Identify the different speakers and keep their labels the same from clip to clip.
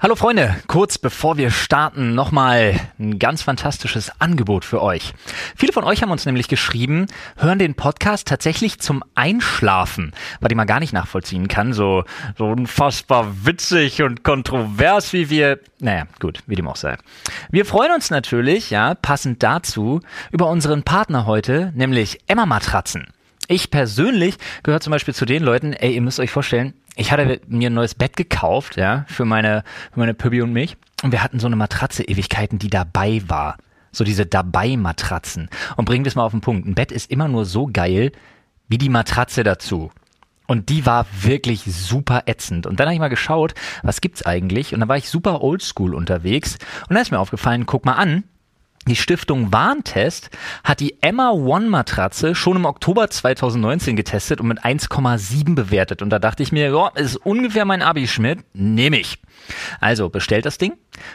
Speaker 1: Hallo Freunde, kurz bevor wir starten nochmal ein ganz fantastisches Angebot für euch. Viele von euch haben uns nämlich geschrieben, hören den Podcast tatsächlich zum Einschlafen, weil ich mal gar nicht nachvollziehen kann, so, so unfassbar witzig und kontrovers, wie wir, naja, gut, wie dem auch sei. Wir freuen uns natürlich, ja, passend dazu, über unseren Partner heute, nämlich Emma Matratzen. Ich persönlich gehöre zum Beispiel zu den Leuten, ey, ihr müsst euch vorstellen, ich hatte mir ein neues Bett gekauft, ja, für meine, für meine Pübi und mich. Und wir hatten so eine Matratze Ewigkeiten, die dabei war. So diese Dabei-Matratzen. Und bringen wir es mal auf den Punkt. Ein Bett ist immer nur so geil, wie die Matratze dazu. Und die war wirklich super ätzend. Und dann habe ich mal geschaut, was gibt's eigentlich? Und da war ich super oldschool unterwegs. Und da ist mir aufgefallen, guck mal an, die Stiftung Warntest hat die Emma One Matratze schon im Oktober 2019 getestet und mit 1,7 bewertet. Und da dachte ich mir, ja, ist ungefähr mein Abi-Schmidt, nehme ich. Also bestellt das Ding,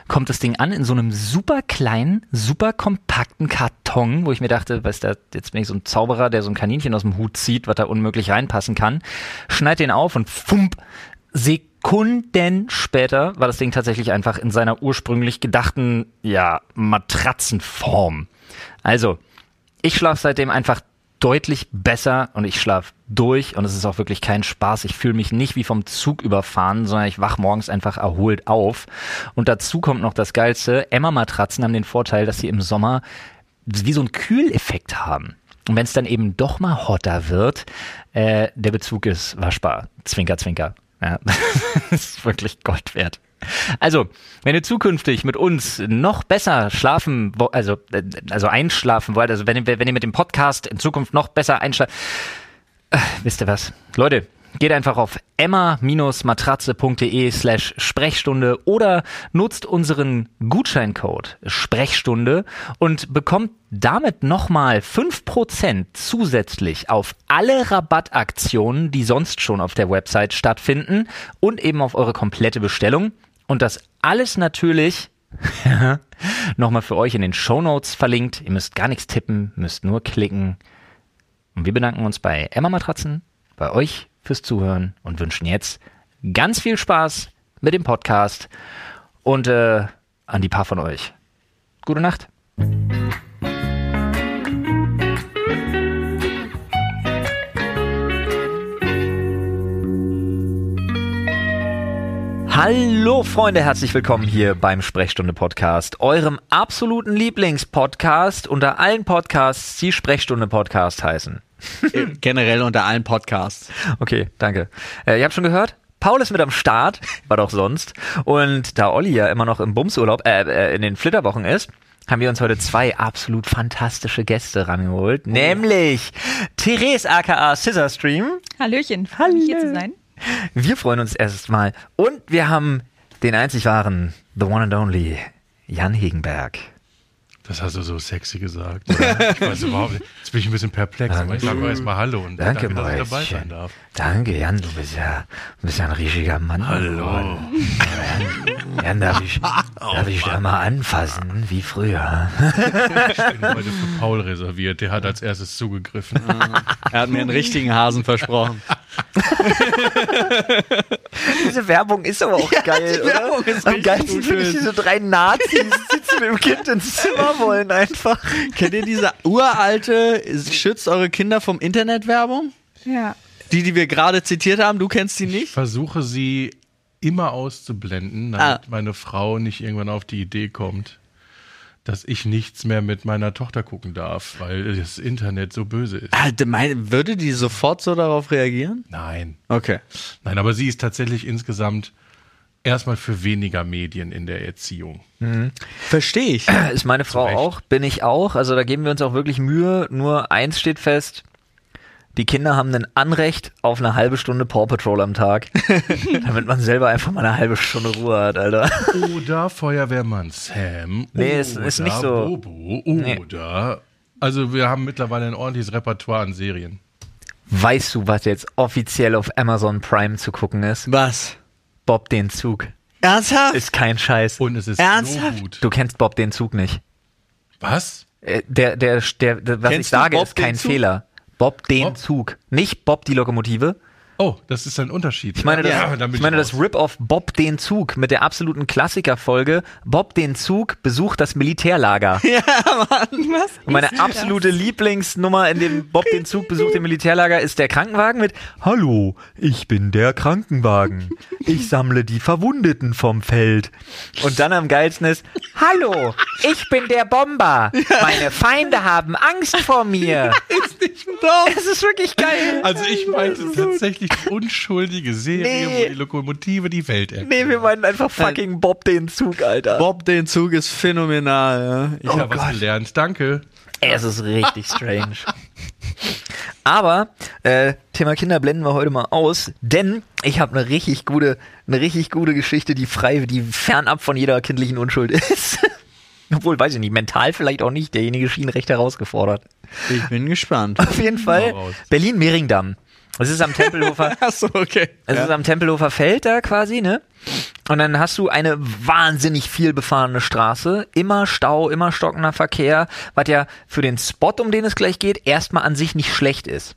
Speaker 1: kommt das Ding an in so einem super kleinen, super kompakten Karton, wo ich mir dachte, weißt du, jetzt bin ich so ein Zauberer, der so ein Kaninchen aus dem Hut zieht, was da unmöglich reinpassen kann. Schneid den auf und fump, Sekunden später war das Ding tatsächlich einfach in seiner ursprünglich gedachten, ja, Matratzenform. Also, ich schlafe seitdem einfach deutlich besser und ich schlafe durch und es ist auch wirklich kein Spaß. Ich fühle mich nicht wie vom Zug überfahren, sondern ich wach morgens einfach erholt auf. Und dazu kommt noch das Geilste, Emma-Matratzen haben den Vorteil, dass sie im Sommer wie so einen Kühleffekt haben. Und wenn es dann eben doch mal hotter wird, äh, der Bezug ist waschbar. Zwinker, zwinker. Ja, das ist wirklich Gold wert. Also, wenn ihr zukünftig mit uns noch besser schlafen, wo- also, äh, also einschlafen wollt, also wenn, ihr- wenn ihr mit dem Podcast in Zukunft noch besser einschlafen, wisst ihr was? Leute, geht einfach auf emma-matratze.de slash Sprechstunde oder nutzt unseren Gutscheincode Sprechstunde und bekommt damit nochmal 5% zusätzlich auf alle Rabattaktionen, die sonst schon auf der Website stattfinden und eben auf eure komplette Bestellung. Und das alles natürlich nochmal für euch in den Shownotes verlinkt. Ihr müsst gar nichts tippen, müsst nur klicken. Und wir bedanken uns bei Emma Matratzen, bei euch fürs Zuhören und wünschen jetzt ganz viel Spaß mit dem Podcast und äh, an die paar von euch. Gute Nacht. Hallo Freunde, herzlich willkommen hier beim Sprechstunde Podcast, eurem absoluten Lieblingspodcast unter allen Podcasts, die Sprechstunde Podcast heißen.
Speaker 2: Äh, Generell unter allen Podcasts.
Speaker 1: Okay, danke. Äh, ihr habt schon gehört, Paul ist mit am Start, war doch sonst. Und da Olli ja immer noch im Bumsurlaub, äh, äh, in den Flitterwochen ist, haben wir uns heute zwei absolut fantastische Gäste
Speaker 3: Oh
Speaker 1: rangeholt. Nämlich Therese aka Scissorstream.
Speaker 4: Hallöchen, freut mich hier zu sein.
Speaker 1: Wir freuen uns erstmal. Und wir haben den einzig wahren, the one and only, Jan Hegenberg.
Speaker 3: Das hast du so sexy gesagt. Oder? Ich weiß überhaupt nicht. Jetzt bin ich ein bisschen perplex, aber ich sage erstmal Hallo und
Speaker 1: Danke,
Speaker 3: danke dass ich dabei sein
Speaker 1: Mäuschen.
Speaker 3: darf.
Speaker 1: Danke, Jan, du bist ja, du bist ja ein riesiger Mann.
Speaker 3: Hallo.
Speaker 1: Jan, darf ich,
Speaker 3: Oh,
Speaker 1: darf ich da mal anfassen, wie früher?
Speaker 3: Ich bin heute für Paul reserviert. Der hat als erstes zugegriffen.
Speaker 2: Er hat mir einen richtigen Hasen versprochen.
Speaker 1: Diese Werbung ist aber auch geil,
Speaker 2: die
Speaker 1: oder?
Speaker 2: Werbung ist
Speaker 1: Am
Speaker 2: richtig
Speaker 1: geilsten
Speaker 2: gut.
Speaker 1: finde ich diese drei Nazis sitzen mit dem Kind ins Zimmer wollen einfach.
Speaker 2: Kennt ihr diese uralte Schützt eure Kinder vom Internet Werbung?
Speaker 4: Ja.
Speaker 2: Die, die wir gerade zitiert haben, du kennst die
Speaker 3: Ich
Speaker 2: nicht?
Speaker 3: versuche sie immer auszublenden, damit
Speaker 2: Ah.
Speaker 3: meine Frau nicht irgendwann auf die Idee kommt, dass ich nichts mehr mit meiner Tochter gucken darf, weil das Internet so böse ist.
Speaker 2: Alter, meine, Ah, würde die sofort so darauf reagieren?
Speaker 3: Nein.
Speaker 2: Okay.
Speaker 3: Nein, aber sie ist tatsächlich insgesamt erstmal für weniger Medien in der Erziehung.
Speaker 2: Verstehe ich.
Speaker 1: Ist meine Frau
Speaker 3: Recht.
Speaker 1: auch, bin ich auch. Also da geben wir uns auch wirklich Mühe. Nur eins steht fest. Die Kinder haben ein Anrecht auf eine halbe Stunde Paw Patrol am Tag. damit man selber einfach mal eine halbe Stunde Ruhe hat, Alter.
Speaker 3: Oder Feuerwehrmann Sam.
Speaker 1: Nee, es ist
Speaker 3: oder
Speaker 1: nicht so.
Speaker 3: Bobo oder. Also, wir haben mittlerweile ein ordentliches Repertoire an Serien.
Speaker 1: Weißt du, was jetzt offiziell auf Amazon Prime zu gucken ist?
Speaker 2: Was?
Speaker 1: Bob den Zug.
Speaker 2: Ernsthaft?
Speaker 1: Ist kein Scheiß.
Speaker 2: Oh.
Speaker 3: Und es ist
Speaker 2: Ernsthaft?
Speaker 3: so gut.
Speaker 1: Du kennst Bob den Zug nicht.
Speaker 3: Was?
Speaker 1: Äh, der, der, der, der was
Speaker 2: Kennst
Speaker 1: ich
Speaker 2: du
Speaker 1: sage,
Speaker 2: Bob
Speaker 1: ist
Speaker 2: den
Speaker 1: kein
Speaker 2: Zug?
Speaker 1: Fehler. Bob den
Speaker 3: Bob?
Speaker 1: Zug. Nicht Bob die Lokomotive,
Speaker 3: Oh, das ist ein Unterschied.
Speaker 1: Ich meine, das,
Speaker 3: ne? ja, da bin
Speaker 1: ich meine
Speaker 3: raus.
Speaker 1: das Rip-Off Bob den Zug mit der absoluten Klassikerfolge Bob den Zug besucht das Militärlager.
Speaker 4: Was?
Speaker 1: Und meine absolute Lieblingsnummer in dem Bob den Zug besucht im Militärlager ist der Krankenwagen mit Hallo, ich bin der Krankenwagen. Ich sammle die Verwundeten vom Feld. Und dann am geilsten ist Hallo, ich bin der Bomber. Meine Feinde haben Angst vor mir. Es ist wirklich geil.
Speaker 3: Also ich meinte tatsächlich die unschuldige Serie,
Speaker 1: Nee.
Speaker 3: wo die Lokomotive die Welt erklärt.
Speaker 1: Nee, wir meinen einfach fucking Äh, Bob den Zug, Alter.
Speaker 2: Bob den Zug ist phänomenal. Ja.
Speaker 1: Oh
Speaker 3: Ich habe was gelernt. Danke.
Speaker 1: Es ist richtig strange. Aber äh, Thema Kinder blenden wir heute mal aus, denn ich habe eine richtig gute, eine richtig gute Geschichte, die frei, die fernab von jeder kindlichen Unschuld ist. Obwohl, weiß ich nicht, mental vielleicht auch nicht. Derjenige schien recht herausgefordert.
Speaker 2: Ich, ich bin gespannt.
Speaker 1: Auf jeden Fall
Speaker 3: Hau raus.
Speaker 1: Berlin-Mehringdamm. Es ist am Tempelhofer,
Speaker 2: Achso, okay.
Speaker 1: Also es ist am Tempelhofer Feld da quasi, ne? Und dann hast du eine wahnsinnig viel befahrene Straße, immer Stau, immer stockender Verkehr, was ja für den Spot, um den es gleich geht, erstmal an sich nicht schlecht ist.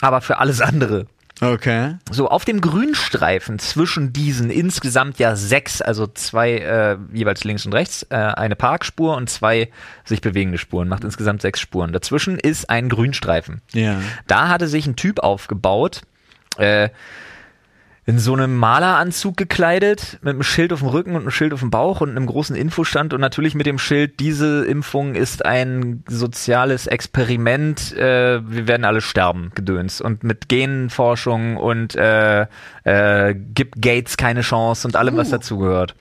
Speaker 1: Aber für alles andere.
Speaker 2: Okay.
Speaker 1: So, auf dem Grünstreifen zwischen diesen insgesamt ja sechs, also zwei äh, jeweils links und rechts, äh, eine Parkspur und zwei sich bewegende Spuren, macht insgesamt sechs Spuren. Dazwischen ist ein Grünstreifen.
Speaker 2: Ja.
Speaker 1: Da hatte sich ein Typ aufgebaut, äh, in so einem Maleranzug gekleidet, mit einem Schild auf dem Rücken und einem Schild auf dem Bauch und einem großen Infostand und natürlich mit dem Schild, diese Impfung ist ein soziales Experiment, äh, wir werden alle sterben, Gedöns. Und mit Genforschung und äh, äh, gibt Gates keine Chance und allem, was dazugehört.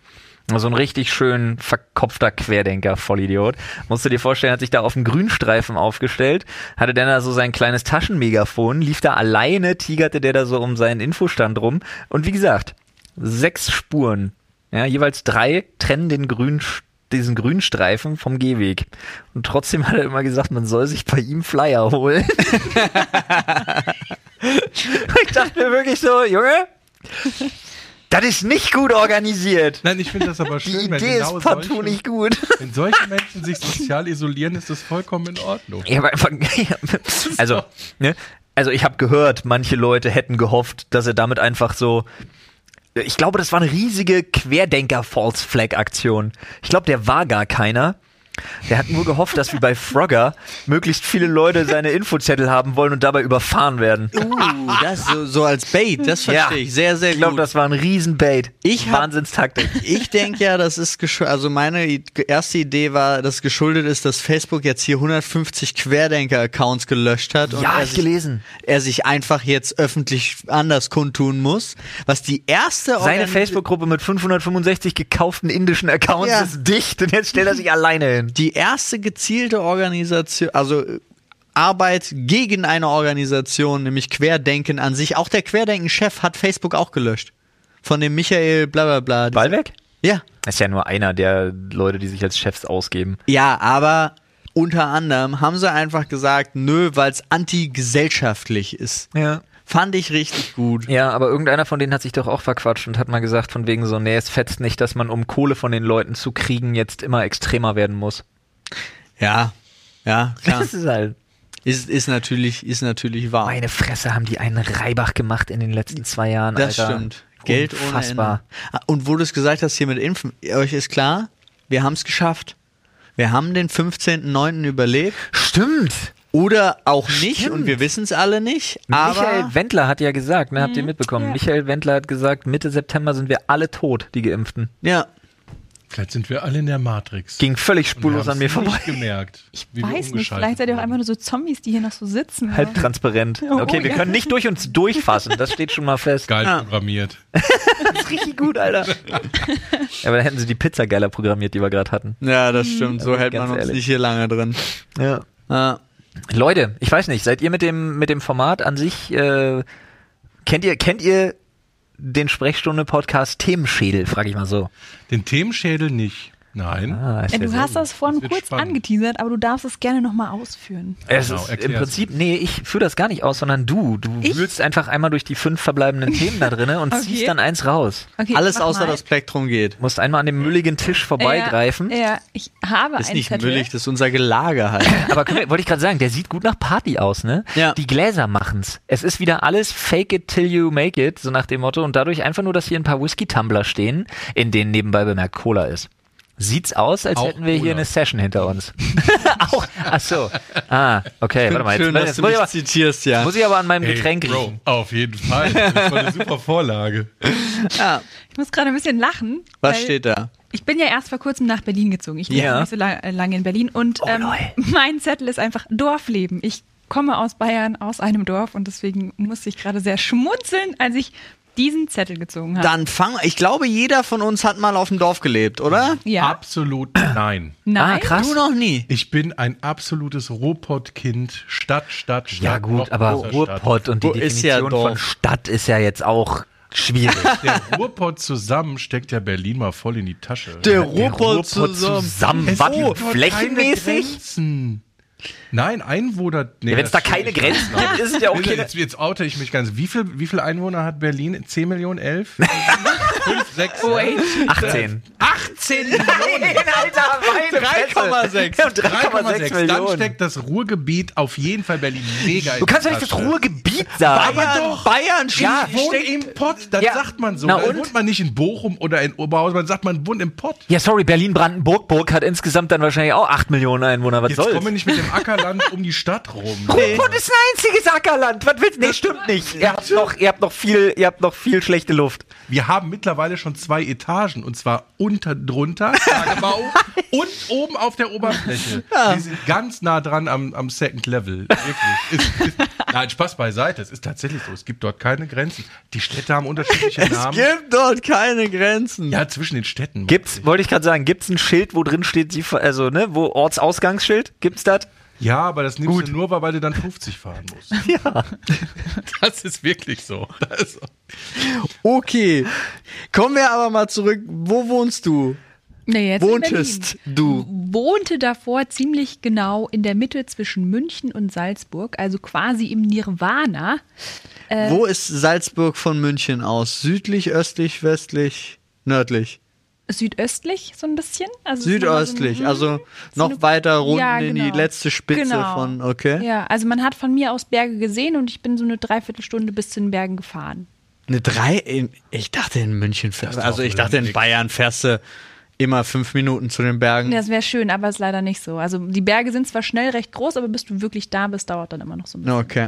Speaker 1: So ein richtig schön verkopfter Querdenker, Vollidiot. Musst du dir vorstellen, hat sich da auf dem Grünstreifen aufgestellt, hatte dann da so sein kleines Taschenmegafon, lief da alleine, tigerte der da so um seinen Infostand rum. Und wie gesagt, sechs Spuren, ja, jeweils drei trennen den Grün, diesen Grünstreifen vom Gehweg. Und trotzdem hat er immer gesagt, man soll sich bei ihm Flyer holen. ich dachte mir wirklich so, Junge, das ist nicht gut organisiert.
Speaker 3: Nein, ich finde das aber
Speaker 1: Die
Speaker 3: schön, wenn
Speaker 1: Idee
Speaker 3: genau
Speaker 1: ist partout
Speaker 3: solche,
Speaker 1: nicht gut.
Speaker 3: wenn solche Menschen sich sozial isolieren, ist das vollkommen in Ordnung.
Speaker 1: Ich hab einfach, also, ne, also ich habe gehört, manche Leute hätten gehofft, dass er damit einfach so. Ich glaube, das war eine riesige Querdenker-False-Flag-Aktion. Ich glaube, der war gar keiner. Der hat nur gehofft, dass wie bei Frogger möglichst viele Leute seine Infozettel haben wollen und dabei überfahren werden.
Speaker 2: Uh, das so, so als Bait, das verstehe
Speaker 1: Ja.
Speaker 2: ich sehr, sehr
Speaker 1: Ich glaube,
Speaker 2: gut.
Speaker 1: das war ein Riesen-Bait.
Speaker 2: Ich hab-
Speaker 1: Wahnsinnstaktik.
Speaker 2: ich denke ja, das ist geschu- also meine i- erste Idee war, dass geschuldet ist, dass Facebook jetzt hier 150 Querdenker-Accounts gelöscht hat und
Speaker 1: Ja,
Speaker 2: er,
Speaker 1: Also ich
Speaker 2: sich,
Speaker 1: gelesen.
Speaker 2: er sich einfach jetzt öffentlich anders kundtun muss. Was die erste
Speaker 1: Seine
Speaker 2: Organis-
Speaker 1: Facebook-Gruppe mit 565 gekauften indischen Accounts
Speaker 2: Ja.
Speaker 1: ist dicht und jetzt stellt er sich alleine hin.
Speaker 2: die erste gezielte Organisation, also äh, Arbeit gegen eine Organisation, nämlich Querdenken an sich. Auch der Querdenken-Chef hat Facebook auch gelöscht. Von dem Michael bla bla bla.
Speaker 1: Ball weg?
Speaker 2: Ja.
Speaker 1: Das ist ja nur einer der Leute, die sich als Chefs ausgeben.
Speaker 2: Ja, aber unter anderem haben sie einfach gesagt, nö, weil es antigesellschaftlich ist.
Speaker 1: Ja.
Speaker 2: Fand ich richtig gut.
Speaker 1: Ja, aber irgendeiner von denen hat sich doch auch verquatscht und hat mal gesagt, von wegen so, nee, es fetzt nicht, dass man, um Kohle von den Leuten zu kriegen, jetzt immer extremer werden muss.
Speaker 2: Ja. Ja, klar.
Speaker 1: Das ist halt.
Speaker 2: ist, ist natürlich, ist natürlich wahr.
Speaker 1: Meine Fresse haben die einen Reibach gemacht in den letzten zwei Jahren.
Speaker 2: das
Speaker 1: Alter.
Speaker 2: stimmt. Geld ohne
Speaker 1: Unfassbar.
Speaker 2: Ende. Ah, Und wo du es gesagt hast hier mit Impfen, euch ist klar, wir haben es geschafft. Wir haben den 15.09. überlebt.
Speaker 1: Stimmt.
Speaker 2: Oder auch nicht, und wir wissen es alle nicht. Aber
Speaker 1: Michael Wendler hat ja gesagt, ne, habt ihr mitbekommen? Michael Wendler hat gesagt, Mitte September sind wir alle tot, die Geimpften.
Speaker 2: ja,
Speaker 3: Vielleicht sind wir alle in der Matrix.
Speaker 1: Ging völlig
Speaker 3: Und wir
Speaker 1: spurlos an
Speaker 3: haben's
Speaker 1: mir vorbei.
Speaker 3: Nicht gemerkt,
Speaker 4: Ich
Speaker 3: wie wir
Speaker 4: weiß nicht,
Speaker 3: umgeschaltet
Speaker 4: vielleicht seid ihr auch
Speaker 3: wurden.
Speaker 4: einfach nur so Zombies, die hier noch so sitzen. ne?
Speaker 1: Halb Halt transparent.
Speaker 4: Oh,
Speaker 1: Okay, wir
Speaker 4: ja.
Speaker 1: können nicht durch uns durchfassen, das steht schon mal fest.
Speaker 3: geil
Speaker 2: Ah.
Speaker 3: programmiert.
Speaker 1: Das ist richtig gut, Alter. ja, aber dann hätten sie die Pizza geiler programmiert, die wir gerade hatten.
Speaker 2: ja, das stimmt. So hält
Speaker 1: Oh, ganz
Speaker 2: man uns
Speaker 1: ehrlich.
Speaker 2: nicht hier lange drin.
Speaker 1: Ja.
Speaker 2: Ah.
Speaker 1: Leute, ich weiß nicht, seid ihr mit dem, mit dem Format an sich, äh, kennt ihr, kennt ihr den Sprechstunde-Podcast Themenschädel, frage ich mal so.
Speaker 3: Den Themenschädel nicht. Nein.
Speaker 1: Ah, ist
Speaker 4: Äh,
Speaker 1: ja
Speaker 4: Du
Speaker 1: sehr
Speaker 4: hast
Speaker 1: gut.
Speaker 4: das vorhin
Speaker 3: wird
Speaker 4: kurz
Speaker 3: spannend.
Speaker 4: angeteasert, aber du darfst es gerne nochmal ausführen.
Speaker 1: Es
Speaker 3: Genau,
Speaker 1: ist im
Speaker 3: erklär's
Speaker 1: Prinzip, nee, ich führe das gar nicht aus, sondern du. Du
Speaker 4: Ich?
Speaker 1: wühlst einfach einmal durch die fünf verbleibenden Themen da drinnen und
Speaker 4: Okay.
Speaker 1: ziehst dann eins raus.
Speaker 4: Okay,
Speaker 2: Alles
Speaker 4: mach
Speaker 2: außer
Speaker 4: mal.
Speaker 2: das Plektrum geht.
Speaker 1: Musst einmal an dem mülligen Tisch vorbeigreifen.
Speaker 4: Ja, ja, ich habe
Speaker 2: Ist
Speaker 4: einen
Speaker 2: nicht
Speaker 4: Zettel.
Speaker 2: müllig, das ist unser Gelager halt.
Speaker 1: Aber können wir, wollte ich gerade sagen, der sieht gut nach Party aus, ne?
Speaker 2: Ja.
Speaker 1: Die Gläser machen's. Es ist wieder alles fake it till you make it, so nach dem Motto. Und dadurch einfach nur, dass hier ein paar Whisky-Tumbler stehen, in denen nebenbei bemerkt Cola ist. Sieht's aus, als
Speaker 3: Auch
Speaker 1: hätten wir hier
Speaker 3: Cola.
Speaker 1: eine Session hinter uns. Auch, ach so. Ah, okay, warte mal. Jetzt,
Speaker 2: Schön, dass
Speaker 1: jetzt
Speaker 2: du
Speaker 1: muss, ich
Speaker 2: mich
Speaker 1: aber,
Speaker 2: zitierst, ja.
Speaker 1: muss ich aber an meinem
Speaker 3: Ey,
Speaker 1: Getränk
Speaker 3: Bro,
Speaker 1: riechen.
Speaker 3: Auf jeden Fall. Das war eine super Vorlage.
Speaker 4: Ich muss gerade ein bisschen lachen.
Speaker 2: Was
Speaker 4: weil
Speaker 2: steht da?
Speaker 4: Ich bin ja erst vor kurzem nach Berlin gezogen. Ich bin
Speaker 1: Ja.
Speaker 4: noch nicht so la- äh, lange in Berlin. Und
Speaker 1: Oh,
Speaker 4: ähm,
Speaker 1: lol.
Speaker 4: mein Zettel ist einfach Dorfleben. Ich komme aus Bayern, aus einem Dorf und deswegen musste ich gerade sehr schmunzeln, als ich diesen Zettel gezogen habe.
Speaker 2: Dann fang, ich glaube, jeder von uns hat mal auf dem Dorf gelebt, oder?
Speaker 4: ja.
Speaker 3: Absolut nein.
Speaker 1: Ah,
Speaker 4: Nein.
Speaker 1: krass.
Speaker 2: Du noch nie.
Speaker 3: Ich bin ein absolutes Ruhrpott-Kind. Stadt, Stadt, Stadt.
Speaker 1: Ja
Speaker 3: noch
Speaker 1: gut, aber
Speaker 3: größer
Speaker 1: Ruhrpott und die
Speaker 2: Wo ist ja
Speaker 1: Definition von
Speaker 2: Dorf?
Speaker 1: Stadt ist ja jetzt auch schwierig.
Speaker 3: Stadt. Der Ruhrpott zusammen steckt ja Berlin mal voll in die Tasche.
Speaker 2: Der
Speaker 1: Ruhrpott
Speaker 2: Ruhrpott zusammen.
Speaker 1: zusammen.
Speaker 3: Es
Speaker 1: Was,
Speaker 3: gibt dort keine
Speaker 1: flächenmäßig?
Speaker 3: Grenzen. Nein, Einwohner. Nee,
Speaker 1: Ja, Wenn es da
Speaker 3: das stimmt
Speaker 1: keine
Speaker 3: nicht.
Speaker 1: Grenzen gibt, ist es ja auch keine...
Speaker 3: Jetzt, jetzt oute ich mich ganz. Wie viel, wie viel Einwohner hat Berlin? 10 Millionen? 11? 5, 6?
Speaker 1: Oh, 18.
Speaker 3: 18 Millionen!
Speaker 1: Nein, Alter, meine
Speaker 2: 3,6.
Speaker 1: Ja, 3,6
Speaker 3: Dann
Speaker 1: Millionen.
Speaker 3: steckt das Ruhrgebiet auf jeden Fall Berlin mega
Speaker 1: Du kannst doch nicht das Ruhrgebiet sagen.
Speaker 3: Aber
Speaker 2: doch. Bayern
Speaker 1: Ja,
Speaker 2: ja.
Speaker 3: Ich wohne im Pott, das
Speaker 1: Ja.
Speaker 3: sagt man so.
Speaker 1: Na
Speaker 3: Na, dann
Speaker 1: und?
Speaker 3: wohnt man nicht in Bochum oder in Oberhausen, man sagt, man wohnt im Pott.
Speaker 1: Ja, sorry, Berlin-Brandenburg-Burg hat insgesamt dann wahrscheinlich auch 8 Millionen Einwohner. Was
Speaker 3: Jetzt
Speaker 1: soll's?
Speaker 3: kommen wir nicht mit dem Ackerland um die Stadt rum.
Speaker 1: Ruhrpott ist ein einziges Ackerland. Was willst du? Nee, stimmt nicht. Ihr habt noch, ihr habt noch viel, ihr habt noch viel schlechte Luft.
Speaker 3: Wir haben mittlerweile schon zwei Etagen und zwar unter drunter, Tagebau und oben auf der Oberfläche. Wir sind ganz nah dran am, am Second Level. Wirklich. Ist, ist, nein, Spaß beiseite. Es ist tatsächlich so. Es gibt dort keine Grenzen. Die Städte haben unterschiedliche Namen.
Speaker 2: Gibt dort keine Grenzen.
Speaker 3: Ja, zwischen den Städten.
Speaker 1: Gibt's, wollte ich gerade sagen, gibt's ein Schild, wo drin steht, die, also, ne, wo Ortsausgangsschild? Gibt's das?
Speaker 3: Ja, aber das nimmst du nur, weil weil du dann 50 fahren musst. Ja. Das ist wirklich so. Das ist so.
Speaker 2: Okay. Kommen wir aber mal zurück. Wo wohnst du?
Speaker 4: Nee, jetzt in
Speaker 2: Wohntest
Speaker 4: Berlin.
Speaker 2: du?
Speaker 4: Wohnte davor ziemlich genau in der Mitte zwischen München und Salzburg, also quasi im Nirvana.
Speaker 2: Wo ist Salzburg von München aus? Südlich, östlich, westlich, nördlich?
Speaker 4: südöstlich so ein bisschen. Also es ist nochmal
Speaker 2: Südöstlich,
Speaker 4: so ein-
Speaker 2: also
Speaker 4: so
Speaker 2: noch
Speaker 4: eine-
Speaker 2: weiter runter
Speaker 4: Ja,
Speaker 2: in die
Speaker 4: genau.
Speaker 2: letzte Spitze
Speaker 4: Genau.
Speaker 2: von, okay?
Speaker 4: Ja, also man hat von mir aus Berge gesehen und ich bin so eine Dreiviertelstunde bis zu den Bergen gefahren.
Speaker 2: Eine drei in, ich dachte in München fährst du, also ich dachte in Bayern fährst du immer fünf Minuten zu den Bergen.
Speaker 4: Das wäre schön, aber ist leider nicht so. Also die Berge sind zwar schnell recht groß, aber bis du wirklich da bist, dauert dann immer noch so ein bisschen.
Speaker 2: Okay.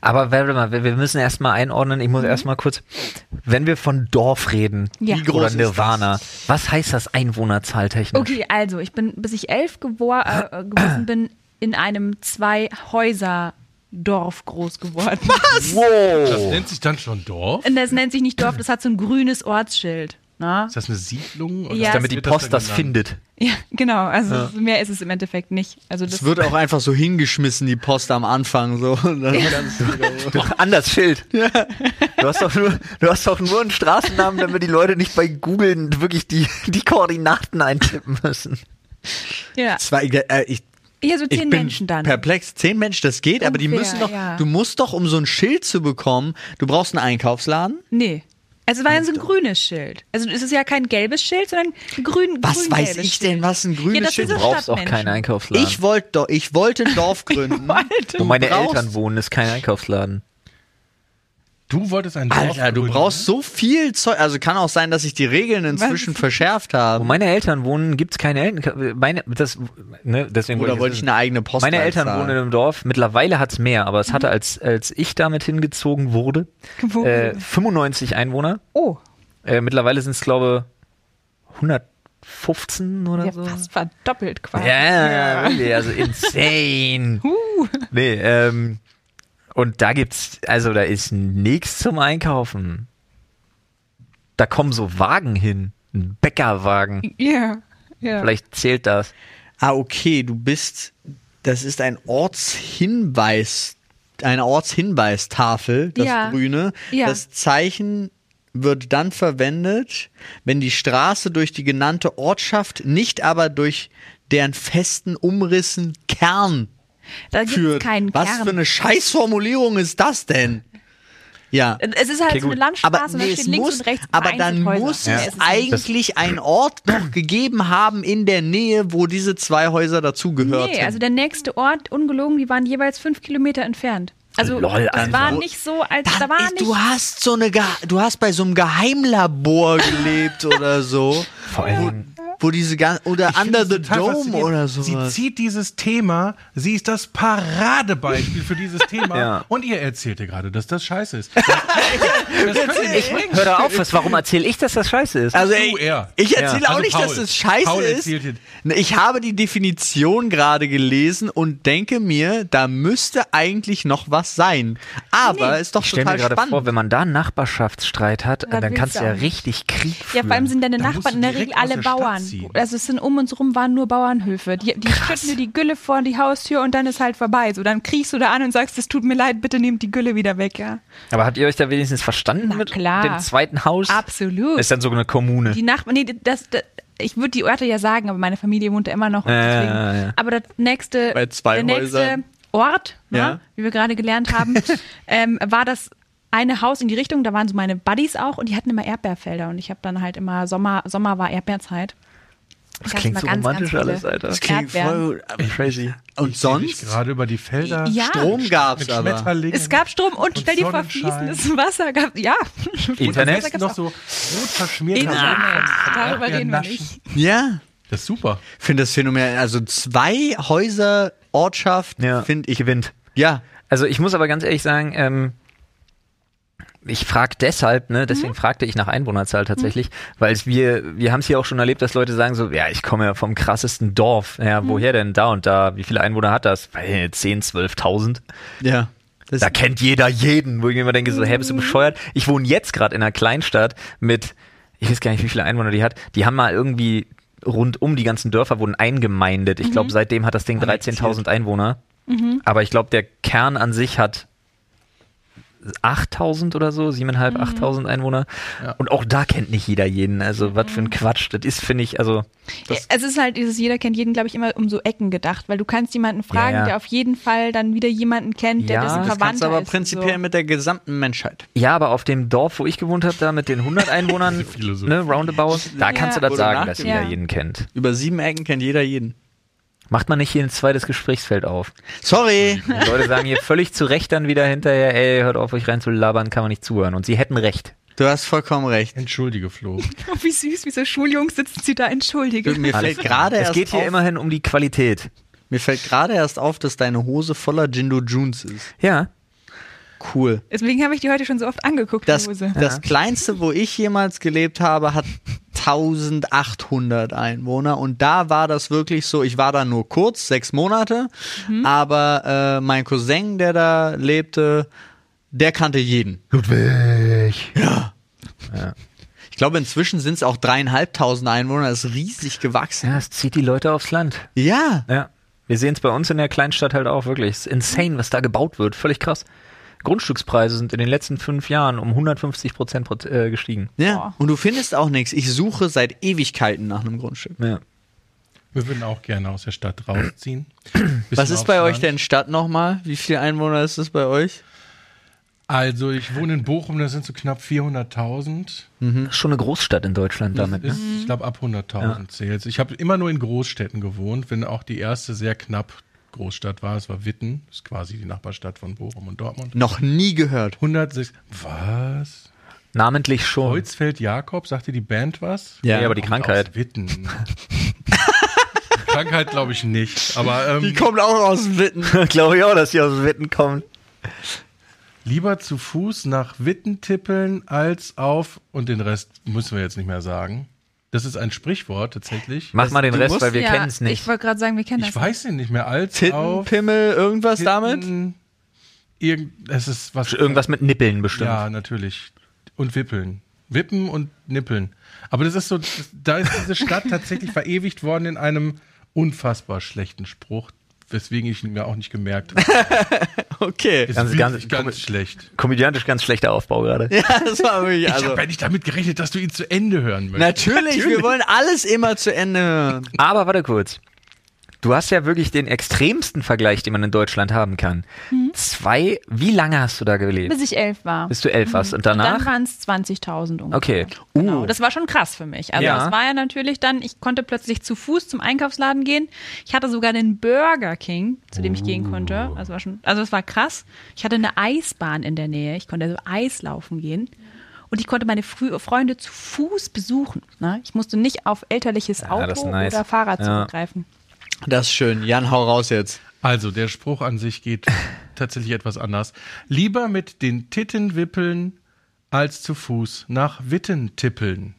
Speaker 1: Aber warte mal, wir wir müssen erstmal einordnen. Ich muss erstmal kurz, wenn wir von Dorf reden,
Speaker 4: Ja.
Speaker 1: Mhm. wie groß
Speaker 4: Wie groß
Speaker 1: oder
Speaker 2: ist
Speaker 1: Nirvana, was heißt das Einwohnerzahltechnisch?
Speaker 4: Okay, also ich bin, bis ich elf gewor äh, gewesen bin, in einem Zwei-Häuser-Dorf groß geworden. Was?
Speaker 3: Das
Speaker 1: Wow!
Speaker 3: nennt sich dann schon Dorf?
Speaker 4: Und das nennt sich nicht Dorf, das hat so ein grünes Ortsschild. Na?
Speaker 3: Ist das eine Siedlung? Oder
Speaker 4: Ja,
Speaker 3: was
Speaker 1: Damit
Speaker 4: es
Speaker 1: die
Speaker 3: wird das
Speaker 1: Post
Speaker 3: denn
Speaker 1: das
Speaker 3: genannt?
Speaker 1: findet.
Speaker 4: Ja, genau. Also mehr ist es im Endeffekt nicht. Also das
Speaker 2: Es wird auch einfach so hingeschmissen, die Post am Anfang. So. Und dann kannst du wieder-
Speaker 1: An das Schild. Du, hast doch nur, du hast doch nur einen Straßennamen, damit die Leute nicht bei Google wirklich die, die Koordinaten eintippen müssen.
Speaker 4: ja.
Speaker 2: Zwei, äh, ich,
Speaker 4: ja so
Speaker 2: ich
Speaker 4: zehn
Speaker 2: bin
Speaker 4: Menschen dann.
Speaker 2: perplex. Zehn Menschen, das geht, aber die
Speaker 4: Ungefähr,
Speaker 2: müssen doch,
Speaker 4: ja.
Speaker 2: du musst doch, um so ein Schild zu bekommen, du brauchst einen Einkaufsladen.
Speaker 4: Nee. Also es war ja so ein grünes Schild. Also es ist ja kein gelbes Schild, sondern ein grün.
Speaker 2: Was
Speaker 4: grün
Speaker 2: weiß ich denn, was ein grünes
Speaker 4: Ja, das
Speaker 2: Schild
Speaker 4: ist
Speaker 1: Du
Speaker 4: es.
Speaker 1: brauchst auch
Speaker 4: Stadtmenschen.
Speaker 1: keinen Einkaufsladen.
Speaker 2: Ich wollte doch, ich wollte ein Dorf gründen.
Speaker 1: Wo meine
Speaker 2: brauchst-
Speaker 1: Eltern wohnen, ist kein Einkaufsladen.
Speaker 3: Du wolltest ein Dorf
Speaker 2: Alter, du
Speaker 3: gründen.
Speaker 2: brauchst so viel Zeug. Also kann auch sein, dass sich die Regeln inzwischen verschärft
Speaker 1: Wo
Speaker 2: haben.
Speaker 1: meine Eltern wohnen, gibt's keine Eltern. Meine, das, ne, deswegen
Speaker 2: Oder wollte ich eine eigene Post
Speaker 1: Meine Eltern wohnen in einem Dorf. Mittlerweile hat's mehr, aber es hatte,
Speaker 4: Mhm.
Speaker 1: als, als ich damit hingezogen wurde,
Speaker 4: Gewogen.
Speaker 1: äh, 95 Einwohner.
Speaker 4: Oh,
Speaker 1: Äh, mittlerweile sind es, glaube 115 oder
Speaker 4: ja,
Speaker 1: so.
Speaker 4: fast verdoppelt quasi.
Speaker 1: Ja, wirklich, also insane.
Speaker 4: Uh,
Speaker 1: Nee, ähm, und da gibt's, also da ist nichts zum Einkaufen. Da kommen so Wagen hin. Ein Bäckerwagen.
Speaker 4: ja, ja.
Speaker 1: Vielleicht zählt das.
Speaker 2: Ah, okay, du bist. Das ist ein Ortshinweis, eine Ortshinweistafel, das
Speaker 4: Ja.
Speaker 2: Grüne.
Speaker 4: Ja.
Speaker 2: Das Zeichen wird dann verwendet, wenn die Straße durch die genannte Ortschaft, nicht aber durch deren festen Umrissen Kern
Speaker 4: Da gibt es
Speaker 2: führt.
Speaker 4: keinen
Speaker 2: Was
Speaker 4: Kern.
Speaker 2: für eine Scheißformulierung ist das denn? Ja.
Speaker 4: es ist halt
Speaker 1: Okay,
Speaker 4: so eine
Speaker 1: gut.
Speaker 4: Landstraße,
Speaker 2: Aber,
Speaker 4: und da
Speaker 2: nee,
Speaker 4: steht
Speaker 2: es
Speaker 4: links
Speaker 2: muss,
Speaker 4: und rechts
Speaker 2: aber
Speaker 4: vereinzelt
Speaker 2: dann
Speaker 4: Häuser.
Speaker 2: muss
Speaker 4: Ja,
Speaker 2: es
Speaker 4: es ist nicht-
Speaker 2: eigentlich einen Ort noch gegeben haben in der Nähe, wo diese zwei Häuser dazugehörten.
Speaker 4: Nee, also der nächste Ort, ungelogen, die waren jeweils fünf Kilometer entfernt. Also
Speaker 1: Lol,
Speaker 4: das
Speaker 1: also-
Speaker 4: war nicht so, als da
Speaker 2: Dann
Speaker 4: war
Speaker 2: ist,
Speaker 4: nicht.
Speaker 2: du hast so eine, Ge- du hast bei so einem Geheimlabor gelebt oder so,
Speaker 1: Vor allen Dingen.
Speaker 2: wo diese ganze oder Under the
Speaker 3: Total
Speaker 2: Dome
Speaker 3: faszinierend.
Speaker 2: oder
Speaker 3: Sie
Speaker 2: sowas.
Speaker 3: zieht dieses Thema, sie ist das Paradebeispiel für dieses Thema
Speaker 1: Ja.
Speaker 3: und ihr erzählte gerade, dass das scheiße ist. Das, das könnt ihr nicht bringen.
Speaker 1: Hör doch auf, was, warum erzähle ich, dass das scheiße ist?
Speaker 2: Also
Speaker 3: Du
Speaker 2: ey,
Speaker 3: eher.
Speaker 2: ich erzähle
Speaker 3: Ja.
Speaker 2: auch
Speaker 3: Also
Speaker 2: nicht, dass
Speaker 3: Paul.
Speaker 2: es scheiße
Speaker 3: Paul
Speaker 2: ist.
Speaker 3: erzählt jetzt.
Speaker 2: Ne, Ich habe die Definition gerade gelesen und denke mir, da müsste eigentlich noch was sein. Aber ist doch
Speaker 1: ich stelle mir
Speaker 2: total
Speaker 1: gerade
Speaker 2: spannend.
Speaker 1: vor, wenn man da einen Nachbarschaftsstreit hat,
Speaker 4: Dann
Speaker 1: dann
Speaker 4: willst
Speaker 1: kannst
Speaker 4: du
Speaker 1: du ja
Speaker 4: auch.
Speaker 1: richtig Krieg
Speaker 4: Ja,
Speaker 1: führen.
Speaker 4: vor allem sind deine
Speaker 3: Da musst
Speaker 4: Nachbarn
Speaker 3: du
Speaker 4: in der Regel
Speaker 3: direkt
Speaker 4: alle
Speaker 3: aus der Stadt
Speaker 4: Bauern.
Speaker 3: ziehen.
Speaker 4: Also es sind um uns rum waren nur Bauernhöfe. Die, die schütten dir die Gülle vor die Haustür und dann ist halt vorbei. So, dann kriegst du da an und sagst, es tut mir leid, bitte nehmt die Gülle wieder weg, ja.
Speaker 1: Aber habt ihr euch da wenigstens verstanden
Speaker 4: Na
Speaker 1: mit
Speaker 4: klar.
Speaker 1: dem zweiten Haus?
Speaker 4: Absolut.
Speaker 1: Ist dann so eine Kommune.
Speaker 4: Die Nachbarn, nee, das, das ich würde die Orte ja sagen, aber meine Familie wohnt da immer noch. und
Speaker 1: Ja,
Speaker 4: deswegen.
Speaker 1: ja, ja.
Speaker 4: Aber das nächste,
Speaker 2: Bei zwei
Speaker 4: der nächste
Speaker 2: Häusern.
Speaker 4: Ort, ne,
Speaker 2: Ja.
Speaker 4: wie wir gerade gelernt haben, ähm, war das eine Haus in die Richtung, da waren so meine Buddies auch und die hatten immer Erdbeerfelder und ich habe dann halt immer Sommer, Sommer war Erdbeerzeit. Das
Speaker 1: klingt so romantisch alles, Alter.
Speaker 2: das klingt voll
Speaker 1: Crazy.
Speaker 2: und
Speaker 3: Ich
Speaker 2: sonst
Speaker 3: gerade über die Felder.
Speaker 4: Ja.
Speaker 2: Strom gab's
Speaker 3: Mit
Speaker 2: aber.
Speaker 3: Schmetterlingen.
Speaker 4: Es gab Strom und, stell dir vor,
Speaker 3: Sonnenschein.
Speaker 4: fließendes Wasser gab, ja.
Speaker 3: Internet.
Speaker 1: Internet?
Speaker 3: Am besten noch so rot verschmierte
Speaker 4: Internet. Darüber reden wir
Speaker 3: Erdbeernaschen.
Speaker 4: nicht.
Speaker 2: Ja,
Speaker 3: Das ist super.
Speaker 2: ich finde das Phänomen. Also zwei Häuser Ortschaft
Speaker 1: Ja.
Speaker 2: finde ich.
Speaker 1: gewinnt.
Speaker 2: Ja,
Speaker 1: Also ich muss aber ganz ehrlich sagen, ähm, ich frage deshalb, ne,
Speaker 4: Mhm.
Speaker 1: deswegen fragte ich nach Einwohnerzahl tatsächlich, weil es wir, wir haben es hier auch schon erlebt, dass Leute sagen so, ja, ich komme ja vom krassesten Dorf.
Speaker 4: Mhm.
Speaker 1: Ja, woher denn da und da? Wie viele Einwohner hat das? Weil 10, 12.000.
Speaker 2: ja. Das
Speaker 1: Da kennt jeder jeden, wo ich mir immer denke, so, hä, bist du bescheuert? Ich wohne jetzt gerade in einer Kleinstadt mit, ich weiß gar nicht, wie viele Einwohner die hat. Die haben mal irgendwie rundum die ganzen Dörfer wurden eingemeindet. Ich glaube, seitdem hat das Ding 13.000 Einwohner. Aber ich glaube, der Kern an sich hat 8.000 oder so, 7.500, 8.000 Einwohner. Und auch da kennt nicht jeder jeden. Also, was für ein Quatsch. Das ist, finde ich, also,
Speaker 4: es ist halt dieses, jeder kennt jeden, glaube ich, immer um so Ecken gedacht, weil du kannst jemanden fragen,
Speaker 1: Ja, ja.
Speaker 4: der auf jeden Fall dann wieder jemanden kennt, der
Speaker 1: Ja,
Speaker 4: dessen
Speaker 1: das
Speaker 4: Verwandter
Speaker 2: das kannst du aber
Speaker 4: ist. und
Speaker 2: prinzipiell
Speaker 4: so.
Speaker 2: mit der gesamten Menschheit.
Speaker 1: ja, aber auf dem Dorf, wo ich gewohnt habe, da mit den 100 Einwohnern,
Speaker 3: Philosophie.
Speaker 1: ne, roundabout, da kannst du das
Speaker 2: Wurde
Speaker 1: sagen, dass
Speaker 4: nachgedacht.
Speaker 1: jeder
Speaker 4: Ja.
Speaker 1: jeden kennt.
Speaker 2: Über sieben Ecken kennt jeder jeden.
Speaker 1: Macht man nicht hier ein zweites Gesprächsfeld auf.
Speaker 2: Sorry.
Speaker 1: Die Leute sagen hier völlig zu Recht dann wieder hinterher, ey, hört auf, euch reinzulabern, kann man nicht zuhören. Und sie hätten recht.
Speaker 2: Du hast vollkommen recht.
Speaker 3: Entschuldige, Flo.
Speaker 4: Oh, wie süß, wie so Schuljungs sitzen sie da, entschuldige.
Speaker 2: Mir
Speaker 1: Alles
Speaker 2: fällt
Speaker 1: klar.
Speaker 2: gerade
Speaker 1: Es
Speaker 2: erst
Speaker 1: geht hier
Speaker 2: auf,
Speaker 1: immerhin um die Qualität.
Speaker 2: Mir fällt gerade erst auf, dass deine Hose voller Jindo Junes ist.
Speaker 1: Ja.
Speaker 2: Cool.
Speaker 4: Deswegen habe ich die heute schon so oft angeguckt,
Speaker 2: Das,
Speaker 4: die Hose.
Speaker 2: das kleinste, wo ich jemals gelebt habe, hat 1800 Einwohner und da war das wirklich so, ich war da nur kurz, sechs Monate, aber äh, mein Cousin, der da lebte, der kannte jeden.
Speaker 1: Ludwig.
Speaker 2: Ich glaube, inzwischen sind es auch dreieinhalbtausend Einwohner, das ist riesig gewachsen.
Speaker 1: Ja, es zieht die Leute aufs Land.
Speaker 2: Ja,
Speaker 1: Ja. Wir sehen es bei uns in der Kleinstadt halt auch wirklich. Es ist insane, was da gebaut wird. Völlig krass. Grundstückspreise sind in den letzten fünf Jahren um 150 Prozent äh, gestiegen.
Speaker 2: ja. Und du findest auch nichts. Ich suche seit Ewigkeiten nach einem Grundstück.
Speaker 1: Ja.
Speaker 3: Wir würden auch gerne aus der Stadt rausziehen.
Speaker 2: Was
Speaker 3: Bisschen
Speaker 2: ist bei
Speaker 3: aufs
Speaker 2: euch
Speaker 3: Land.
Speaker 2: denn Stadt nochmal? Wie viele Einwohner ist es bei euch?
Speaker 3: Also, ich wohne in Bochum, das sind so knapp 400.000.
Speaker 2: Hm.
Speaker 1: Das ist schon eine Großstadt in Deutschland damit. Ne?
Speaker 3: Ist, ich glaube, ab 100.000 zählt Ich habe immer nur in Großstädten gewohnt, wenn auch die erste sehr knapp Großstadt war. Es war Witten, ist quasi die Nachbarstadt von Bochum und Dortmund.
Speaker 2: Noch nie gehört.
Speaker 3: 106. Was?
Speaker 1: Namentlich schon.
Speaker 3: Holzfeld Jakob, sagte die Band was?
Speaker 2: Ja.
Speaker 1: Nee, aber die
Speaker 3: Kommt
Speaker 1: Krankheit.
Speaker 3: Aus Witten. Die Krankheit glaube ich nicht. Aber ähm,
Speaker 2: kommt auch aus Witten.
Speaker 1: Glaube ich auch, dass sie aus Witten kommen.
Speaker 3: lieber zu Fuß nach Witten tippeln als auf und den Rest müssen wir jetzt nicht mehr sagen. Das ist ein Sprichwort tatsächlich.
Speaker 1: Mach mal den
Speaker 2: Du
Speaker 1: Rest,
Speaker 2: musst-
Speaker 1: weil wir
Speaker 4: ja,
Speaker 1: kennen es nicht.
Speaker 4: Ich wollte gerade sagen, wir kennen
Speaker 3: Ich
Speaker 4: das.
Speaker 3: weiß ihn nicht mehr als
Speaker 2: Titten,
Speaker 3: auf
Speaker 2: Pimmel, irgendwas damit?
Speaker 3: Titten, Irgend, es ist was.
Speaker 1: Irgendwas mit Nippeln bestimmt.
Speaker 3: Ja, natürlich. Und wippeln. Wippen und nippeln. Aber das ist so, das, da ist diese Stadt tatsächlich verewigt worden in einem unfassbar schlechten Spruch, weswegen ich ihn mir auch nicht gemerkt habe.
Speaker 2: Okay.
Speaker 3: Ist
Speaker 1: Ganz-
Speaker 3: ganz,
Speaker 1: ganz-
Speaker 3: ganz, schlecht.
Speaker 1: Komödiantisch ganz schlechter Aufbau gerade.
Speaker 2: Ja, das war wirklich,
Speaker 3: ich
Speaker 2: also.
Speaker 3: habe ja nicht damit gerechnet, dass du ihn zu Ende hören möchtest.
Speaker 2: Natürlich, wir wollen alles immer zu Ende hören.
Speaker 1: Aber warte kurz. Du hast ja wirklich den extremsten Vergleich, den man in Deutschland haben kann. Zwei, wie lange hast du da gelebt?
Speaker 4: Mhm. Bis ich elf war.
Speaker 1: Bis du elf warst und
Speaker 4: Dann
Speaker 1: danach?
Speaker 4: waren es 20.000 ungefähr.
Speaker 1: Okay. Uh.
Speaker 4: Genau. Das war schon krass für mich. Also
Speaker 1: Ja.
Speaker 4: das war ja natürlich dann, ich konnte plötzlich zu Fuß zum Einkaufsladen gehen. Ich hatte sogar den Burger King, zu dem ich
Speaker 1: Uh.
Speaker 4: gehen konnte. Also war schon, also es war krass. Ich hatte eine Eisbahn in der Nähe. Ich konnte also Eis laufen gehen. Und ich konnte meine Frü Freunde zu Fuß besuchen. Ne? Ich musste nicht auf elterliches
Speaker 1: Ah, das ist
Speaker 4: Auto
Speaker 1: nice.
Speaker 4: oder Fahrrad
Speaker 1: Ja.
Speaker 4: zurückgreifen.
Speaker 2: Das ist schön. Jan, hau raus jetzt.
Speaker 3: Also, der Spruch an sich geht tatsächlich etwas anders. Lieber mit den Titten wippeln, als zu Fuß nach Witten tippeln.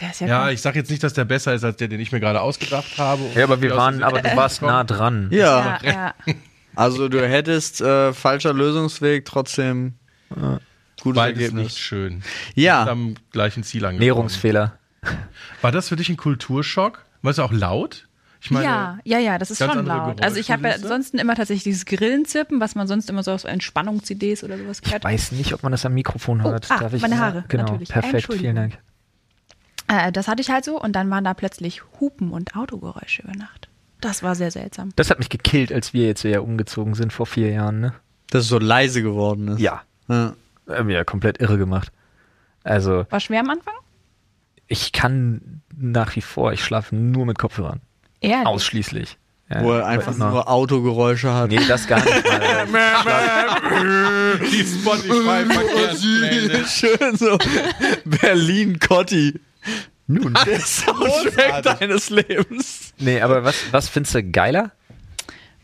Speaker 4: Der ist ja,
Speaker 3: Ja,
Speaker 4: krass.
Speaker 3: ich sage jetzt nicht, dass der besser ist als der, den ich mir gerade ausgedacht habe.
Speaker 1: Ja, aber wir
Speaker 3: Aus-
Speaker 1: waren, aber du warst nah dran.
Speaker 4: ja, ja.
Speaker 2: Also du hättest äh, falscher Lösungsweg trotzdem äh, gutes
Speaker 3: Beides
Speaker 2: Ergebnis.
Speaker 3: nicht schön.
Speaker 2: Ja.
Speaker 3: Ist Am gleichen Ziel angekommen.
Speaker 1: Näherungsfehler.
Speaker 3: War das für dich ein Kulturschock? War es auch laut? Ich meine,
Speaker 4: ja, ja, ja, das ist
Speaker 3: ganz
Speaker 4: schon
Speaker 3: andere
Speaker 4: laut. Also ich habe ja
Speaker 3: Geräuschkulisse.
Speaker 4: ansonsten immer tatsächlich dieses Grillenzippen, was man sonst immer so aus Entspannungs-CDs oder sowas gehört.
Speaker 1: Weiß nicht, ob man das am Mikrofon
Speaker 4: Oh,
Speaker 1: hört.
Speaker 4: ah,
Speaker 1: Darf ich
Speaker 4: meine Haare,
Speaker 1: Genau,
Speaker 4: natürlich.
Speaker 1: perfekt,
Speaker 4: Entschuldigung.
Speaker 1: vielen Dank.
Speaker 4: Äh, das hatte ich halt so und dann waren da plötzlich Hupen und Autogeräusche über Nacht. Das war sehr seltsam.
Speaker 1: Das hat mich gekillt, als wir jetzt ja umgezogen sind vor vier Jahren, ne?
Speaker 2: Dass es so leise geworden ist.
Speaker 1: Ja.
Speaker 2: Ja.
Speaker 1: Hat mich ja komplett irre gemacht. Also,
Speaker 4: War schwer am Anfang?
Speaker 1: ich kann nach wie vor, ich schlafe nur mit Kopfhörern.
Speaker 4: Ehrlich.
Speaker 1: Ausschließlich. Ja,
Speaker 2: Wo er einfach
Speaker 1: weiß noch.
Speaker 2: nur Autogeräusche hat.
Speaker 1: Nee, das gar nicht. Mal.
Speaker 3: Die Spotify-Verkehrspläne.
Speaker 2: Schön so. Berlin-Cotti. Nun. Der Soundtrack
Speaker 3: Großartig.
Speaker 2: deines Lebens.
Speaker 1: nee, aber was, was findest du geiler?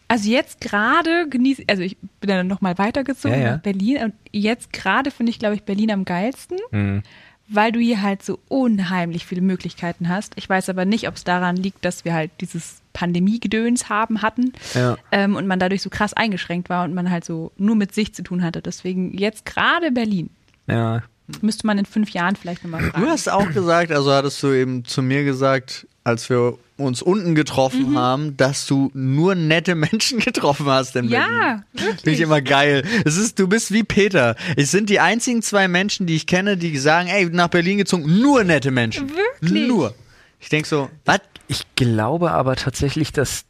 Speaker 4: Also jetzt gerade genieße, also ich bin dann nochmal weitergezogen
Speaker 1: Ja, ja.
Speaker 4: nach Berlin und jetzt gerade finde ich, glaube ich, Berlin am geilsten,
Speaker 2: Mhm.
Speaker 4: weil du hier halt so unheimlich viele Möglichkeiten hast. Ich weiß aber nicht, ob es daran liegt, dass wir halt dieses Pandemiegedöns haben hatten
Speaker 1: Ja.
Speaker 4: ähm, und man dadurch so krass eingeschränkt war und man halt so nur mit sich zu tun hatte. Deswegen jetzt gerade Berlin.
Speaker 1: Ja.
Speaker 4: Müsste man in fünf Jahren vielleicht nochmal fragen.
Speaker 2: Du hast auch gesagt, also hattest du eben zu mir gesagt, als wir uns unten getroffen
Speaker 4: Mhm.
Speaker 2: haben, dass du nur nette Menschen getroffen hast in Berlin.
Speaker 4: Ja,
Speaker 2: Finde ich immer geil. Es ist, du bist wie Peter. Es sind die einzigen zwei Menschen, die ich kenne, die sagen, ey, nach Berlin gezogen, nur nette Menschen.
Speaker 4: Wirklich?
Speaker 2: Nur. Ich denke so, was?
Speaker 1: Ich glaube aber tatsächlich, dass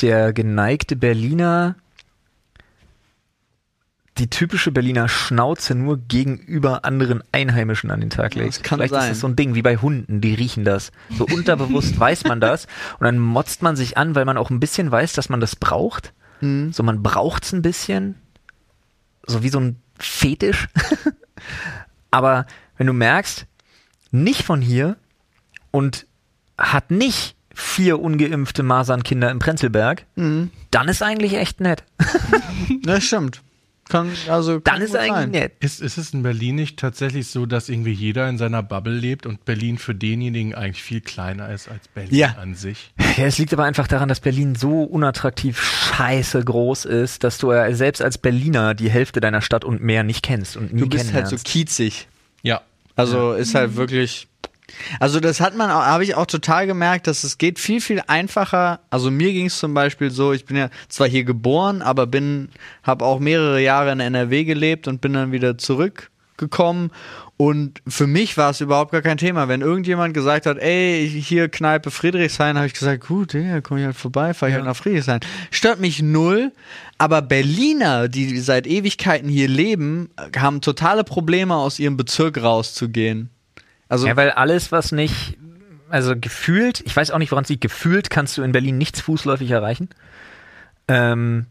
Speaker 1: der geneigte Berliner die typische Berliner Schnauze nur gegenüber anderen Einheimischen an den Tag legt.
Speaker 2: das kann
Speaker 1: Vielleicht ist
Speaker 2: sein.
Speaker 1: das so ein Ding wie bei Hunden, die riechen das. So unterbewusst weiß man das und dann motzt man sich an, weil man auch ein bisschen weiß, dass man das braucht.
Speaker 2: Mhm.
Speaker 1: So man braucht's ein bisschen, so wie so ein Fetisch. Aber wenn du merkst, nicht von hier und hat nicht vier ungeimpfte Masernkinder im Prenzlberg,
Speaker 2: Mhm.
Speaker 1: dann ist eigentlich echt nett.
Speaker 2: Das stimmt. Kann, also, kann
Speaker 1: Dann ist
Speaker 2: gut
Speaker 1: eigentlich
Speaker 2: sein.
Speaker 1: nett.
Speaker 3: Ist, ist es in Berlin nicht tatsächlich so, dass irgendwie jeder in seiner Bubble lebt und Berlin für denjenigen eigentlich viel kleiner ist als Berlin
Speaker 2: Ja.
Speaker 3: an sich?
Speaker 1: Ja, es liegt aber einfach daran, dass Berlin so unattraktiv scheiße groß ist, dass du ja selbst als Berliner die Hälfte deiner Stadt und mehr nicht kennst und nie
Speaker 2: Du bist halt
Speaker 1: kennenlernst.
Speaker 2: so kiezig.
Speaker 3: Ja.
Speaker 2: Also ist halt wirklich. Also das hat man, habe ich auch total gemerkt, dass es geht viel viel einfacher. Also mir ging es zum Beispiel so, ich bin ja zwar hier geboren, aber bin, habe auch mehrere Jahre in NRW gelebt und bin dann wieder zurückgekommen. Und für mich war es überhaupt gar kein Thema. Wenn irgendjemand gesagt hat, ey, hier Kneipe Friedrichshain, habe ich gesagt, gut, ja, komm ich halt vorbei, fahre ich halt nach Friedrichshain. Stört mich null, aber Berliner, die seit Ewigkeiten hier leben, haben totale Probleme, aus ihrem Bezirk rauszugehen. Also
Speaker 1: ja, weil alles, was nicht, also gefühlt, ich weiß auch nicht, woran es liegt, gefühlt kannst du in Berlin nichts fußläufig erreichen. Ähm,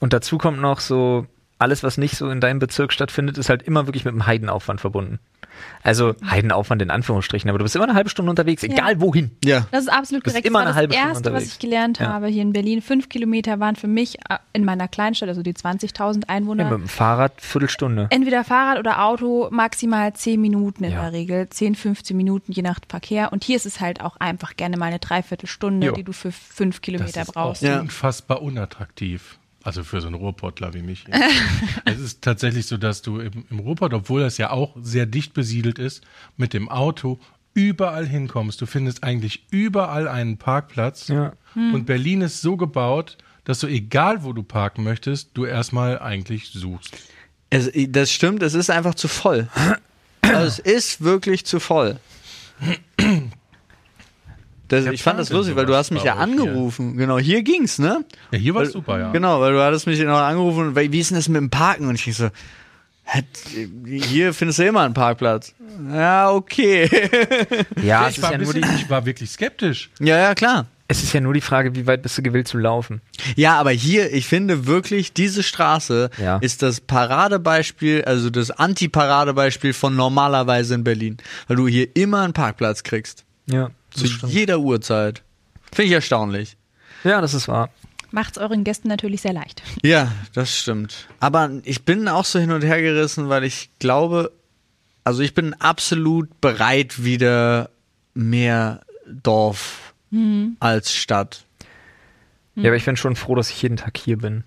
Speaker 1: und dazu kommt noch so, alles, was nicht so in deinem Bezirk stattfindet, ist halt immer wirklich mit einem Heidenaufwand verbunden. Also Heidenaufwand in Anführungsstrichen, aber du bist immer eine halbe Stunde unterwegs, egal wohin.
Speaker 2: ja.
Speaker 4: Das ist absolut
Speaker 1: Das ist
Speaker 4: korrekt.
Speaker 1: immer
Speaker 4: das war
Speaker 1: eine halbe
Speaker 4: das
Speaker 1: Stunde
Speaker 4: Erste, was
Speaker 1: unterwegs.
Speaker 4: ich gelernt
Speaker 1: Ja.
Speaker 4: habe hier in Berlin. Fünf Kilometer waren für mich äh, in meiner Kleinstadt, also die 20.000 Einwohner,
Speaker 1: Mit dem Fahrrad Viertelstunde.
Speaker 3: Äh,
Speaker 4: entweder Fahrrad oder Auto, maximal 10 Minuten in
Speaker 1: Ja.
Speaker 4: der Regel. 10, 15 Minuten, je nach Verkehr. Und hier ist es halt auch einfach gerne mal eine Dreiviertelstunde,
Speaker 1: Jo.
Speaker 4: die du für fünf
Speaker 3: Das
Speaker 4: Kilometer
Speaker 3: ist auch
Speaker 4: brauchst.
Speaker 2: Ja.
Speaker 3: unfassbar unattraktiv. Also für so einen Ruhrpottler wie mich. es ist tatsächlich so, dass du im, im Ruhrpott, obwohl das ja auch sehr dicht besiedelt ist, mit dem Auto überall hinkommst. Du findest eigentlich überall einen Parkplatz.
Speaker 1: Ja.
Speaker 3: Und Berlin ist so gebaut, dass du, egal wo du parken möchtest, du erstmal eigentlich suchst.
Speaker 2: Es, das stimmt, es ist einfach zu voll. Also es ist wirklich zu voll. Das,
Speaker 3: Ja,
Speaker 2: ich fand das
Speaker 3: Wahnsinn,
Speaker 2: lustig, weil du
Speaker 3: sowas
Speaker 2: hast mich
Speaker 3: bei
Speaker 2: ja
Speaker 3: euch hier.
Speaker 2: angerufen. Genau, hier ging's, ne?
Speaker 3: Ja, hier war
Speaker 2: Weil-
Speaker 3: es super, ja.
Speaker 2: Genau, weil du hattest mich noch angerufen und wie ist denn das mit dem Parken? Und ich denk so, hä, hier findest du immer einen Parkplatz. Ja, okay.
Speaker 3: Ja,
Speaker 1: Ja, es
Speaker 3: ich,
Speaker 1: ist
Speaker 3: war
Speaker 1: ja,
Speaker 3: ein
Speaker 1: nur die,
Speaker 3: bisschen, ich war wirklich skeptisch.
Speaker 2: Ja, ja, klar.
Speaker 1: es ist ja nur die Frage, wie weit bist du gewillt zu laufen.
Speaker 2: Ja, aber hier, ich finde wirklich, diese Straße
Speaker 1: Ja.
Speaker 2: ist das Paradebeispiel, also das Anti-Paradebeispiel von normalerweise in Berlin, weil du hier immer einen Parkplatz kriegst.
Speaker 1: Ja,
Speaker 2: Zu jeder Uhrzeit. Finde ich erstaunlich.
Speaker 1: Ja, das ist wahr.
Speaker 4: Macht's euren Gästen natürlich sehr leicht.
Speaker 2: Ja, das stimmt. Aber ich bin auch so hin und her gerissen, weil ich glaube, also ich bin absolut bereit, wieder mehr Dorf als Stadt.
Speaker 1: Ja,
Speaker 2: Hm.
Speaker 1: aber ich bin schon froh, dass ich jeden Tag hier bin.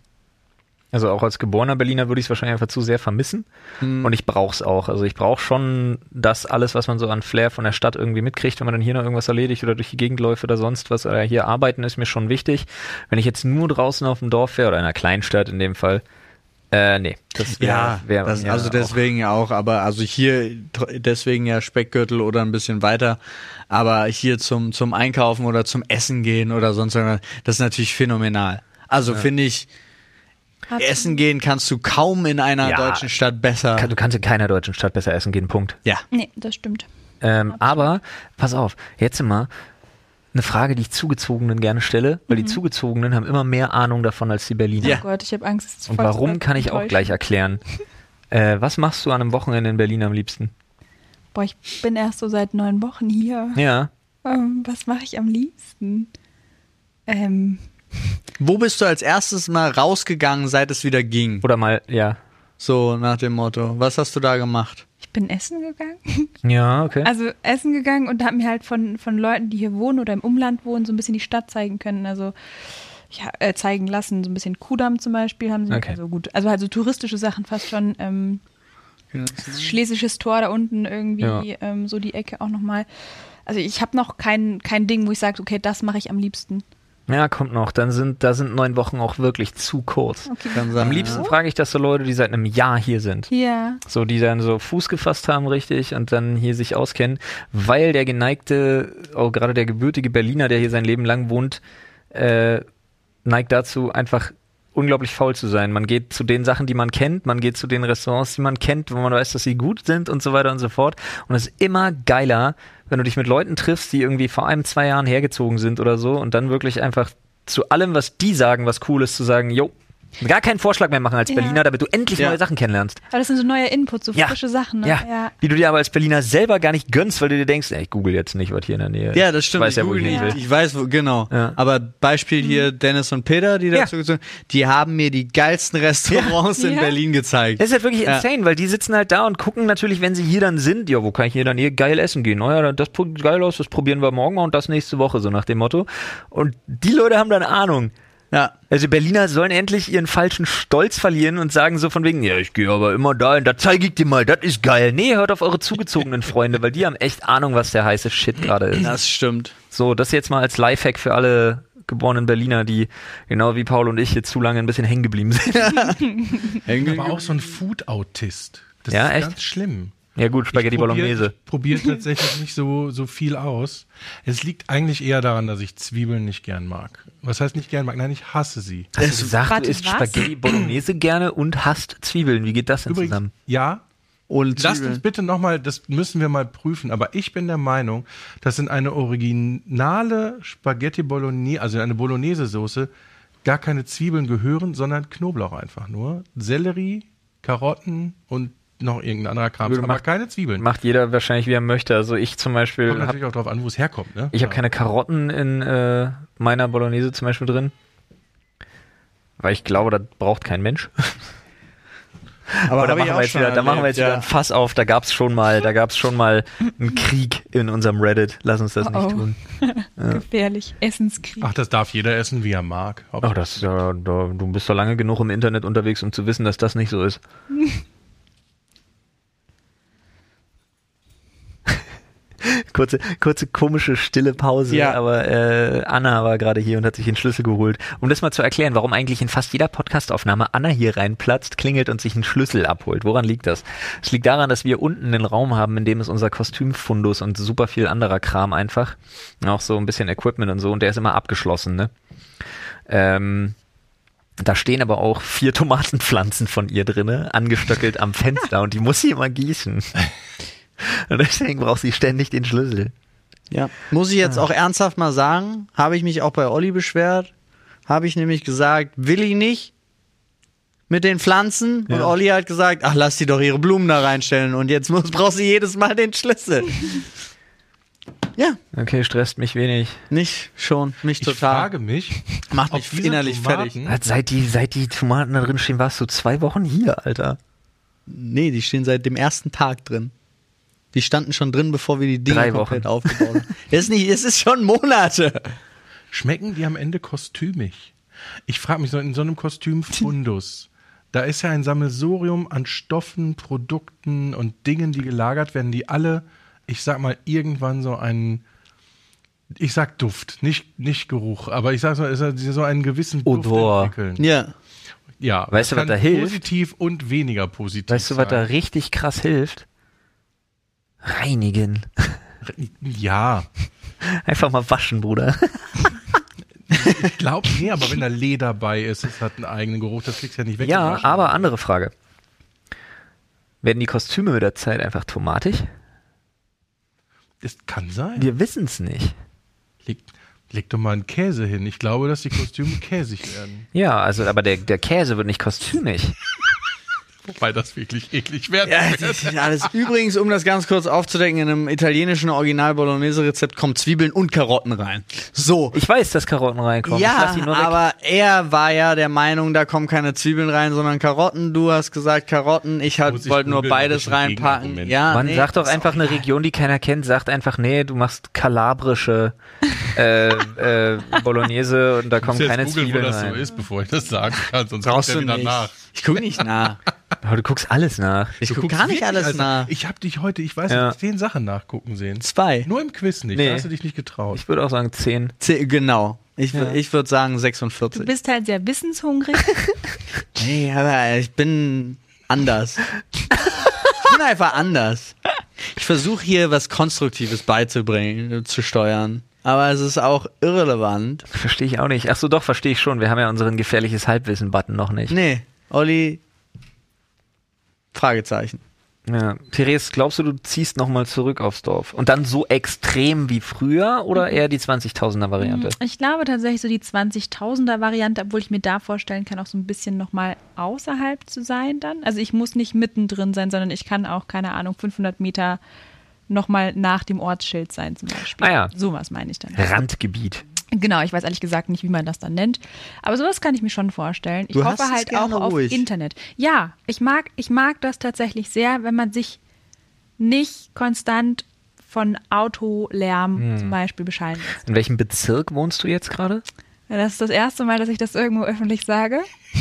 Speaker 1: Also auch als geborener Berliner würde ich es wahrscheinlich einfach zu sehr vermissen.
Speaker 2: Hm.
Speaker 1: Und ich brauche es auch. Also ich brauche schon das alles, was man so an Flair von der Stadt irgendwie mitkriegt, wenn man dann hier noch irgendwas erledigt oder durch die Gegend läuft oder sonst was. Oder hier arbeiten ist mir schon wichtig. Wenn ich jetzt nur draußen auf dem Dorf wäre oder in einer Kleinstadt in dem Fall, äh, nee. Das wär, wär
Speaker 2: das,
Speaker 1: mir
Speaker 2: also
Speaker 1: auch-
Speaker 2: deswegen ja auch, aber also hier tr- deswegen ja Speckgürtel oder ein bisschen weiter, aber hier zum, zum Einkaufen oder zum Essen gehen oder sonst irgendwas, das ist natürlich phänomenal. Also finde ich, Essen gehen kannst du kaum in einer
Speaker 1: Ja.
Speaker 2: deutschen Stadt besser.
Speaker 1: Kann- Du kannst in keiner deutschen Stadt besser essen gehen, Punkt.
Speaker 2: ja.
Speaker 4: Nee, das stimmt.
Speaker 1: Ähm, aber pass auf, jetzt immer eine Frage, die ich Zugezogenen gerne stelle, weil die Zugezogenen haben immer mehr Ahnung davon als die Berliner.
Speaker 2: Ja.
Speaker 4: Oh Gott, ich habe Angst. es ist
Speaker 1: Und
Speaker 4: voll zu
Speaker 1: warum kann ich auch
Speaker 4: enttäuschen.
Speaker 1: gleich erklären. Äh, was machst du an einem Wochenende in Berlin am liebsten?
Speaker 4: Boah, ich bin erst so seit neun Wochen hier.
Speaker 1: Ja.
Speaker 4: Ähm, was mache ich am liebsten? Ähm,
Speaker 2: Wo bist du als erstes mal rausgegangen, seit es wieder ging?
Speaker 1: Oder mal, ja.
Speaker 2: So nach dem Motto, was hast du da gemacht?
Speaker 4: ich bin essen gegangen.
Speaker 1: Ja, okay.
Speaker 4: Also essen gegangen und habe mir halt von, von Leuten, die hier wohnen oder im Umland wohnen, so ein bisschen die Stadt zeigen können. Also ja, äh, zeigen lassen, so ein bisschen Kudamm zum Beispiel haben sie.
Speaker 1: Okay.
Speaker 4: Also gut, also halt so touristische Sachen fast schon. Ähm, Schlesisches Tor da unten irgendwie,
Speaker 1: Ja.
Speaker 4: ähm, so die Ecke auch nochmal. Also ich habe noch kein, kein Ding, wo ich sage, okay, das mache ich am liebsten.
Speaker 1: ja, kommt noch. Dann sind, da sind neun Wochen auch wirklich zu kurz.
Speaker 2: Kann sein,
Speaker 1: Am liebsten frage ich das so Leute, die seit einem Jahr hier sind.
Speaker 4: Ja.
Speaker 1: So, die dann so Fuß gefasst haben, richtig, und dann hier sich auskennen, weil der geneigte, auch gerade der gebürtige Berliner, der hier sein Leben lang wohnt, äh, neigt dazu, einfach unglaublich faul zu sein. Man geht zu den Sachen, die man kennt, man geht zu den Restaurants, die man kennt, wo man weiß, dass sie gut sind und so weiter und so fort. Und es ist immer geiler, wenn du dich mit Leuten triffst, die irgendwie vor einem, zwei Jahren hergezogen sind oder so und dann wirklich einfach zu allem, was die sagen, was cool ist, zu sagen, jo, gar keinen Vorschlag mehr machen als
Speaker 4: Ja.
Speaker 1: Berliner, damit du endlich
Speaker 2: Ja.
Speaker 1: neue Sachen kennenlernst.
Speaker 4: Aber das sind so neue Inputs, so
Speaker 1: Ja.
Speaker 4: frische Sachen. Ne?
Speaker 1: Ja. die du dir aber als Berliner selber gar nicht gönnst, weil du dir denkst, ey, ich google jetzt nicht, was hier in der Nähe ist.
Speaker 2: Ja, das stimmt.
Speaker 1: Ich weiß ja, wo
Speaker 2: google
Speaker 1: ich hin
Speaker 2: nicht.
Speaker 1: will.
Speaker 2: ich weiß, wo, genau.
Speaker 1: Ja.
Speaker 2: Aber Beispiel hier Dennis und Peter, die dazu
Speaker 1: Ja.
Speaker 2: gezogen sind, die haben mir die geilsten Restaurants in
Speaker 4: Ja.
Speaker 2: Berlin gezeigt.
Speaker 1: Das ist halt wirklich
Speaker 2: Ja.
Speaker 1: insane, weil die sitzen halt da und gucken natürlich, wenn sie hier dann sind, ja, wo kann ich hier dann eh geil essen gehen? Naja, das sieht geil aus, das probieren wir morgen mal und das nächste Woche, so nach dem Motto. Und die Leute haben dann Ahnung.
Speaker 2: Ja.
Speaker 1: Also Berliner sollen endlich ihren falschen Stolz verlieren und sagen so von wegen, ja, ich gehe aber immer dahin, da zeige ich dir mal, das ist geil. Nee, hört auf eure zugezogenen Freunde, weil die haben echt Ahnung, was der heiße Shit gerade ist.
Speaker 2: Das stimmt.
Speaker 1: So, das jetzt mal als Lifehack für alle geborenen Berliner, die genau wie Paul und ich jetzt zu lange ein bisschen hängen geblieben sind.
Speaker 3: Aber auch so ein Food-Autist. Das
Speaker 1: Ja,
Speaker 3: ist
Speaker 1: echt?
Speaker 3: ganz schlimm.
Speaker 1: Ja gut, Spaghetti
Speaker 3: Ich probier-
Speaker 1: Bolognese.
Speaker 3: Ich probiere tatsächlich nicht so, so viel aus. Es liegt eigentlich eher daran, dass ich Zwiebeln nicht gern mag. Was heißt nicht gern mag? Nein, ich hasse sie.
Speaker 1: Hast Also du gesagt,
Speaker 4: Warte,
Speaker 1: du isst
Speaker 4: was?
Speaker 1: Spaghetti Bolognese gerne und hasst Zwiebeln. Wie geht das denn zusammen?
Speaker 3: ja,
Speaker 2: Und
Speaker 3: lasst uns bitte nochmal, das müssen wir mal prüfen, aber ich bin der Meinung, dass in eine originale Spaghetti Bolognese, also in eine Bolognese-Soße, gar keine Zwiebeln gehören, sondern Knoblauch einfach nur. Sellerie, Karotten und noch irgendein anderer Kram. Aber
Speaker 1: macht-
Speaker 3: keine Zwiebeln.
Speaker 1: Macht jeder wahrscheinlich, wie er möchte. Also ich zum Beispiel,
Speaker 3: Kommt
Speaker 1: hab,
Speaker 3: natürlich auch drauf an, wo es herkommt. Ne?
Speaker 1: ich habe
Speaker 3: Ja.
Speaker 1: keine Karotten in äh, meiner Bolognese zum Beispiel drin. Weil ich glaube, das braucht kein Mensch.
Speaker 2: aber
Speaker 1: Aber da machen, wir jetzt wieder, da machen wir jetzt wieder ein Fass auf. Da gab es schon mal, da gab es schon mal einen Krieg in unserem Reddit. Lass uns das
Speaker 4: Oh, oh.
Speaker 1: nicht tun.
Speaker 4: gefährlich. Essenskrieg.
Speaker 3: Ach, das darf jeder essen, wie er mag. Ob-
Speaker 1: Ach, das, ja, da, du bist doch lange genug im Internet unterwegs, um zu wissen, dass das nicht so ist. Kurze, kurze komische, stille Pause,
Speaker 2: Ja.
Speaker 1: aber äh, Anna war gerade hier und hat sich den Schlüssel geholt. Um das mal zu erklären, warum eigentlich in fast jeder Podcastaufnahme Anna hier reinplatzt, klingelt und sich einen Schlüssel abholt. Woran liegt das? Es liegt daran, dass wir unten einen Raum haben, in dem ist unser Kostümfundus und super viel anderer Kram einfach. Auch so ein bisschen Equipment und so und der ist immer abgeschlossen, ne? Ähm, da stehen aber auch vier Tomatenpflanzen von ihr drinne, angestöckelt am Fenster und die muss sie immer gießen. Und deswegen braucht sie ständig den Schlüssel.
Speaker 2: Ja. Muss ich jetzt auch ernsthaft mal sagen, habe ich mich auch bei Olli beschwert, habe ich nämlich gesagt, will ich nicht mit den Pflanzen und Olli hat gesagt, ach lass die doch ihre Blumen da reinstellen und jetzt muss, braucht sie jedes Mal den Schlüssel. ja,
Speaker 1: Okay, stresst mich wenig.
Speaker 2: nicht schon, mich
Speaker 3: Ich
Speaker 2: total.
Speaker 3: frage mich,
Speaker 2: Macht
Speaker 3: ob
Speaker 2: mich
Speaker 3: diese
Speaker 2: innerlich
Speaker 3: Tomaten-
Speaker 2: fertig.
Speaker 1: Seit die, seit die Tomaten da drin stehen, warst du zwei Wochen hier, Alter.
Speaker 2: Nee, die stehen seit dem ersten Tag drin. Die standen schon drin, bevor wir die Dinge
Speaker 1: Drei
Speaker 2: komplett
Speaker 1: Wochen.
Speaker 2: aufgebaut haben. Das ist nicht, es ist schon Monate.
Speaker 3: Schmecken die am Ende kostümig? Ich frage mich so in so einem Kostümfundus. Da ist ja ein Sammelsurium an Stoffen, Produkten und Dingen, die gelagert werden, die alle, ich sag mal, irgendwann so einen, ich sag Duft, nicht, nicht Geruch, aber ich sag so, es hat so einen gewissen
Speaker 1: Odor.
Speaker 3: Duft entwickeln.
Speaker 2: Ja.
Speaker 3: Ja,
Speaker 1: Weißt du,
Speaker 3: das
Speaker 1: was da
Speaker 3: kann
Speaker 1: hilft?
Speaker 3: Positiv und weniger positiv.
Speaker 1: Weißt du, was da
Speaker 3: sein.
Speaker 1: richtig krass hilft? Reinigen.
Speaker 3: Ja,
Speaker 1: Einfach mal waschen, Bruder.
Speaker 3: ich glaube, nee, aber wenn da Leder bei ist, es hat einen eigenen Geruch, das kriegst du ja nicht weg.
Speaker 1: Ja, aber andere Frage. Werden die Kostüme mit der Zeit einfach tomatig?
Speaker 3: Es kann sein.
Speaker 1: Wir wissen es nicht.
Speaker 3: Leg, leg doch mal einen Käse hin. Ich glaube, dass die Kostüme käsig werden.
Speaker 1: Ja, also, aber der, der Käse wird nicht kostümig.
Speaker 3: Wobei das wirklich eklig werden
Speaker 2: Ja,
Speaker 3: wird.
Speaker 2: das ist alles. Übrigens, um das ganz kurz aufzudecken, in einem italienischen Original-Bolognese-Rezept kommen Zwiebeln und Karotten rein. So.
Speaker 1: Ich weiß, dass Karotten reinkommen. ich
Speaker 2: ja,
Speaker 1: lass ihn nur weg.
Speaker 2: aber er war ja der Meinung, da kommen keine Zwiebeln rein, sondern Karotten. Du hast gesagt Karotten. Ich
Speaker 3: Muss
Speaker 2: halt,
Speaker 3: ich
Speaker 2: wollte nur
Speaker 3: googeln,
Speaker 2: beides
Speaker 3: ob ich ein
Speaker 2: reinpacken.
Speaker 3: Gegenargument-
Speaker 2: Ja,
Speaker 1: Man
Speaker 2: nee,
Speaker 1: sagt doch
Speaker 2: ist
Speaker 1: einfach
Speaker 2: auch
Speaker 1: eine
Speaker 2: egal.
Speaker 1: Region, die keiner kennt, sagt einfach, nee, du machst kalabrische äh, äh, Bolognese und da
Speaker 3: Ich muss
Speaker 1: kommen
Speaker 3: jetzt
Speaker 1: keine
Speaker 3: googeln, wo
Speaker 1: Zwiebeln
Speaker 3: das so
Speaker 1: rein.
Speaker 3: ist, bevor ich das sagen kann. Sonst
Speaker 2: Brauchst
Speaker 3: guckt
Speaker 2: du
Speaker 3: er wieder
Speaker 2: nicht.
Speaker 3: nach.
Speaker 2: Ich gucke nicht nach.
Speaker 1: Aber du guckst alles nach.
Speaker 2: Ich
Speaker 3: Du
Speaker 2: gucke
Speaker 3: guckst
Speaker 2: gar nicht
Speaker 3: wirklich,
Speaker 2: alles
Speaker 3: also,
Speaker 2: nach.
Speaker 3: Ich habe dich heute, ich weiß
Speaker 1: Ja.
Speaker 3: nicht, zehn Sachen nachgucken sehen.
Speaker 2: Zwei.
Speaker 3: Nur im Quiz nicht.
Speaker 1: Nee.
Speaker 3: Da hast du dich nicht getraut.
Speaker 1: Ich würde auch sagen 10.
Speaker 2: Zeh- Genau. Ich, wür-
Speaker 1: Ja.
Speaker 2: ich würde sagen
Speaker 4: Du
Speaker 2: 46.
Speaker 4: bist halt sehr wissenshungrig.
Speaker 2: Nee, aber ich bin anders. ich bin einfach anders. Ich versuche hier was Konstruktives beizubringen, äh, zu steuern. Aber es ist auch irrelevant.
Speaker 1: Verstehe ich auch nicht. Ach so, doch, verstehe ich schon. Wir haben ja unseren gefährliches Halbwissen-Button noch nicht.
Speaker 2: Nee, Olli. Fragezeichen.
Speaker 1: Ja. Therese, glaubst du, du ziehst nochmal zurück aufs Dorf? Und dann so extrem wie früher oder eher die 20.000er-Variante?
Speaker 2: Hm.
Speaker 4: Ich glaube tatsächlich so die 20.000er Variante, obwohl ich mir da vorstellen kann, auch so ein bisschen nochmal außerhalb zu sein dann. Also ich muss nicht mittendrin sein, sondern ich kann auch, keine Ahnung, 500 Meter nochmal nach dem Ortsschild sein zum Beispiel.
Speaker 1: Ah ja.
Speaker 4: Sowas meine ich dann.
Speaker 1: Randgebiet.
Speaker 4: Genau, ich weiß ehrlich gesagt nicht, wie man das dann nennt. Aber sowas kann ich mir schon vorstellen. Ich
Speaker 2: Du hast
Speaker 4: hoffe
Speaker 2: es
Speaker 4: halt auch
Speaker 2: gerne
Speaker 4: auf
Speaker 2: ruhig.
Speaker 4: Internet. Ja, ich mag, ich mag das tatsächlich sehr, wenn man sich nicht konstant von Autolärm
Speaker 1: Hm.
Speaker 4: zum Beispiel bescheiden lässt.
Speaker 1: In welchem Bezirk wohnst du jetzt gerade?
Speaker 4: Ja, das ist das erste Mal, dass ich das irgendwo öffentlich sage.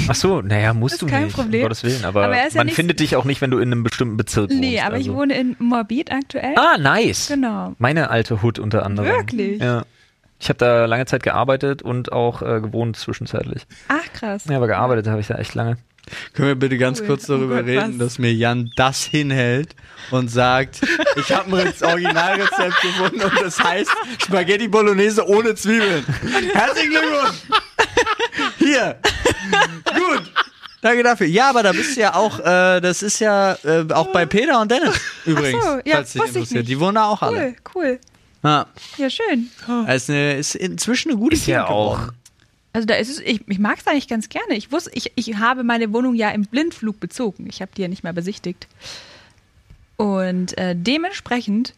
Speaker 1: Ach so, naja, musst
Speaker 4: Ist
Speaker 1: du
Speaker 4: kein
Speaker 1: nicht.
Speaker 4: Problem.
Speaker 1: Um Gottes Willen, aber,
Speaker 4: Aber er ist ja
Speaker 1: man
Speaker 4: nicht-
Speaker 1: findet dich auch nicht, wenn du in einem bestimmten Bezirk wohnst.
Speaker 4: Nee, aber ich
Speaker 1: also.
Speaker 4: wohne in Morbid aktuell.
Speaker 1: Ah, nice.
Speaker 4: Genau.
Speaker 1: Meine alte Hood unter anderem.
Speaker 4: Wirklich?
Speaker 1: Ja. Ich habe da lange Zeit gearbeitet und auch äh, gewohnt zwischenzeitlich.
Speaker 4: Ach, krass.
Speaker 1: Ja, aber gearbeitet habe ich da echt lange.
Speaker 2: Können wir bitte ganz
Speaker 4: Cool.
Speaker 2: kurz
Speaker 4: Oh
Speaker 2: darüber
Speaker 4: Gott,
Speaker 2: reden,
Speaker 4: was?
Speaker 2: dass mir Jan das hinhält und sagt, ich habe ein Rez- Originalrezept gefunden und das heißt Spaghetti Bolognese ohne Zwiebeln. Herzlichen Glückwunsch! Hier! Gut! Danke dafür. Ja, aber da bist du ja auch, äh, das ist ja äh, auch bei Peter und Dennis übrigens.
Speaker 4: Ach so,
Speaker 2: falls
Speaker 4: ja,
Speaker 2: dich
Speaker 4: wusste ich
Speaker 2: interessiert.
Speaker 4: nicht.
Speaker 2: Die wohnen da auch alle.
Speaker 4: Cool, cool.
Speaker 2: Ja,
Speaker 4: Ja, schön.
Speaker 2: ist, eine, ist inzwischen eine gute
Speaker 1: Ist ja
Speaker 2: Gegend geworden.
Speaker 1: auch.
Speaker 4: Also da ist es, ich, ich mag es eigentlich ganz gerne. Ich wusste, ich, ich habe meine Wohnung ja im Blindflug bezogen. Ich habe die ja nicht mal besichtigt. Und äh, dementsprechend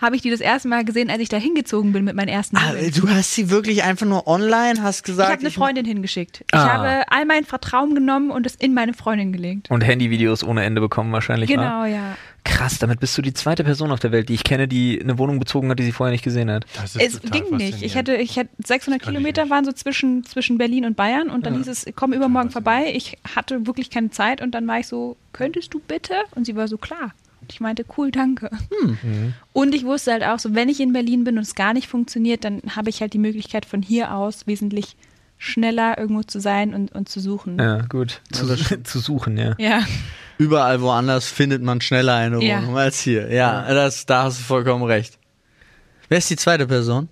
Speaker 4: habe ich die das erste Mal gesehen, als ich da hingezogen bin mit meinen ersten
Speaker 2: Ah,
Speaker 4: Möbeln.
Speaker 2: du hast sie wirklich einfach nur online, hast
Speaker 4: Ich
Speaker 2: gesagt.
Speaker 4: habe eine ne Freundin hingeschickt. Ich
Speaker 1: Ah.
Speaker 4: habe all meinen Vertrauen genommen und es in meine Freundin gelegt.
Speaker 1: Und Handyvideos ohne Ende bekommen wahrscheinlich. wa?
Speaker 4: Genau, ja.
Speaker 1: Krass, damit bist du die zweite Person auf der Welt, die ich kenne, die eine Wohnung bezogen hat, die sie vorher nicht gesehen hat.
Speaker 3: Das
Speaker 4: Es
Speaker 3: total
Speaker 4: ging nicht. Ich
Speaker 3: faszinierend.
Speaker 4: hätte, ich hätte 600
Speaker 3: kann ich
Speaker 4: Kilometer
Speaker 3: nicht.
Speaker 4: waren so zwischen, zwischen Berlin und Bayern und dann hieß es, komm übermorgen
Speaker 3: Total
Speaker 4: vorbei. Ich hatte wirklich keine Zeit und dann war ich so, könntest du bitte? Und sie war so, klar. Und ich meinte, cool, danke.
Speaker 3: Hm.
Speaker 4: Mhm. Und ich wusste halt auch so, wenn ich in Berlin bin und es gar nicht funktioniert, dann habe ich halt die Möglichkeit von hier aus wesentlich schneller irgendwo zu sein und, und zu suchen.
Speaker 1: Ja, gut. Zu, zu suchen, ja.
Speaker 4: Ja.
Speaker 2: Überall woanders findet man schneller eine
Speaker 4: Ja.
Speaker 2: Wohnung als hier. Ja, das, da hast du vollkommen recht. Wer ist die zweite Person?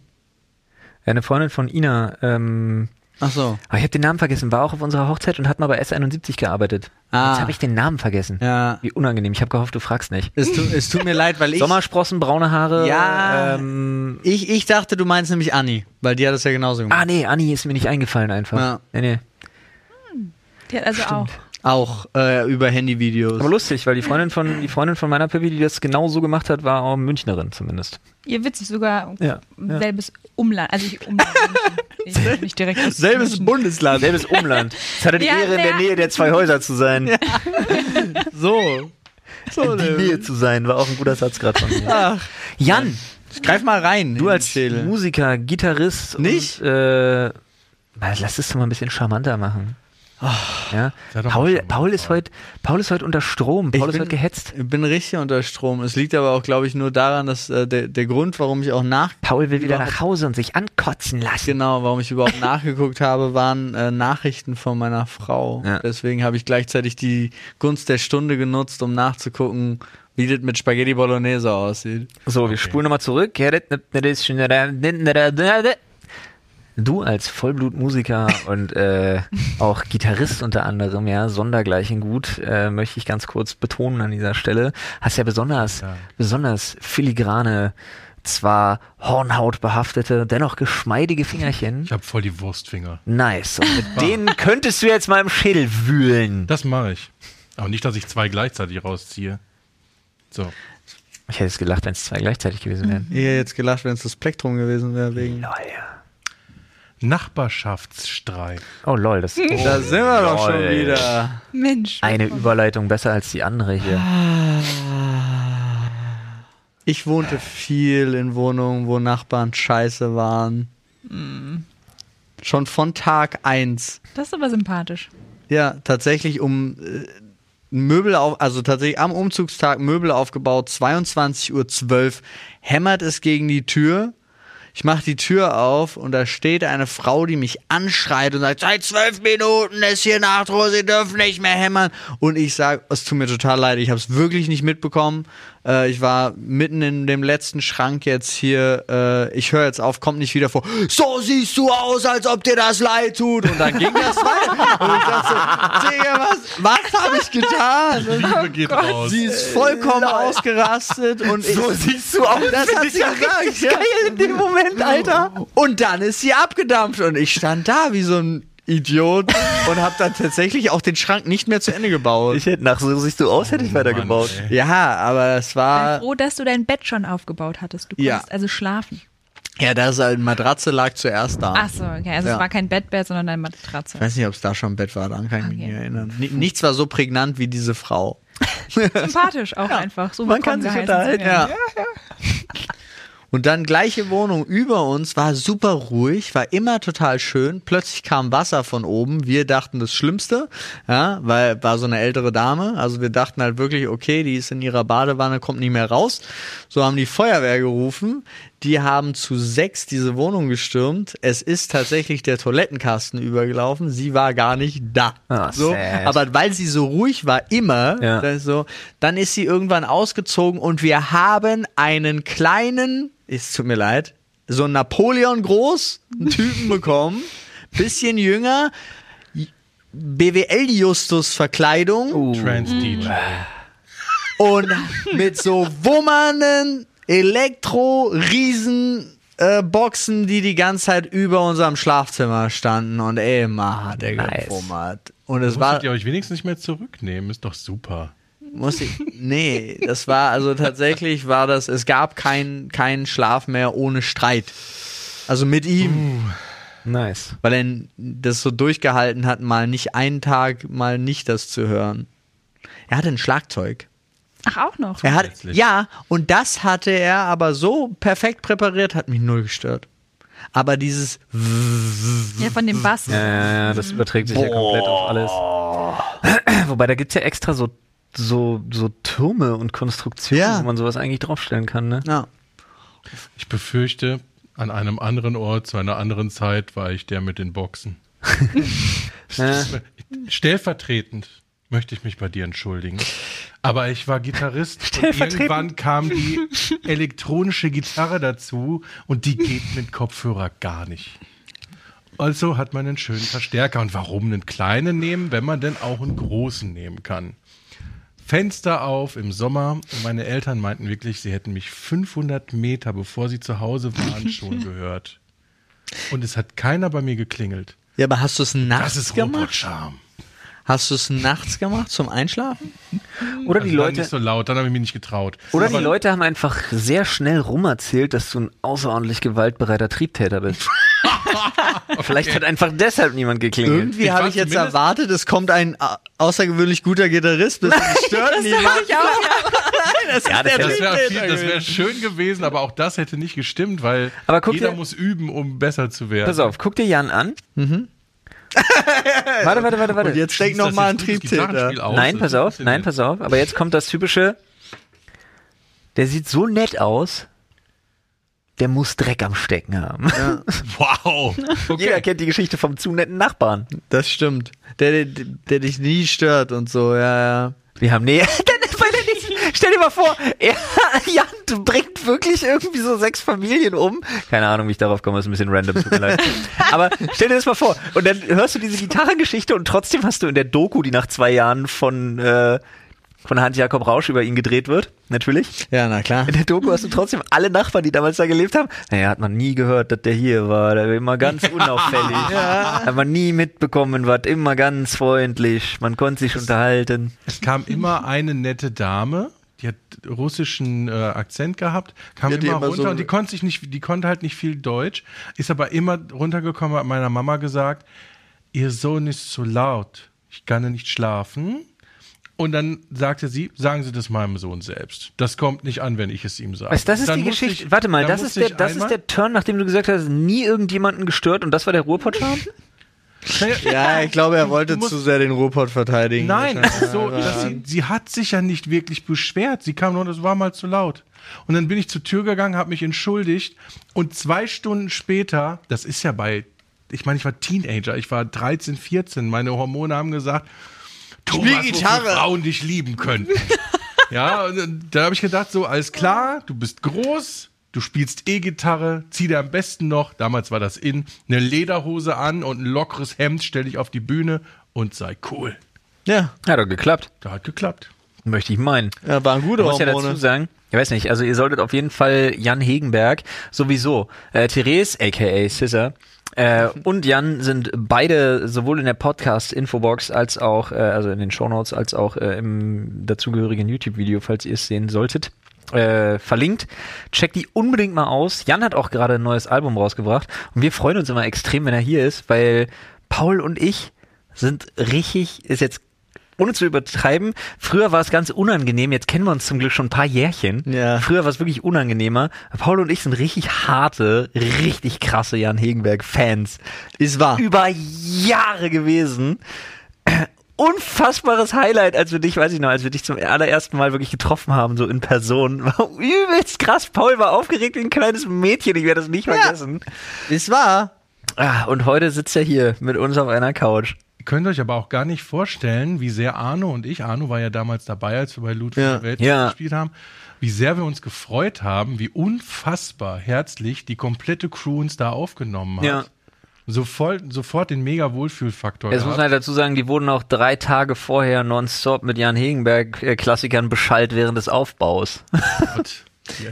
Speaker 1: Eine Freundin von Ina, ähm,
Speaker 2: Ach so.
Speaker 1: ah, ich habe den Namen vergessen, war auch auf unserer Hochzeit und hat mal bei S71 gearbeitet.
Speaker 2: Ah.
Speaker 1: Jetzt habe ich den Namen vergessen.
Speaker 2: Ja.
Speaker 1: Wie unangenehm. Ich habe gehofft, du fragst nicht.
Speaker 2: Es, tu, es tut mir leid, weil ich,
Speaker 1: Sommersprossen, braune Haare.
Speaker 2: Ja.
Speaker 1: Ähm,
Speaker 2: ich, ich dachte, du meinst nämlich Anni, weil die hat das ja genauso gemacht.
Speaker 1: ah, nee, Anni ist mir nicht eingefallen einfach.
Speaker 2: Ja.
Speaker 1: Nee, nee.
Speaker 4: Die hat also auch.
Speaker 2: Auch äh, über Handyvideos.
Speaker 1: Aber lustig, weil die Freundin von, die Freundin von meiner Pippi, die das genau so gemacht hat, war auch Münchnerin zumindest.
Speaker 4: Ihr Witz ist sogar
Speaker 1: Ja, ja.
Speaker 4: selbes Umland. Also ich Umland. ich bin nicht direkt aus München.
Speaker 2: Bundesland.
Speaker 1: Selbes Umland. Es hatte die
Speaker 4: Ja,
Speaker 1: Ehre, in der
Speaker 4: ja.
Speaker 1: Nähe der zwei Häuser zu sein.
Speaker 2: So.
Speaker 1: In die Nähe zu sein, war auch ein guter Satz gerade von mir. Jan,
Speaker 2: Greif mal rein.
Speaker 1: du als Musiker, Gitarrist
Speaker 2: Nicht?
Speaker 1: und äh, mal, lass es doch mal ein bisschen charmanter machen. Ah, Ja?
Speaker 3: Sei doch mal
Speaker 1: Paul,
Speaker 3: charmant,
Speaker 1: Paul, ist heute, Paul ist heute unter Strom, Paul ist
Speaker 2: bin-
Speaker 1: heute gehetzt.
Speaker 2: Ich bin richtig unter Strom. Es liegt aber auch, glaube ich, nur daran, dass äh, der, der Grund, warum ich auch nach
Speaker 1: Paul will wieder
Speaker 2: Überhaupt-
Speaker 1: nach Hause und sich ankotzen lassen.
Speaker 2: Genau, warum ich überhaupt nachgeguckt habe, waren äh, Nachrichten von meiner Frau.
Speaker 1: Ja.
Speaker 2: Deswegen habe ich gleichzeitig die Gunst der Stunde genutzt, um nachzugucken, wie das mit Spaghetti Bolognese aussieht.
Speaker 1: So, wir spulen nochmal zurück. Du als Vollblutmusiker und äh, auch Gitarrist unter anderem, ja, sondergleichen gut, äh, möchte ich ganz kurz betonen an dieser Stelle, hast ja besonders, besonders filigrane, zwar hornhautbehaftete, dennoch geschmeidige Fingerchen.
Speaker 3: Ich habe voll die Wurstfinger.
Speaker 1: Nice. Und mit denen könntest du jetzt mal im Schädel wühlen.
Speaker 3: Das mache ich. Aber nicht, dass ich zwei gleichzeitig rausziehe. So.
Speaker 1: Ich hätte es gelacht, wenn es zwei gleichzeitig gewesen wären.
Speaker 2: Ihr hättet jetzt gelacht, wenn es das Plektrum gewesen wäre wegen.
Speaker 1: Lol.
Speaker 3: Nachbarschaftsstreit.
Speaker 1: Oh lol, das ist
Speaker 2: Da sind wir doch schon
Speaker 1: Lol.
Speaker 2: wieder.
Speaker 4: Mensch.
Speaker 1: eine Überleitung besser als die andere hier.
Speaker 3: Ah.
Speaker 2: Ich wohnte viel in Wohnungen, wo Nachbarn scheiße waren. Mhm. Schon von Tag eins.
Speaker 4: Das ist aber sympathisch.
Speaker 2: Ja, tatsächlich um äh, Möbel auf, also tatsächlich am Umzugstag Möbel aufgebaut, 22.12 Uhr, hämmert es gegen die Tür. Ich mache die Tür auf und da steht eine Frau, die mich anschreit und sagt, seit zwölf Minuten ist hier Nachtruhe, Sie dürfen nicht mehr hämmern. Und ich sage, es tut mir total leid, ich habe es wirklich nicht mitbekommen. Äh, ich war mitten in dem letzten Schrank jetzt hier. Äh, ich höre jetzt auf, kommt nicht wieder vor. So siehst du aus, als ob dir das leid tut. Und dann ging das weiter. Und ich dachte so, Digga, was, was habe ich getan?
Speaker 3: Liebe geht raus.
Speaker 2: Sie ist vollkommen ausgerastet und ich,
Speaker 1: siehst du aus.
Speaker 2: das hat sie gesagt. Ja. Geil in dem Moment, Alter. Und dann ist sie abgedampft und ich stand da wie so ein Idiot und habe dann tatsächlich auch den Schrank nicht mehr zu Ende gebaut.
Speaker 1: Ich hätte nach so siehst du aus, hätte ich weitergebaut.
Speaker 3: Oh Mann, ey.
Speaker 2: ja, aber es
Speaker 4: Ich bin
Speaker 2: war
Speaker 4: froh, dass du dein Bett schon aufgebaut hattest. Du
Speaker 2: Äh, Ja.
Speaker 4: konntest also schlafen.
Speaker 2: ja, das halt Matratze lag zuerst da.
Speaker 4: Ach so, okay. Also
Speaker 2: Ja.
Speaker 4: es war kein Bettbett, sondern eine
Speaker 2: Ich
Speaker 4: Matratze.
Speaker 2: weiß nicht, ob es da schon im Bett war, daran kann ich mich
Speaker 4: Okay.
Speaker 2: nicht erinnern. Ni- nichts war so prägnant wie diese Frau.
Speaker 4: Sympathisch auch einfach. So halt
Speaker 1: Man kann
Speaker 4: willkommen
Speaker 1: sich
Speaker 4: geheißen zu
Speaker 1: unterhalten,
Speaker 4: werden.
Speaker 2: Ja. Und dann gleiche Wohnung über uns, war super ruhig, war immer total schön. Plötzlich kam Wasser von oben. Wir dachten das Schlimmste, ja, weil war so eine ältere Dame. Also wir dachten halt wirklich, okay, die ist in ihrer Badewanne, kommt nicht mehr raus. So haben die Feuerwehr gerufen. Die haben zu sechs diese Wohnung gestürmt. Es ist tatsächlich der Toilettenkasten übergelaufen. Sie war gar nicht da.
Speaker 1: Ah,
Speaker 2: so,
Speaker 1: sad.
Speaker 2: aber aber weil sie so ruhig war, immer,
Speaker 1: Ja.
Speaker 2: das ist so, dann ist sie irgendwann ausgezogen und wir haben einen kleinen, es tut mir leid, so einen Napoleon groß einen Typen bekommen, bisschen jünger, BWL-Justus-Verkleidung
Speaker 1: Oh.
Speaker 3: Trans-DJ.
Speaker 2: Mhm. und mit so wummernden Elektro-Riesen. äh, Boxen, die die ganze Zeit über unserem Schlafzimmer standen und immer hat er
Speaker 1: Nice.
Speaker 2: gewummert. Und es war
Speaker 3: Musstet ihr euch wenigstens nicht mehr zurücknehmen? Ist doch super.
Speaker 2: Muss ich. Nee, das war also tatsächlich war das, es gab keinen keinen Schlaf mehr ohne Streit. Also mit
Speaker 3: Hm.
Speaker 2: ihm,
Speaker 1: Nice.
Speaker 2: weil er das so durchgehalten hat, mal nicht einen Tag, mal nicht das zu hören. Er hatte ein Schlagzeug.
Speaker 4: Ach, auch noch.
Speaker 2: Er hat,
Speaker 3: Zusätzlich.
Speaker 2: ja, und das hatte er aber so perfekt präpariert, hat mich null gestört. Aber dieses
Speaker 4: Ja, von dem Bass.
Speaker 1: Äh, Ja, ja, ja, das überträgt sich ja komplett auf alles. Wobei, da gibt's ja extra so so, so Türme und Konstruktionen,
Speaker 2: Ja.
Speaker 1: wo man sowas eigentlich draufstellen kann. Ne?
Speaker 2: Ja.
Speaker 3: Ich befürchte, an einem anderen Ort, zu einer anderen Zeit war ich der mit den Boxen.
Speaker 1: Äh,
Speaker 3: Stellvertretend möchte ich mich bei dir entschuldigen. Aber ich war Gitarrist und irgendwann kam die elektronische Gitarre dazu und die geht mit Kopfhörer gar nicht. Also hat man einen schönen Verstärker. Und warum einen kleinen nehmen, wenn man denn auch einen großen nehmen kann? Fenster auf im Sommer und meine Eltern meinten wirklich, sie hätten mich 500 Meter, bevor sie zu Hause waren, schon gehört. Und es hat keiner bei mir geklingelt.
Speaker 2: ja, aber hast du es
Speaker 3: Das
Speaker 2: nachts
Speaker 3: ist
Speaker 2: gemacht?
Speaker 3: Robotscham.
Speaker 2: Hast du es nachts gemacht zum Einschlafen?
Speaker 1: oder die
Speaker 3: Also dann
Speaker 1: Leute,
Speaker 3: nicht so laut, dann habe ich mich nicht getraut.
Speaker 1: oder die Leute haben einfach sehr schnell rumerzählt, dass du ein außerordentlich gewaltbereiter Triebtäter bist. Vielleicht hat einfach deshalb niemand geklingelt.
Speaker 2: Irgendwie
Speaker 3: Ich
Speaker 2: habe
Speaker 3: war
Speaker 2: ich jetzt
Speaker 3: zumindest-
Speaker 2: erwartet, es kommt ein au- außergewöhnlich guter Gitarrist, das stört niemand.
Speaker 4: Ja,
Speaker 1: Ja, das
Speaker 3: Das
Speaker 1: hätte,
Speaker 3: wäre wär schön gewesen, aber auch das hätte nicht gestimmt, weil
Speaker 1: Aber guck
Speaker 3: jeder
Speaker 1: dir-
Speaker 3: muss üben, um besser zu werden.
Speaker 1: pass auf, guck dir Jan an. warte, warte, warte, warte.
Speaker 2: Und jetzt denk
Speaker 3: Schließt das
Speaker 2: nochmal an
Speaker 3: Mhm. jetzt gutes Gitarrenspiel
Speaker 2: Triebtäter.
Speaker 3: aus?
Speaker 1: Nein,
Speaker 3: Das
Speaker 1: pass auf,
Speaker 3: ist ein
Speaker 1: nein,
Speaker 3: bisschen-
Speaker 1: pass auf. Aber jetzt kommt das typische. Der sieht so nett aus. Der muss Dreck am Stecken haben.
Speaker 3: Wow.
Speaker 1: Jeder kennt die Geschichte vom zu netten Nachbarn.
Speaker 2: Das stimmt. Der, der, der dich nie stört und so, ja, ja.
Speaker 1: Wir haben nee. Dann- weil der nicht- Stell dir mal vor, er, Jan bringt wirklich irgendwie so sechs Familien um. Keine Ahnung, wie ich darauf komme, ist ein bisschen random, tut mir leid. Aber stell dir das mal vor. Und dann hörst du diese Gitarrengeschichte und trotzdem hast du in der Doku, die nach zwei Jahren von, äh, von Hans-Jakob Rausch über ihn gedreht wird, natürlich.
Speaker 2: Ja, na klar.
Speaker 1: In der Doku hast du trotzdem alle Nachbarn, die damals da gelebt haben. Naja, hat man nie gehört, dass der hier war. Der war immer ganz unauffällig. Hat man nie mitbekommen, war immer ganz freundlich. Man konnte sich unterhalten.
Speaker 3: Es kam immer eine nette Dame, die hat russischen äh, Akzent gehabt, kam
Speaker 2: Die
Speaker 3: immer,
Speaker 2: hat die immer
Speaker 3: runter
Speaker 2: so-
Speaker 3: und die konnte sich nicht, die konnte halt nicht viel Deutsch, ist aber immer runtergekommen, hat meiner Mama gesagt, ihr Sohn ist zu laut, ich kann nicht schlafen. Und dann sagte sie, sagen Sie das meinem Sohn selbst. Das kommt nicht an, wenn ich es ihm sage.
Speaker 1: Was, das ist
Speaker 3: Dann
Speaker 1: die
Speaker 3: musste
Speaker 1: Geschichte.
Speaker 3: ich-
Speaker 1: Warte mal,
Speaker 3: dann
Speaker 1: das ist,
Speaker 3: musste
Speaker 1: der,
Speaker 3: ich
Speaker 1: das ist
Speaker 3: einmal-
Speaker 1: der Turn, nachdem du gesagt hast, nie irgendjemanden gestört und das war der Ruhrpott-Charme?
Speaker 2: Ja, ich glaube, er wollte
Speaker 3: musst-
Speaker 2: zu sehr den Ruhrpott verteidigen.
Speaker 3: Nein,
Speaker 2: Wahrscheinlich.
Speaker 3: es ist so, dass sie, sie hat sich ja nicht wirklich beschwert. Sie kam nur, das war mal zu laut. Und dann bin ich zur Tür gegangen, habe mich entschuldigt und zwei Stunden später, das ist ja bei, ich meine, ich war Teenager, ich war 13, 14, meine Hormone haben gesagt, Thomas, wofür
Speaker 2: Gitarre.
Speaker 3: Frauen dich lieben können. ja, und dann- da habe ich gedacht, so, alles klar, du bist groß, du spielst E-Gitarre, zieh dir am besten noch, damals war das in, eine Lederhose an und ein lockeres Hemd, stell dich auf die Bühne und sei cool.
Speaker 2: Ja,
Speaker 1: Hat doch geklappt.
Speaker 3: Da hat geklappt.
Speaker 1: Möchte ich meinen.
Speaker 2: ja, waren gute
Speaker 1: Man muss ja dazu
Speaker 2: Hormone.
Speaker 1: sagen, ich weiß nicht, also ihr solltet auf jeden Fall Jan Hegenberg sowieso, äh, Therese, aka Scissor, äh, und Jan sind beide sowohl in der Podcast-Infobox als auch, äh, also in den Shownotes, als auch äh, im dazugehörigen YouTube-Video, falls ihr es sehen solltet, äh, verlinkt. Checkt die unbedingt mal aus. Jan hat auch gerade ein neues Album rausgebracht und wir freuen uns immer extrem, wenn er hier ist, weil Paul und ich sind richtig, ist jetzt ohne zu übertreiben, früher war es ganz unangenehm, jetzt kennen wir uns zum Glück schon ein paar Jährchen.
Speaker 2: Ja.
Speaker 1: Früher war es wirklich unangenehmer. Paul und ich sind richtig harte, richtig krasse Jan Hegenberg-Fans.
Speaker 2: Ist wahr.
Speaker 1: Über Jahre gewesen. Unfassbares Highlight, als wir dich, weiß ich noch, als wir dich zum allerersten Mal wirklich getroffen haben, so in Person. War übelst krass. Paul war aufgeregt wie ein kleines Mädchen, ich werde das nicht vergessen.
Speaker 2: Ist wahr.
Speaker 1: Ah, und heute sitzt er hier mit uns auf einer Couch.
Speaker 3: Ihr könnt euch aber auch gar nicht vorstellen, wie sehr Arno und ich, Arno war ja damals dabei, als wir bei Loot für
Speaker 2: Ja.
Speaker 3: die Welt
Speaker 1: Ja.
Speaker 3: gespielt haben, wie sehr wir uns gefreut haben, wie unfassbar herzlich die komplette Crew uns da aufgenommen hat.
Speaker 1: Ja.
Speaker 3: Sofort, sofort den mega Wohlfühlfaktor.
Speaker 1: Jetzt muss man
Speaker 3: gehabt.
Speaker 1: halt dazu sagen, die wurden auch drei Tage vorher nonstop mit Jan Hegenberg äh, Klassikern beschallt während des Aufbaus.
Speaker 3: Hm. Gott, die,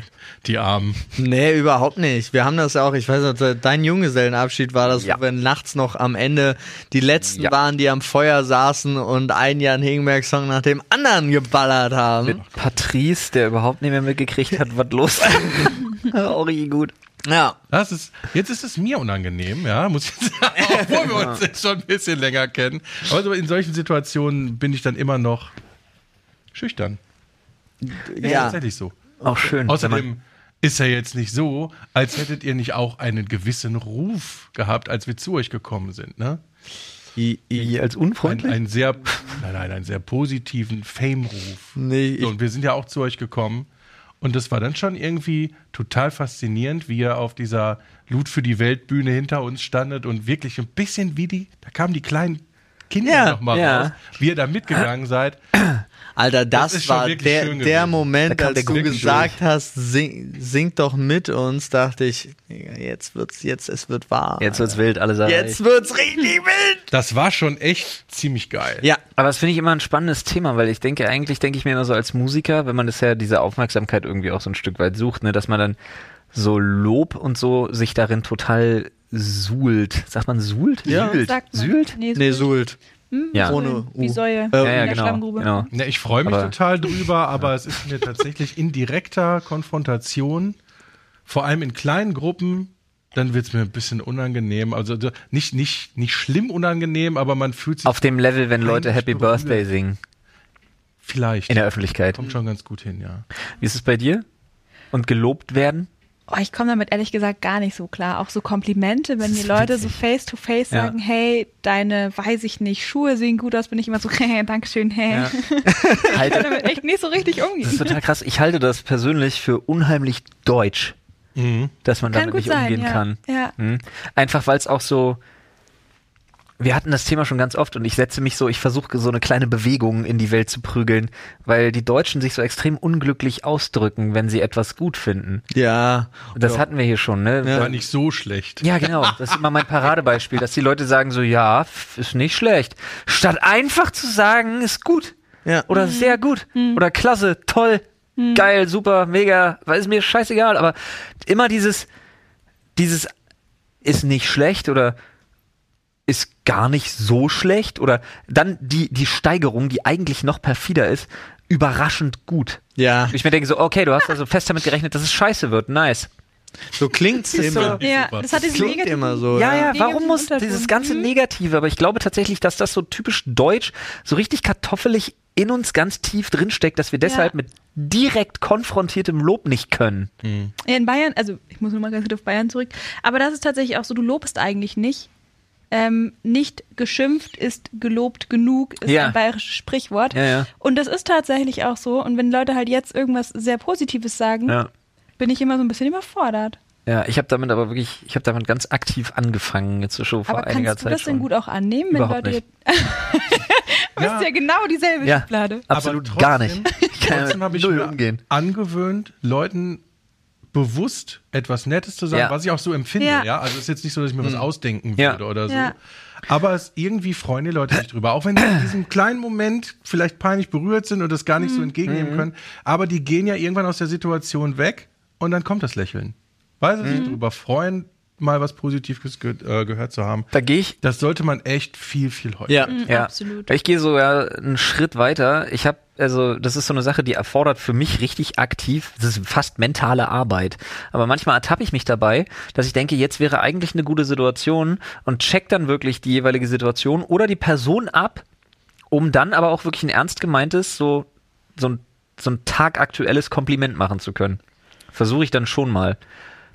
Speaker 3: die Armen.
Speaker 2: Nee, überhaupt nicht. Wir haben das ja auch, ich weiß nicht, dein Junggesellenabschied war das,
Speaker 1: Ja.
Speaker 2: wenn nachts noch am Ende die letzten
Speaker 1: Ja.
Speaker 2: waren, die am Feuer saßen und einen Jan Hegenberg-Song nach dem anderen geballert haben.
Speaker 1: Patrice, der überhaupt nicht mehr mitgekriegt hat, was los ist. auch richtig gut.
Speaker 2: Ja.
Speaker 3: Das ist, jetzt ist es mir unangenehm, ja, muss ich sagen, obwohl wir uns jetzt schon ein bisschen länger kennen. Aber so in solchen Situationen bin ich dann immer noch schüchtern. Ist
Speaker 2: Ja.
Speaker 3: Tatsächlich so.
Speaker 1: Auch schön. Mhm. wenn man-
Speaker 3: Außerdem ist ja jetzt nicht so, als hättet ihr nicht auch einen gewissen Ruf gehabt, als wir zu euch gekommen sind, ne?
Speaker 2: I, I,
Speaker 1: Wie als
Speaker 3: Ein,
Speaker 1: unfreundlich?
Speaker 3: ein sehr, nein, nein, einen sehr positiven Fame-Ruf.
Speaker 2: nee, ich,
Speaker 3: So, und wir sind ja auch zu euch gekommen. Und das war dann schon irgendwie total faszinierend, wie ihr auf dieser Loot für die Weltbühne hinter uns standet und wirklich ein bisschen wie die, da kamen die kleinen Kinder
Speaker 2: Ja,
Speaker 3: nochmal
Speaker 1: ja.
Speaker 3: raus, wie ihr da mitgegangen seid.
Speaker 2: Alter, das,
Speaker 3: ist schon
Speaker 2: war
Speaker 3: wirklich
Speaker 2: der,
Speaker 3: schön
Speaker 2: der
Speaker 3: gewesen.
Speaker 1: Da
Speaker 2: Moment,
Speaker 1: kam
Speaker 2: als
Speaker 1: der
Speaker 2: du
Speaker 1: Glück
Speaker 2: gesagt hast, sing, sing doch mit uns, dachte ich, Digga, jetzt wird's, jetzt, es wird wahr.
Speaker 1: Jetzt wird's wild, alle sagen.
Speaker 2: jetzt wird's richtig wild.
Speaker 3: Das war schon echt ziemlich geil.
Speaker 2: Ja,
Speaker 1: Aber das finde ich immer ein spannendes Thema, weil ich denke, eigentlich denke ich mir immer so als Musiker, wenn man das ja diese Aufmerksamkeit irgendwie auch so ein Stück weit sucht, ne, dass man dann so Lob und so sich darin total suhlt. Sagt man suhlt?
Speaker 2: Ja.
Speaker 1: Suhlt.
Speaker 4: Sagt man.
Speaker 1: Sühlt?
Speaker 4: Nee,
Speaker 2: nee,
Speaker 4: Sylt.
Speaker 2: Sult.
Speaker 4: Hm,
Speaker 1: Ja.
Speaker 4: Säulen.
Speaker 2: Ohne U.
Speaker 4: Wie Säue.
Speaker 2: Ja,
Speaker 4: in
Speaker 1: Ja, ja,
Speaker 4: der
Speaker 1: genau.
Speaker 4: Schlammgrube.
Speaker 1: genau.
Speaker 3: Ne, ich freue mich
Speaker 1: Aber-
Speaker 3: total drüber, aber es ist mir tatsächlich in direkter Konfrontation, vor allem in kleinen Gruppen, dann wird es mir ein bisschen unangenehm. Also so- nicht, nicht, nicht schlimm unangenehm, aber man fühlt sich
Speaker 1: Auf dem Level, wenn Leute Happy
Speaker 3: Berührt.
Speaker 1: Birthday singen
Speaker 3: vielleicht.
Speaker 1: in der Öffentlichkeit.
Speaker 3: Kommt schon ganz gut hin, ja.
Speaker 1: Wie ist es bei dir? Und gelobt werden?
Speaker 4: Oh, ich komme damit ehrlich gesagt gar nicht so klar. Auch so Komplimente, wenn
Speaker 1: Das
Speaker 4: die
Speaker 1: ist
Speaker 4: Leute so
Speaker 1: witzig.
Speaker 4: face to face
Speaker 1: Ja.
Speaker 4: sagen, hey, deine, weiß ich nicht, Schuhe sehen gut aus, bin ich immer so, hey, Dankeschön, hey.
Speaker 1: Ja.
Speaker 4: Ich kann
Speaker 1: Halte,
Speaker 4: damit echt nicht so richtig
Speaker 1: das ist
Speaker 4: umgehen.
Speaker 1: total krass. Ich halte das persönlich für unheimlich deutsch,
Speaker 2: Mhm.
Speaker 1: dass man
Speaker 4: Kann
Speaker 1: damit
Speaker 4: gut
Speaker 1: nicht
Speaker 4: sein,
Speaker 1: umgehen
Speaker 4: ja.
Speaker 1: kann.
Speaker 4: Ja.
Speaker 1: Mhm. Einfach weil es auch so. Wir hatten das Thema schon ganz oft und ich setze mich so, ich versuche so eine kleine Bewegung in die Welt zu prügeln, weil die Deutschen sich so extrem unglücklich ausdrücken, wenn sie etwas gut finden.
Speaker 2: Ja.
Speaker 1: Das
Speaker 2: ja.
Speaker 1: hatten wir hier schon, ne?
Speaker 3: War nicht so schlecht.
Speaker 1: Ja, genau. Das ist immer mein Paradebeispiel, dass die Leute sagen so, ja, f- ist nicht schlecht. Statt einfach zu sagen, ist gut.
Speaker 2: Ja.
Speaker 1: Oder sehr gut. Oder klasse, toll, geil, super, mega, weil ist mir scheißegal. Aber immer dieses, dieses ist nicht schlecht oder ist gar nicht so schlecht oder dann die, die Steigerung, die eigentlich noch perfider ist, überraschend gut.
Speaker 2: Ja,
Speaker 1: Ich mir denke so, okay, du hast also fest damit gerechnet, dass es scheiße wird. Nice.
Speaker 2: so klingt's immer.
Speaker 4: Ja,
Speaker 3: Super.
Speaker 4: das hat diesen
Speaker 2: Klingt
Speaker 4: negativen
Speaker 2: immer so.
Speaker 1: Ja, ja,
Speaker 4: Dinge
Speaker 1: warum
Speaker 4: im
Speaker 1: muss
Speaker 4: Untergrund.
Speaker 1: dieses ganze
Speaker 4: Mhm.
Speaker 1: Negative, aber ich glaube tatsächlich, dass das so typisch deutsch, so richtig kartoffelig in uns ganz tief drinsteckt, dass wir deshalb mit direkt konfrontiertem Lob nicht können.
Speaker 4: Ja, in Bayern, also ich muss nur mal ganz kurz auf Bayern zurück, aber das ist tatsächlich auch so, du lobst eigentlich nicht. Ähm, nicht geschimpft ist gelobt genug, ist
Speaker 1: Ja.
Speaker 4: ein bayerisches Sprichwort.
Speaker 1: Ja, ja.
Speaker 4: Und das ist tatsächlich auch so. Und wenn Leute halt jetzt irgendwas sehr Positives sagen, bin ich immer so ein bisschen überfordert.
Speaker 1: Ja, ich habe damit aber wirklich, ich habe damit ganz aktiv angefangen, jetzt schon vor
Speaker 4: aber
Speaker 1: einiger
Speaker 4: kannst du
Speaker 1: Zeit
Speaker 4: das
Speaker 1: schon.
Speaker 4: denn gut auch annehmen, wenn
Speaker 1: Überhaupt
Speaker 4: Leute
Speaker 1: nicht.
Speaker 4: jetzt. Du bist ja. genau dieselbe
Speaker 1: ja,
Speaker 4: Schublade.
Speaker 1: absolut
Speaker 3: Aber
Speaker 1: gar
Speaker 3: trotzdem-
Speaker 1: nicht. Ich kann
Speaker 3: Trotzdem habe ich
Speaker 1: null
Speaker 3: mir
Speaker 1: umgehen.
Speaker 3: angewöhnt, Leuten bewusst etwas Nettes zu sagen,
Speaker 1: Ja. Hm.
Speaker 3: was ich auch so empfinde. Ja.
Speaker 4: Ja.
Speaker 3: Also es ist jetzt nicht so, dass ich mir was ausdenken
Speaker 1: Ja.
Speaker 3: würde oder so.
Speaker 4: Ja.
Speaker 3: Aber es irgendwie freuen die Leute sich drüber, auch wenn sie in diesem kleinen Moment vielleicht peinlich berührt sind und das gar nicht so
Speaker 1: Hm.
Speaker 3: entgegennehmen können. Aber die gehen ja irgendwann aus der Situation weg und dann kommt das Lächeln. Weil sie
Speaker 1: Hm.
Speaker 3: sich drüber freuen, mal was Positives ge äh, gehört zu haben.
Speaker 1: Da gehe ich
Speaker 3: Das sollte man echt viel, viel häufiger.
Speaker 4: Mhm.
Speaker 2: Ja.
Speaker 1: Ja,
Speaker 4: Mm, Absolut.
Speaker 1: Ich gehe sogar einen Schritt weiter. Ich habe, also das ist so eine Sache, die erfordert für mich richtig aktiv, das ist fast mentale Arbeit. Aber manchmal ertappe ich mich dabei, dass ich denke, jetzt wäre eigentlich eine gute Situation und check dann wirklich die jeweilige Situation oder die Person ab, um dann aber auch wirklich ein ernst gemeintes, so, so ein, so ein tagaktuelles Kompliment machen zu können. Versuche ich dann schon mal.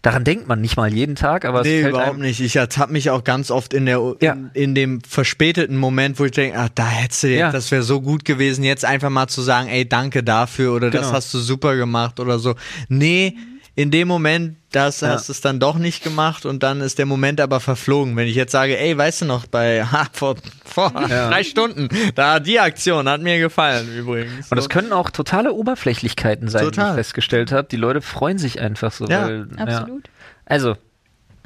Speaker 1: Daran denkt man nicht mal jeden Tag, aber es
Speaker 2: Nee,
Speaker 1: fällt
Speaker 2: überhaupt
Speaker 1: einem,
Speaker 2: nicht. Ich ertappe mich auch ganz oft in der in,
Speaker 1: Ja.
Speaker 2: in dem verspäteten Moment, wo ich denke, ach, da hättest du,
Speaker 1: Ja.
Speaker 2: das wäre so gut gewesen, jetzt einfach mal zu sagen, ey, danke dafür oder das
Speaker 1: Genau.
Speaker 2: hast du super gemacht oder so. Nee, in dem Moment, das hast du es dann doch nicht gemacht und dann ist der Moment aber verflogen. Wenn ich jetzt sage, ey, weißt du noch, bei ha, vor, vor drei Stunden, da die Aktion hat mir gefallen übrigens.
Speaker 1: Und das können auch totale Oberflächlichkeiten sein, wie
Speaker 2: Total.
Speaker 1: ich festgestellt habe. Die Leute freuen sich einfach so.
Speaker 2: Ja,
Speaker 1: weil,
Speaker 4: Absolut.
Speaker 1: Also,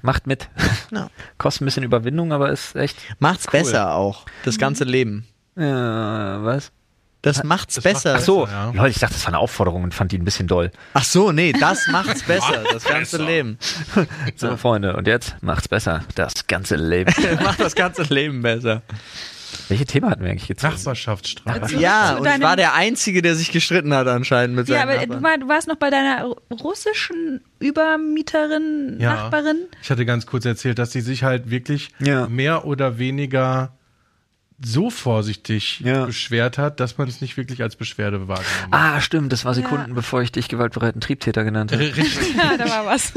Speaker 1: macht mit.
Speaker 2: Ja.
Speaker 1: Kostet ein bisschen Überwindung, aber ist echt.
Speaker 2: macht's besser auch, das ganze Leben.
Speaker 1: Äh, was?
Speaker 2: Das macht's besser.
Speaker 1: Ach so,
Speaker 3: ja.
Speaker 1: Leute, ich dachte, das war eine Aufforderung und fand die ein bisschen doll.
Speaker 2: Ach so, nee, das macht's besser, das ganze Leben.
Speaker 1: So, Freunde, und jetzt macht's besser. Das ganze Leben.
Speaker 2: Macht das ganze Leben besser.
Speaker 1: Welche Thema hatten wir eigentlich jetzt?
Speaker 3: Nachbarschaftsstreit.
Speaker 2: Ja,
Speaker 4: Zu
Speaker 2: und ich
Speaker 4: deinem-
Speaker 2: war der Einzige, der sich gestritten hat anscheinend mit
Speaker 4: Ja,
Speaker 2: seinen
Speaker 4: aber du,
Speaker 2: Nachbarn.
Speaker 4: war, du warst noch bei deiner ru- russischen Übermieterin,
Speaker 3: Ja.
Speaker 4: Nachbarin.
Speaker 3: Ich hatte ganz kurz erzählt, dass sie sich halt wirklich
Speaker 1: Ja.
Speaker 3: mehr oder weniger so vorsichtig
Speaker 1: Ja.
Speaker 3: beschwert hat, dass man es nicht wirklich als Beschwerde wahrgenommen hat.
Speaker 1: Ah, stimmt, das war Sekunden, bevor ich dich gewaltbereiten Triebtäter genannt habe.
Speaker 4: Ja, da war was.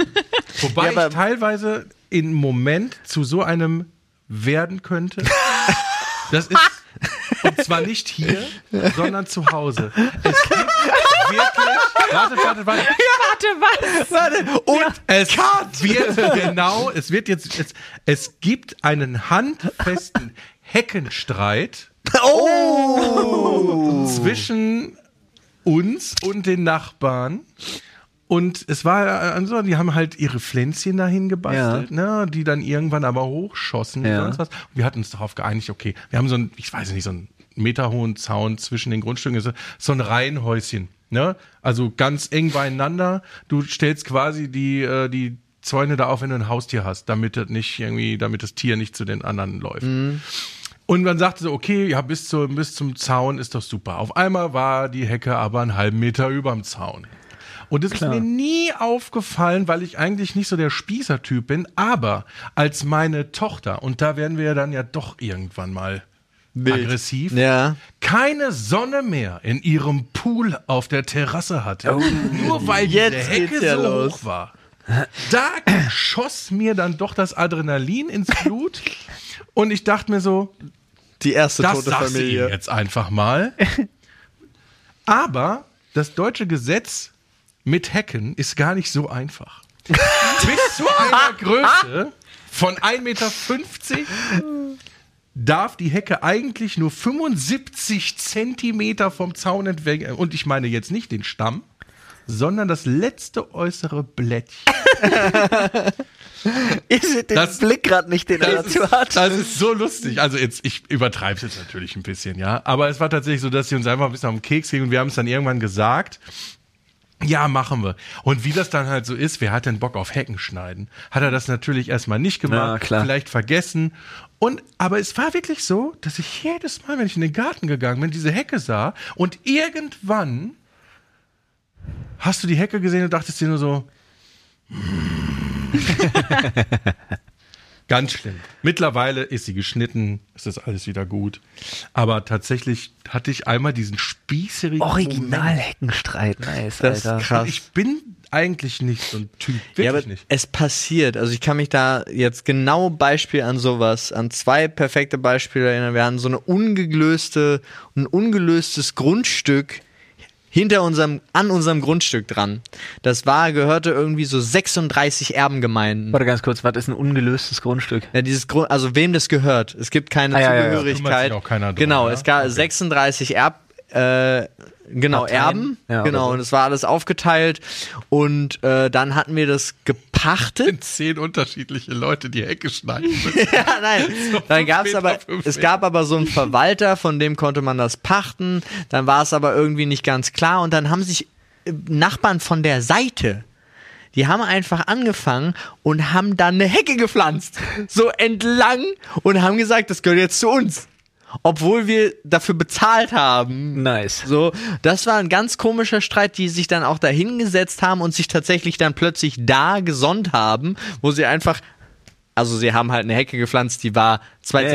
Speaker 3: Wobei
Speaker 2: Ja, aber-
Speaker 3: ich teilweise im Moment zu so einem werden könnte. Das ist und zwar nicht hier, sondern zu Hause. Es gibt wirklich. Warte, warte, warte.
Speaker 4: Warte, was?
Speaker 3: Und es wird genau, es wird jetzt, es, es gibt einen handfesten Heckenstreit zwischen uns und den Nachbarn. Und es war, äh, so, die haben halt ihre Pflänzchen dahin gebastelt, ne, die dann irgendwann aber hochschossen und
Speaker 5: Ja.
Speaker 3: sonst was. Und wir hatten uns darauf geeinigt, okay, wir haben so einen, ich weiß nicht, so einen meterhohen Zaun zwischen den Grundstücken, so- so ein Reihenhäuschen, ne? Also ganz eng beieinander. Du stellst quasi die, äh, die Zäune da auf, wenn du ein Haustier hast, damit das nicht irgendwie, damit das Tier nicht zu den anderen läuft. Und man sagte so, okay, ja, bis, zu, bis zum Zaun ist doch super. Auf einmal war die Hecke aber einen halben Meter überm Zaun. Und das ist mir nie aufgefallen, weil ich eigentlich nicht so der Spießertyp bin, aber als meine Tochter, und da werden wir ja dann ja doch irgendwann mal
Speaker 2: Wild.
Speaker 3: aggressiv,
Speaker 2: Ja.
Speaker 3: keine Sonne mehr in ihrem Pool auf der Terrasse hatte, nur weil
Speaker 2: Oh.
Speaker 3: die
Speaker 2: Jetzt
Speaker 3: Hecke
Speaker 2: geht's ja
Speaker 3: so
Speaker 2: los.
Speaker 3: hoch war. Da schoss mir dann doch das Adrenalin ins Blut und ich dachte mir so,
Speaker 2: Die erste
Speaker 3: das
Speaker 2: tote
Speaker 3: sagst du ihm
Speaker 2: Familie.
Speaker 3: jetzt einfach mal. Aber das deutsche Gesetz mit Hecken ist gar nicht so einfach. Bis zu einer Größe von 1,50 Meter darf die Hecke eigentlich nur 75 Zentimeter vom Zaun entweg. äh, Und ich meine jetzt nicht den Stamm, sondern das letzte äußere Blättchen.
Speaker 5: Ihr seht den
Speaker 3: Das-
Speaker 5: Blick gerade nicht, den er
Speaker 3: Das
Speaker 5: dazu
Speaker 3: ist,
Speaker 5: hat.
Speaker 3: das ist so lustig. Also jetzt, ich übertreibe es jetzt natürlich ein bisschen, ja. Aber es war tatsächlich so, dass sie uns einfach ein bisschen auf den Keks gingen und wir haben es dann irgendwann gesagt. Ja, machen wir. Und wie das dann halt so ist, wer hat denn Bock auf Hecken schneiden? Hat er das natürlich erstmal nicht gemacht,
Speaker 5: Ja, klar.
Speaker 3: vielleicht vergessen. Und, aber es war wirklich so, dass ich jedes Mal, wenn ich in den Garten gegangen bin, diese Hecke sah und irgendwann hast du die Hecke gesehen und dachtest dir nur so, Ganz schlimm. Mittlerweile ist sie geschnitten, es ist alles wieder gut. Aber tatsächlich hatte ich einmal diesen spießerigen.
Speaker 5: Original
Speaker 3: Moment.
Speaker 5: Heckenstreit, nice,
Speaker 2: Das
Speaker 5: Alter.
Speaker 2: ist krass.
Speaker 3: Ich bin eigentlich nicht so ein Typ. Wirklich
Speaker 2: Ja, aber
Speaker 3: nicht.
Speaker 2: es passiert. Also ich kann mich da jetzt genau Beispiel an sowas, an zwei perfekte Beispiele erinnern. Wir hatten so eine ungelöste, ein ungelöstes Grundstück hinter unserem, an unserem Grundstück dran. Das war, gehörte irgendwie so 36 Erbengemeinden.
Speaker 5: Warte ganz kurz, was ist ein ungelöstes Grundstück?
Speaker 2: Ja, dieses Grund, also wem das gehört. Es gibt keine
Speaker 5: Ah, ja, ja, ja.
Speaker 3: Kümmert sich
Speaker 2: Zugehörigkeit.
Speaker 3: auch keiner drum,
Speaker 2: genau,
Speaker 3: ja?
Speaker 2: es gab
Speaker 3: Okay.
Speaker 2: 36 Erb, äh, genau,
Speaker 5: Parteien?
Speaker 2: Erben.
Speaker 5: Ja, oder
Speaker 2: genau,
Speaker 5: so.
Speaker 2: und es war alles aufgeteilt. Und äh, dann hatten wir das gepachtet.
Speaker 3: Wenn zehn unterschiedliche Leute die Hecke schneiden müssen.
Speaker 2: ja, nein. Dann
Speaker 3: fünf
Speaker 2: gab's
Speaker 3: Meter,
Speaker 2: aber,
Speaker 3: fünf
Speaker 2: es
Speaker 3: Meter.
Speaker 2: gab aber so einen Verwalter, von dem konnte man das pachten. Dann war es aber irgendwie nicht ganz klar. Und dann haben sich äh, Nachbarn von der Seite, die haben einfach angefangen und haben dann eine Hecke gepflanzt. So entlang und haben gesagt, das gehört jetzt zu uns. Obwohl wir dafür bezahlt haben.
Speaker 5: Nice.
Speaker 2: So, das war ein ganz komischer Streit, die sich dann auch da hingesetzt haben und sich tatsächlich dann plötzlich da gesonnt haben, wo sie einfach, also sie haben halt eine Hecke gepflanzt, die war zwei
Speaker 5: Ja, ja,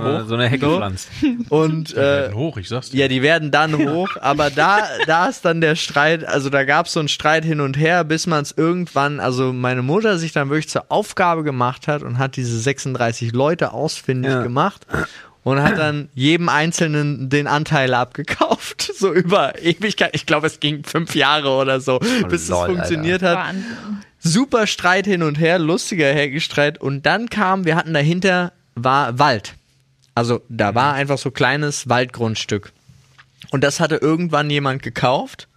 Speaker 5: so eine-
Speaker 2: hoch.
Speaker 5: So eine Hecke gepflanzt.
Speaker 2: Und äh,
Speaker 3: hoch, ich sag's dir.
Speaker 2: ja, die werden dann hoch, aber da, da ist dann der Streit, also da gab es so einen Streit hin und her, bis man es irgendwann, also meine Mutter sich dann wirklich zur Aufgabe gemacht hat und hat diese 36 Leute ausfindig
Speaker 5: Ja.
Speaker 2: gemacht und hat dann jedem Einzelnen den Anteil abgekauft, so über Ewigkeit. Ich glaube, es ging fünf Jahre oder so, bis
Speaker 5: Oh, lol,
Speaker 2: es funktioniert hat
Speaker 4: Wahnsinn.
Speaker 2: super Streit hin und her, lustiger Heckenstreit. Und dann kam, wir hatten dahinter, war Wald. Also da war einfach so kleines Waldgrundstück. Und das hatte irgendwann jemand gekauft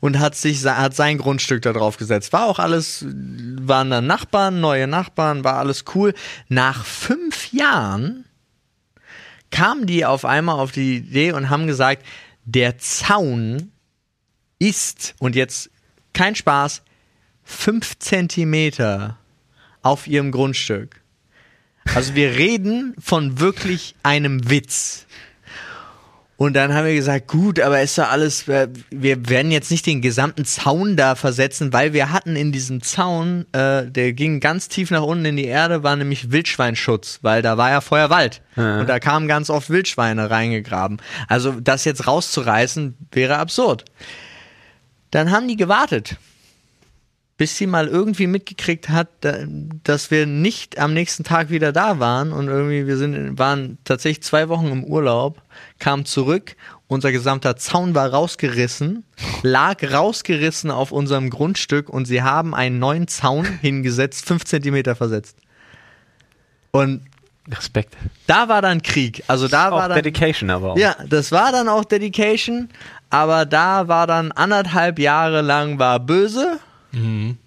Speaker 2: und hat sich se- hat sein Grundstück da drauf gesetzt. War auch alles, waren dann Nachbarn, neue Nachbarn, war alles cool. Nach fünf Jahren kamen die auf einmal auf die Idee und haben gesagt, der Zaun ist, und jetzt kein Spaß, fünf Zentimeter auf ihrem Grundstück. Also wir reden von wirklich einem Witz. Und dann haben wir gesagt, gut, aber ist ja alles, äh, wir werden jetzt nicht den gesamten Zaun da versetzen, weil wir hatten in diesem Zaun, äh, der ging ganz tief nach unten in die Erde, war nämlich Wildschweinschutz, weil da war ja vorher Wald. Und da kamen ganz oft Wildschweine reingegraben. Also das jetzt rauszureißen, wäre absurd. Dann haben die gewartet bis sie mal irgendwie mitgekriegt hat, da- dass wir nicht am nächsten Tag wieder da waren und irgendwie wir sind, waren tatsächlich zwei Wochen im Urlaub, kamen zurück, unser gesamter Zaun war rausgerissen, lag rausgerissen auf unserem Grundstück und sie haben einen neuen Zaun hingesetzt, fünf Zentimeter versetzt. Und
Speaker 1: Respekt.
Speaker 2: da war dann Krieg. Also da war
Speaker 1: Auch
Speaker 2: dann
Speaker 1: Dedication aber auch.
Speaker 2: ja, das war dann auch Dedication, aber da war dann anderthalb Jahre lang war böse.
Speaker 3: Mhm.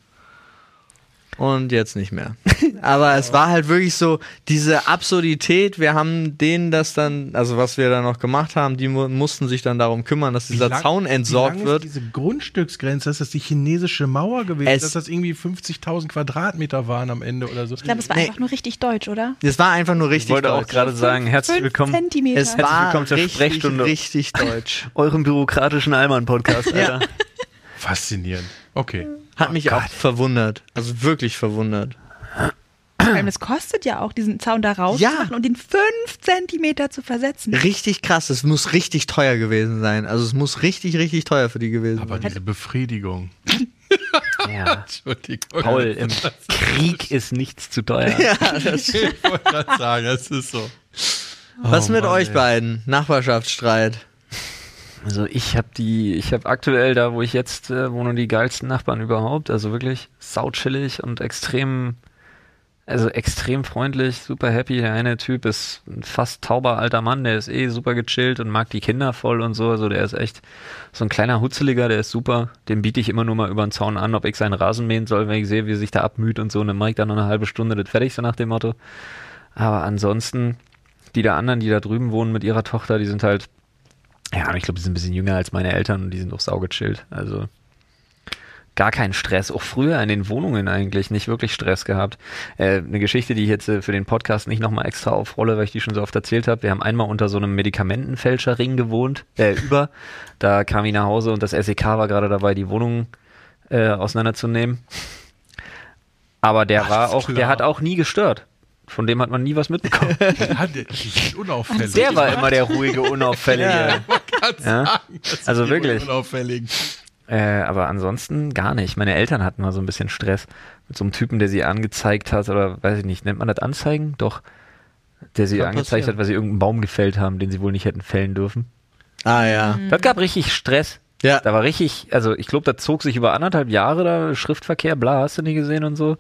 Speaker 2: Und jetzt nicht mehr. Aber es war halt wirklich so diese Absurdität. Wir haben denen das dann, also was wir da noch gemacht haben, die mu mussten sich dann darum kümmern, dass dieser
Speaker 3: lang-
Speaker 2: Zaun
Speaker 3: wie
Speaker 2: entsorgt
Speaker 3: lang
Speaker 2: wird.
Speaker 3: Ist diese Grundstücksgrenze, ist das die chinesische Mauer gewesen?
Speaker 2: Es-
Speaker 3: dass das irgendwie 50.000 Quadratmeter waren am Ende oder so?
Speaker 4: Ich glaube, es war
Speaker 2: Nee.
Speaker 4: einfach nur richtig deutsch, oder?
Speaker 2: Das war einfach nur richtig
Speaker 1: Ich wollte auch
Speaker 2: deutsch.
Speaker 1: gerade sagen, herzlich
Speaker 4: Fünf
Speaker 1: willkommen
Speaker 4: Zentimeter.
Speaker 2: es
Speaker 1: Herzlich
Speaker 2: war
Speaker 1: willkommen zur
Speaker 2: richtig,
Speaker 1: Sprechstunde.
Speaker 2: richtig deutsch.
Speaker 1: eurem bürokratischen Allmann-Podcast, Alter.
Speaker 3: Faszinierend. Okay.
Speaker 4: Mhm.
Speaker 2: Hat mich auch verwundert. Also wirklich verwundert.
Speaker 4: Vor allem, es kostet ja auch, diesen Zaun da rauszumachen
Speaker 2: Ja.
Speaker 4: und den fünf Zentimeter zu versetzen.
Speaker 2: Richtig krass, es muss richtig teuer gewesen sein. Also es muss richtig, richtig teuer für die gewesen
Speaker 3: Aber
Speaker 2: sein.
Speaker 3: diese Befriedigung.
Speaker 1: Ja.
Speaker 3: Entschuldigung.
Speaker 1: Paul, im Krieg ist nichts zu teuer.
Speaker 3: Ich wollte gerade sagen, das ist so.
Speaker 2: Was
Speaker 3: Oh
Speaker 2: mit
Speaker 3: Mann,
Speaker 2: euch
Speaker 3: ey.
Speaker 2: beiden? Nachbarschaftsstreit.
Speaker 1: Also ich habe die, ich habe aktuell da, wo ich jetzt äh, wohne, die geilsten Nachbarn überhaupt. Also wirklich sauchillig und extrem, also extrem freundlich, super happy. Der eine Typ ist ein fast tauber alter Mann, der ist eh super gechillt und mag die Kinder voll und so. Also der ist echt so ein kleiner Hutzeliger, der ist super. Dem biete ich immer nur mal über den Zaun an, ob ich seinen Rasen mähen soll, wenn ich sehe, wie er sich da abmüht und so. Und dann mache ich da noch eine halbe Stunde das fertig, so nach dem Motto. Aber ansonsten, die da anderen, die da drüben wohnen mit ihrer Tochter, die sind halt ja, ich glaube, die sind ein bisschen jünger als meine Eltern und die sind auch saugechillt. Also gar keinen Stress. Auch früher in den Wohnungen eigentlich nicht wirklich Stress gehabt. Äh, eine Geschichte, die ich jetzt äh, für den Podcast nicht nochmal extra aufrolle, weil ich die schon so oft erzählt habe. Wir haben einmal unter so einem Medikamentenfälscherring gewohnt, äh, über. Da kam ich nach Hause und das SEK war gerade dabei, die Wohnung äh, auseinanderzunehmen. Aber der war auch, der
Speaker 3: klar.
Speaker 1: hat auch nie gestört. Von dem hat man nie was mitbekommen.
Speaker 3: Ja, die- die sind unauffällig.
Speaker 1: Der war immer der ruhige, unauffällige.
Speaker 2: Ja.
Speaker 3: Kannst
Speaker 1: Ja.
Speaker 3: sagen, das sind
Speaker 1: Also
Speaker 3: die
Speaker 1: wirklich.
Speaker 3: Unauffällig.
Speaker 1: Äh, aber ansonsten gar nicht. Meine Eltern hatten mal so ein bisschen Stress mit so einem Typen, der sie angezeigt hat oder weiß ich nicht, nennt man das Anzeigen? Doch. Der sie
Speaker 2: Kann
Speaker 1: angezeigt
Speaker 2: passieren.
Speaker 1: hat, weil sie irgendeinen Baum gefällt haben, den sie wohl nicht hätten fällen dürfen.
Speaker 2: Ah ja.
Speaker 1: Das gab richtig Stress.
Speaker 2: Ja.
Speaker 1: Da war richtig, also ich glaube, da zog sich über anderthalb Jahre da Schriftverkehr, bla, hast du nie gesehen und so.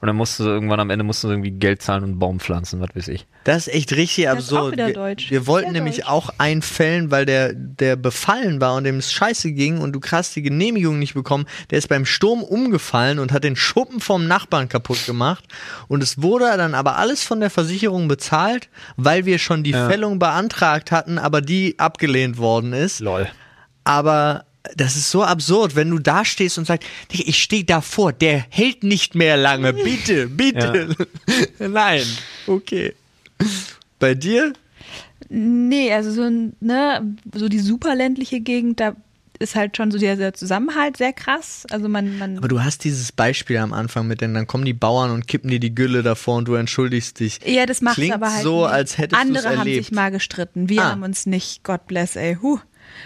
Speaker 1: Und dann musste sie irgendwann am Ende mussten sie irgendwie Geld zahlen und einen Baum pflanzen, was weiß ich.
Speaker 2: Das ist echt richtig
Speaker 4: Das ist auch
Speaker 2: absurd.
Speaker 4: wieder
Speaker 2: wir,
Speaker 4: deutsch.
Speaker 2: wir wollten
Speaker 4: Sehr
Speaker 2: nämlich
Speaker 4: deutsch.
Speaker 2: auch einfällen, weil der, der befallen war und dem es scheiße ging und du krass die Genehmigung nicht bekommen. Der ist beim Sturm umgefallen und hat den Schuppen vom Nachbarn kaputt gemacht. Und es wurde dann aber alles von der Versicherung bezahlt, weil wir schon die Fällung beantragt hatten, aber die abgelehnt worden ist.
Speaker 1: Lol.
Speaker 2: Aber das ist so absurd, wenn du da stehst und sagst, "Digga, ich stehe davor, der hält nicht mehr lange, bitte, bitte. Nein, okay. Bei dir?
Speaker 4: Nee, also so, ein, ne, so die super ländliche Gegend, da ist halt schon so der, der Zusammenhalt sehr krass. Also man, man
Speaker 2: Aber du hast dieses Beispiel am Anfang mit, denn dann kommen die Bauern und kippen dir die Gülle davor und du entschuldigst dich.
Speaker 4: ja, das macht
Speaker 2: Klingt
Speaker 4: aber halt
Speaker 2: so,
Speaker 4: nicht.
Speaker 2: als hättest du's
Speaker 4: Andere haben
Speaker 2: erlebt.
Speaker 4: sich mal gestritten, wir
Speaker 2: Ah.
Speaker 4: haben uns nicht. God bless, ey. Huh.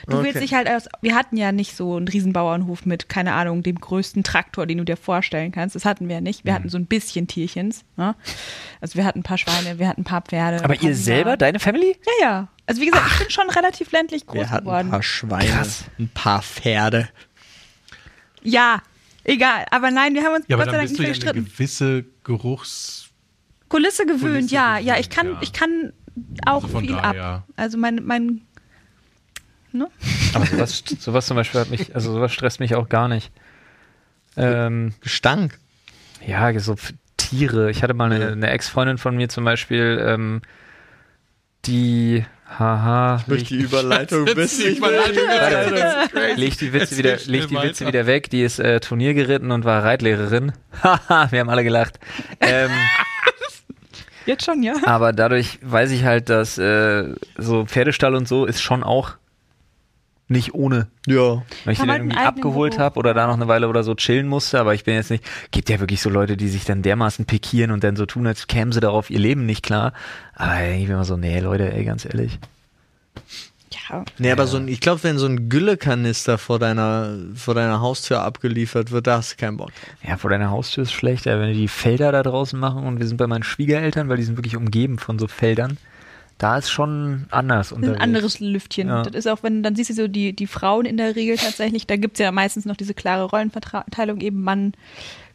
Speaker 4: Du
Speaker 2: Okay.
Speaker 4: willst dich halt aus, wir hatten ja nicht so einen Riesenbauernhof mit, keine Ahnung, dem größten Traktor, den du dir vorstellen kannst. Das hatten wir ja nicht.
Speaker 2: Mhm.
Speaker 4: Wir hatten so ein bisschen Tierchens. Ne? Also wir hatten ein paar Schweine, wir hatten ein paar Pferde.
Speaker 1: Aber
Speaker 4: wir
Speaker 1: ihr
Speaker 4: hatten
Speaker 1: selber,
Speaker 4: Hühner.
Speaker 1: deine Family?
Speaker 4: Ja, ja. Also wie gesagt, ich bin schon relativ ländlich groß
Speaker 2: Wir hatten ein
Speaker 4: geworden.
Speaker 2: paar Schweine,
Speaker 1: Krass.
Speaker 2: ein paar Pferde.
Speaker 4: Ja, egal. Aber nein, wir haben uns
Speaker 3: Ja, aber
Speaker 4: Gott sei
Speaker 3: dann
Speaker 4: Dank
Speaker 3: bist
Speaker 4: nicht
Speaker 3: du
Speaker 4: mehr
Speaker 3: ja eine
Speaker 4: gestritten.
Speaker 3: gewisse Geruchs...
Speaker 4: Kulisse gewöhnt,
Speaker 3: Kulisse
Speaker 4: ja. ja,
Speaker 3: gewöhnt,
Speaker 4: ich kann,
Speaker 3: ja.
Speaker 4: ich kann auch
Speaker 3: Also von
Speaker 4: viel
Speaker 3: daher.
Speaker 4: ab. Also mein, mein ne?
Speaker 1: Aber sowas, sowas zum Beispiel hat mich, also sowas stresst mich auch gar nicht. Ähm,
Speaker 2: Gestank.
Speaker 1: Ja, so f- Tiere. Ich hatte mal eine, eine Ex-Freundin von mir zum Beispiel, ähm, die, haha,
Speaker 2: Durch die Überleitung bist du
Speaker 1: leg die Witze
Speaker 3: Erzähl
Speaker 1: wieder,
Speaker 3: schnell
Speaker 1: leg die Witze
Speaker 3: weiter.
Speaker 1: wieder weg. Die ist äh, Turnier geritten und war Reitlehrerin. Haha, wir haben alle gelacht. Ähm,
Speaker 4: Jetzt schon, ja.
Speaker 1: aber dadurch weiß ich halt, dass äh, so Pferdestall und so ist schon auch nicht ohne
Speaker 2: Ja.
Speaker 1: weil ich den
Speaker 4: Haben halt einen
Speaker 1: irgendwie
Speaker 4: eigenen
Speaker 1: abgeholt
Speaker 4: Beruf.
Speaker 1: habe oder da noch eine Weile oder so chillen musste, aber ich bin jetzt nicht, gibt ja wirklich so Leute, die sich dann dermaßen pikieren und dann so tun, als kämen sie darauf ihr Leben nicht klar. Aber ich bin immer so, nee, Leute, ey, ganz ehrlich.
Speaker 4: Ja, Sache.
Speaker 2: Nee, aber so ein, ich glaube, wenn so ein Güllekanister vor deiner, vor deiner Haustür abgeliefert wird, da hast du keinen Bock.
Speaker 1: Ja, vor deiner Haustür ist schlecht, aber wenn die die Felder da draußen machen und wir sind bei meinen Schwiegereltern, weil die sind wirklich umgeben von so Feldern, da ist schon anders
Speaker 4: Das ist
Speaker 1: unterwegs.
Speaker 4: ein anderes Lüftchen.
Speaker 1: Ja.
Speaker 4: Das ist auch, wenn dann siehst du so die, die Frauen in der Regel tatsächlich, da gibt's ja meistens noch diese klare Rollenverteilung eben, Mann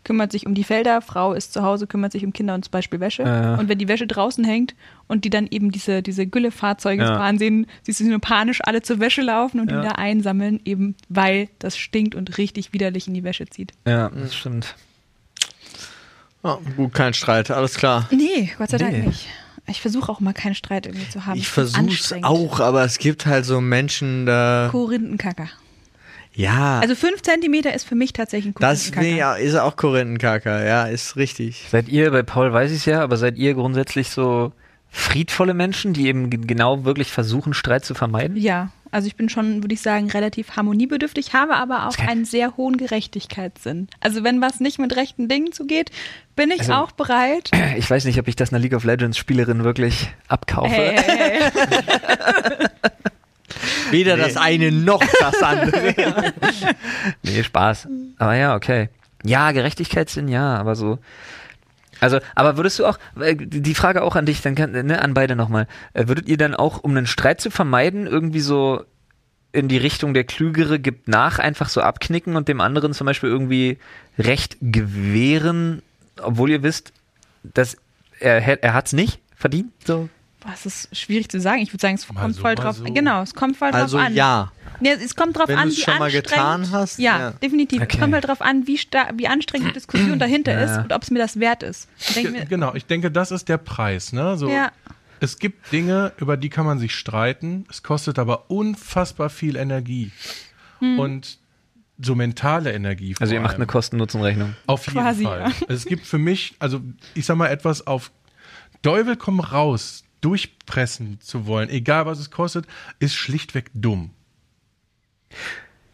Speaker 4: kümmert sich um die Felder, Frau ist zu Hause, kümmert sich um Kinder und zum Beispiel Wäsche.
Speaker 1: Ja.
Speaker 4: Und wenn die Wäsche draußen hängt und die dann eben diese, diese Güllefahrzeuge
Speaker 1: Ja.
Speaker 4: fahren sehen, siehst du sie nur panisch alle zur Wäsche laufen und die wieder einsammeln, eben weil das stinkt und richtig widerlich in die Wäsche zieht.
Speaker 1: Ja, das stimmt.
Speaker 2: Ja, gut, kein Streit, alles klar.
Speaker 4: Nee, Gott sei
Speaker 1: Nee.
Speaker 4: Dank nicht. Ich versuche auch mal keinen Streit irgendwie zu haben.
Speaker 2: Ich
Speaker 4: Das ist
Speaker 2: versuch's
Speaker 4: anstrengend.
Speaker 2: auch, aber es gibt halt so Menschen, da.
Speaker 4: Korinthenkacker.
Speaker 2: Ja,
Speaker 4: Also fünf Zentimeter ist für mich tatsächlich ein
Speaker 2: Ah. das
Speaker 4: Korinthenkacker.
Speaker 2: nee, ja, ist auch Korinthenkaker, ja, ist richtig.
Speaker 1: Seid ihr, bei Paul weiß ich es ja, aber seid ihr grundsätzlich so friedvolle Menschen, die eben ge- genau wirklich versuchen, Streit zu vermeiden?
Speaker 4: Ja, also ich bin schon, würde ich sagen, relativ harmoniebedürftig, habe aber auch
Speaker 1: Okay.
Speaker 4: einen sehr hohen Gerechtigkeitssinn. Also wenn was nicht mit rechten Dingen zugeht, bin ich
Speaker 1: Also-
Speaker 4: auch bereit.
Speaker 1: Ich weiß nicht, ob ich das einer League of Legends Spielerin wirklich abkaufe.
Speaker 4: Hey, hey, hey.
Speaker 2: Weder das eine noch das andere.
Speaker 1: Nee, Spaß. Aber ja, okay. Ja, Gerechtigkeitssinn, ja, aber so. Also, aber würdest du auch, äh, die Frage auch an dich, dann kann, ne, an beide nochmal. Äh, Würdet ihr dann auch, um einen Streit zu vermeiden, irgendwie so in die Richtung der Klügere gibt nach, einfach so abknicken und dem anderen zum Beispiel irgendwie Recht gewähren, obwohl ihr wisst, dass er, hä- er hat's nicht verdient? So.
Speaker 4: Boah, es ist schwierig zu sagen. Ich würde sagen, es kommt
Speaker 3: so,
Speaker 4: voll
Speaker 3: mal
Speaker 4: drauf.
Speaker 3: so.
Speaker 4: Genau, es kommt voll
Speaker 2: Also
Speaker 4: drauf an.
Speaker 2: ja.
Speaker 4: Nee, es kommt drauf
Speaker 2: Wenn
Speaker 4: an,
Speaker 2: du's
Speaker 4: wie
Speaker 2: schon mal
Speaker 4: anstrengend.
Speaker 2: getan hast,
Speaker 4: ja,
Speaker 2: ja.
Speaker 4: definitiv.
Speaker 1: Okay.
Speaker 4: Es kommt halt drauf an, wie, sta- wie anstrengend die Diskussion dahinter ist und ob es mir das wert ist. Dann denk ich
Speaker 3: Ge-
Speaker 4: mir,
Speaker 3: Genau, ich denke, das ist der Preis. Ne? So,
Speaker 4: Ja.
Speaker 3: Es gibt Dinge, über die kann man sich streiten. Es kostet aber unfassbar viel Energie.
Speaker 4: Hm.
Speaker 3: Und so mentale Energie. vor
Speaker 1: Also ihr macht
Speaker 3: allem.
Speaker 1: eine Kosten-Nutzen-Rechnung.
Speaker 3: Auf jeden
Speaker 4: Quasi,
Speaker 3: Fall.
Speaker 4: ja.
Speaker 3: Es gibt für mich, also ich sag mal, etwas auf Teufel komm raus durchpressen zu wollen, egal was es kostet, ist schlichtweg dumm.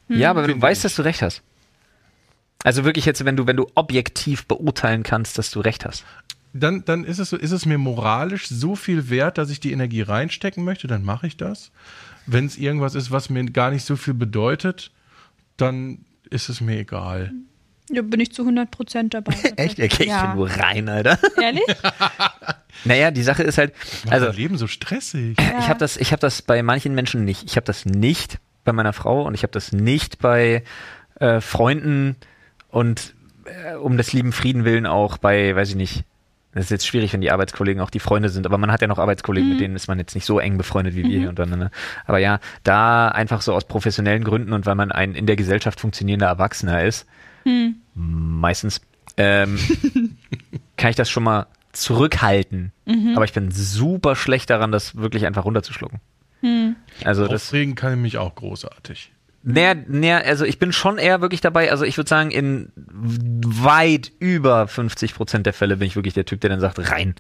Speaker 1: Ja, aber wenn du
Speaker 3: Finde
Speaker 1: weißt, dass du recht hast. Also wirklich jetzt, wenn du, wenn du objektiv beurteilen kannst, dass du recht hast.
Speaker 3: Dann, dann ist es so, ist es mir moralisch so viel wert, dass ich die Energie reinstecken möchte, dann mache ich das. Wenn es irgendwas ist, was mir gar nicht so viel bedeutet, dann ist es mir egal.
Speaker 4: da bin ich zu 100 Prozent dabei.
Speaker 1: Okay, ich bin
Speaker 4: Ja.
Speaker 1: nur rein, Alter.
Speaker 4: Ehrlich?
Speaker 1: Naja, die Sache ist halt,
Speaker 3: Macht
Speaker 1: also
Speaker 3: mein Leben so stressig.
Speaker 1: ich habe das, ich habe das bei manchen Menschen nicht. Ich habe das nicht bei meiner Frau und ich habe das nicht bei äh, Freunden und äh, um des lieben Frieden willen auch bei, weiß ich nicht. Das ist jetzt schwierig, wenn die Arbeitskollegen auch die Freunde sind, aber man hat ja noch Arbeitskollegen, mit denen ist man jetzt nicht so eng befreundet wie wir hier untereinander. Aber ja, da einfach so aus professionellen Gründen und weil man ein in der Gesellschaft funktionierender Erwachsener ist, meistens, ähm, kann ich das schon mal zurückhalten. Aber ich bin super schlecht daran, das wirklich einfach runterzuschlucken. Also das,
Speaker 3: Aufregen kann ich mich auch großartig.
Speaker 1: naja, naja, also ich bin schon eher wirklich dabei, also ich würde sagen, in weit über 50 Prozent der Fälle bin ich wirklich der Typ, der dann sagt, rein.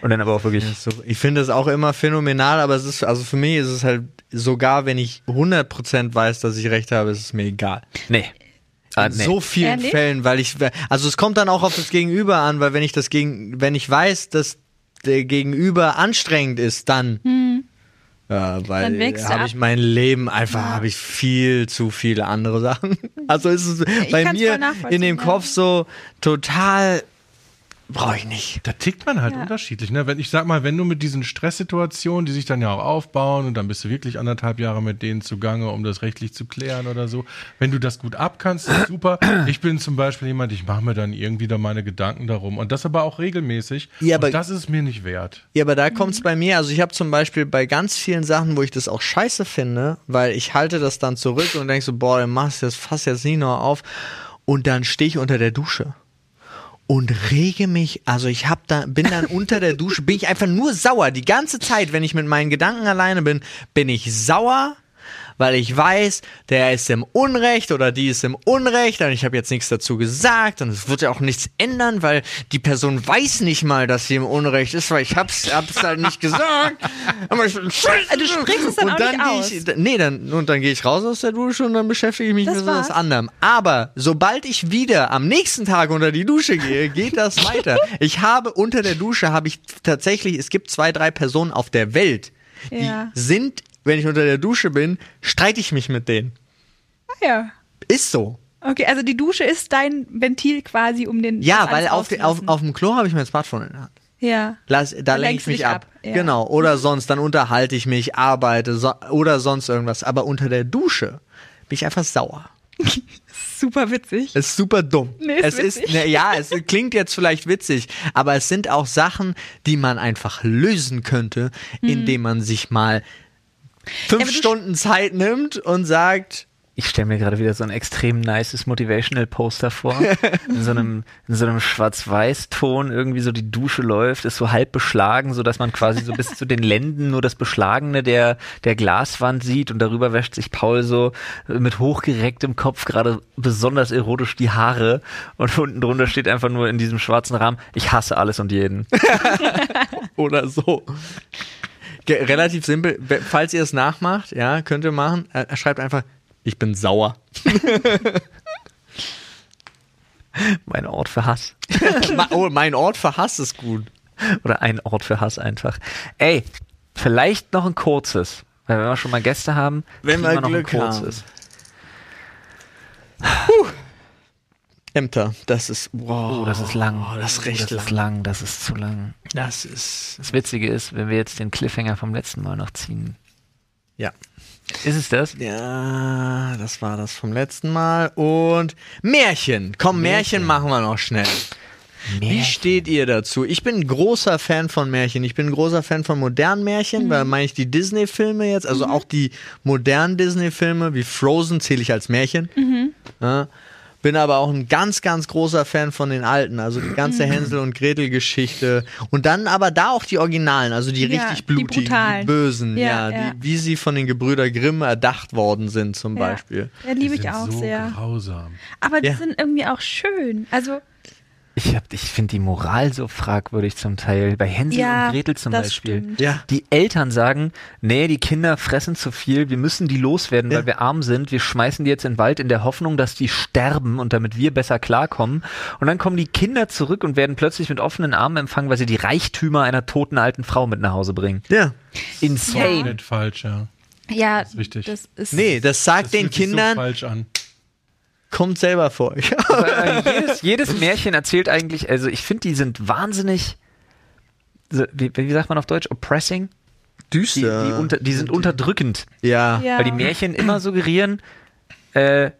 Speaker 1: Und dann aber auch wirklich,
Speaker 2: So, Also, ich finde es auch immer phänomenal, aber es ist, also für mich ist es halt, sogar wenn ich 100% weiß, dass ich recht habe, ist es mir egal.
Speaker 1: nee. Ah,
Speaker 2: In
Speaker 1: nee.
Speaker 2: so vielen
Speaker 4: Ehrlich?
Speaker 2: Fällen, weil ich, also es kommt dann auch auf das Gegenüber an, weil wenn ich das gegen, wenn ich weiß, dass der Gegenüber anstrengend ist, dann, ja,
Speaker 4: Hm. Dann
Speaker 2: weil
Speaker 4: wächst du
Speaker 2: habe
Speaker 4: ab.
Speaker 2: ich mein Leben einfach, habe ich viel zu viele andere Sachen. Also ist es bei
Speaker 4: kann's
Speaker 2: mir
Speaker 4: voll nachvollziehen,
Speaker 2: in dem
Speaker 4: ja.
Speaker 2: Kopf so total, brauche ich nicht.
Speaker 3: Da tickt man halt
Speaker 4: Ja.
Speaker 3: unterschiedlich. Ne? Wenn, ich sag mal, wenn du mit diesen Stresssituationen, die sich dann ja auch aufbauen und dann bist du wirklich anderthalb Jahre mit denen zugange, um das rechtlich zu klären oder so. Wenn du das gut abkannst, ist super. Ich bin zum Beispiel jemand, ich mache mir dann irgendwie da meine Gedanken darum. Und das aber auch regelmäßig.
Speaker 2: Ja, aber-
Speaker 3: und das ist mir nicht wert.
Speaker 2: Ja, aber da kommt's bei mir. Also ich habe zum Beispiel bei ganz vielen Sachen, wo ich das auch scheiße finde, weil ich halte das dann zurück und denk so, boah, dann machst du das fass jetzt nicht noch auf. Und dann stehe ich unter der Dusche und rege mich, also ich hab da, bin dann unter der Dusche, bin ich einfach nur sauer. Die ganze Zeit, wenn ich mit meinen Gedanken alleine bin, bin ich sauer, weil ich weiß, der ist im Unrecht oder die ist im Unrecht und ich habe jetzt nichts dazu gesagt und es wird ja auch nichts ändern, weil die Person weiß nicht mal, dass sie im Unrecht ist, weil ich hab's, hab's halt nicht gesagt. Aber ich, du sprichst
Speaker 4: Also es dann
Speaker 2: und
Speaker 4: auch
Speaker 2: dann
Speaker 4: nicht
Speaker 2: geh
Speaker 4: aus.
Speaker 2: Ich, nee, dann, und dann gehe ich raus aus der Dusche und dann beschäftige ich mich
Speaker 4: Das
Speaker 2: mit was
Speaker 4: war's.
Speaker 2: anderem. Aber sobald ich wieder am nächsten Tag unter die Dusche gehe, geht das weiter. Ich habe unter der Dusche habe ich tatsächlich, es gibt zwei, drei Personen auf der Welt, die
Speaker 4: Ja.
Speaker 2: sind wenn ich unter der Dusche bin, streite ich mich mit denen.
Speaker 4: Ah, ja.
Speaker 2: Ist so.
Speaker 4: Okay, also die Dusche ist dein Ventil quasi, um den.
Speaker 2: Ja,
Speaker 4: das
Speaker 2: weil
Speaker 4: alles
Speaker 2: auf, de- auf,
Speaker 4: rauszulassen.
Speaker 2: auf dem Klo habe ich mein Smartphone in der Hand.
Speaker 4: Ja.
Speaker 2: Lass, da lenke ich
Speaker 4: lenkst du
Speaker 2: mich
Speaker 4: dich
Speaker 2: ab.
Speaker 4: ab, ja.
Speaker 2: Genau. Oder sonst, dann unterhalte ich mich, arbeite so, oder sonst irgendwas. Aber unter der Dusche bin ich einfach sauer.
Speaker 4: Super witzig.
Speaker 2: Es ist super dumm.
Speaker 4: Nee, ist
Speaker 2: es ist,
Speaker 4: witzig.
Speaker 2: ne, ja, es klingt jetzt vielleicht witzig, aber es sind auch Sachen, die man einfach lösen könnte, indem man sich mal
Speaker 4: Mhm. aber
Speaker 2: fünf
Speaker 4: du-
Speaker 2: Stunden Zeit nimmt und sagt,
Speaker 1: Ich stelle mir gerade wieder so ein extrem nices Motivational Poster vor. In so einem, in so einem Schwarz-Weiß-Ton irgendwie so die Dusche läuft, ist so halb beschlagen, so dass man quasi so bis zu den Lenden nur das Beschlagene der, der Glaswand sieht und darüber wäscht sich Paul so äh, mit hochgerecktem Kopf gerade besonders erotisch die Haare und unten drunter steht einfach nur in diesem schwarzen Rahmen, ich hasse alles und jeden.
Speaker 2: oder so. Ge relativ simpel, We- falls ihr es nachmacht, ja, könnt ihr machen, äh, schreibt einfach, ich bin sauer.
Speaker 1: Mein Ort für Hass.
Speaker 2: Ma- oh, mein Ort für Hass ist gut.
Speaker 1: Oder ein Ort für Hass einfach. Ey, vielleicht noch ein kurzes. Weil wenn wir schon mal Gäste haben,
Speaker 2: Wenn
Speaker 1: kriegen
Speaker 2: wir
Speaker 1: noch
Speaker 2: Glück haben. Ämter, das ist, wow.
Speaker 1: Oh, das ist lang.
Speaker 2: Oh, das ist
Speaker 1: Oh,
Speaker 2: recht
Speaker 1: das ist lang. Das ist zu lang.
Speaker 2: Das ist,
Speaker 1: Das Witzige ist, wenn wir jetzt den Cliffhanger vom letzten Mal noch ziehen.
Speaker 2: ja.
Speaker 1: Ist es das?
Speaker 2: Ja, das war das vom letzten Mal. Und Märchen. Komm, Märchen, machen wir noch schnell. Wie steht ihr dazu? Ich bin ein großer Fan von Märchen. Ich bin ein großer Fan von modernen
Speaker 4: Mhm.
Speaker 2: Märchen, weil meine ich die Disney-Filme jetzt, also auch die modernen Disney-Filme wie Frozen zähle ich als Märchen.
Speaker 4: Mhm.
Speaker 2: Ja. Bin aber auch ein ganz, ganz großer Fan von den alten, also die ganze
Speaker 4: Mhm.
Speaker 2: Hänsel- und Gretel-Geschichte. Und dann aber da auch die Originalen, also die
Speaker 4: Ja,
Speaker 2: richtig
Speaker 4: die
Speaker 2: blutigen, die,
Speaker 4: brutalen.
Speaker 2: bösen, ja,
Speaker 4: Ja,
Speaker 2: die,
Speaker 4: ja.
Speaker 2: wie sie von den Gebrüder Grimm erdacht worden sind, zum Beispiel.
Speaker 4: Ja, ja liebe ich
Speaker 3: sind
Speaker 4: auch
Speaker 3: so
Speaker 4: sehr.
Speaker 3: grausam.
Speaker 4: Aber die
Speaker 2: Ja.
Speaker 4: sind irgendwie auch schön. Also,
Speaker 1: Ich, hab- ich finde die Moral so fragwürdig zum Teil. Bei Hänsel
Speaker 4: Ja,
Speaker 1: und Gretel zum
Speaker 4: das
Speaker 1: Beispiel.
Speaker 4: stimmt.
Speaker 2: Ja.
Speaker 1: Die Eltern sagen, nee, die Kinder fressen zu viel, wir müssen die loswerden, weil wir arm sind. Wir schmeißen die jetzt in den Wald in der Hoffnung, dass die sterben und damit wir besser klarkommen. Und dann kommen die Kinder zurück und werden plötzlich mit offenen Armen empfangen, weil sie die Reichtümer einer toten alten Frau mit nach Hause bringen.
Speaker 2: Ja.
Speaker 1: Insane.
Speaker 3: Komplett falsch, ja.
Speaker 4: ja,
Speaker 3: ist richtig.
Speaker 4: das ist.
Speaker 2: Nee, das sagt
Speaker 3: Das
Speaker 2: den
Speaker 3: fühlt sich
Speaker 2: Kindern,
Speaker 3: So falsch an.
Speaker 2: kommt selber vor euch.
Speaker 1: Weil, äh, jedes, jedes Märchen erzählt eigentlich, also ich finde, die sind wahnsinnig, so, wie, wie sagt man auf Deutsch, oppressing? Die, die, unter, die sind unterdrückend.
Speaker 2: ja.
Speaker 4: Ja.
Speaker 1: Weil die Märchen immer suggerieren, äh,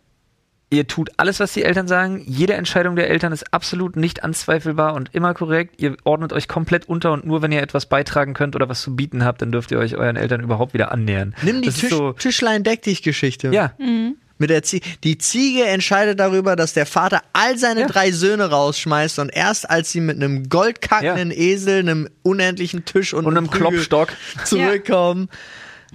Speaker 1: ihr tut alles, was die Eltern sagen. Jede Entscheidung der Eltern ist absolut nicht anzweifelbar und immer korrekt. Ihr ordnet euch komplett unter und nur wenn ihr etwas beitragen könnt oder was zu bieten habt, dann dürft ihr euch euren Eltern überhaupt wieder annähern.
Speaker 2: Nimm die
Speaker 1: das
Speaker 2: Tisch,
Speaker 1: ist so,
Speaker 2: Tischlein deck dich Geschichte.
Speaker 1: ja,
Speaker 4: Mhm.
Speaker 2: Mit der Zie die Ziege entscheidet darüber, dass der Vater all seine
Speaker 1: Ja.
Speaker 2: drei Söhne rausschmeißt und erst als sie mit einem goldkackenden Esel, einem unendlichen Tisch und,
Speaker 1: und einem
Speaker 2: Prügel
Speaker 1: Klopfstock.
Speaker 2: zurückkommen,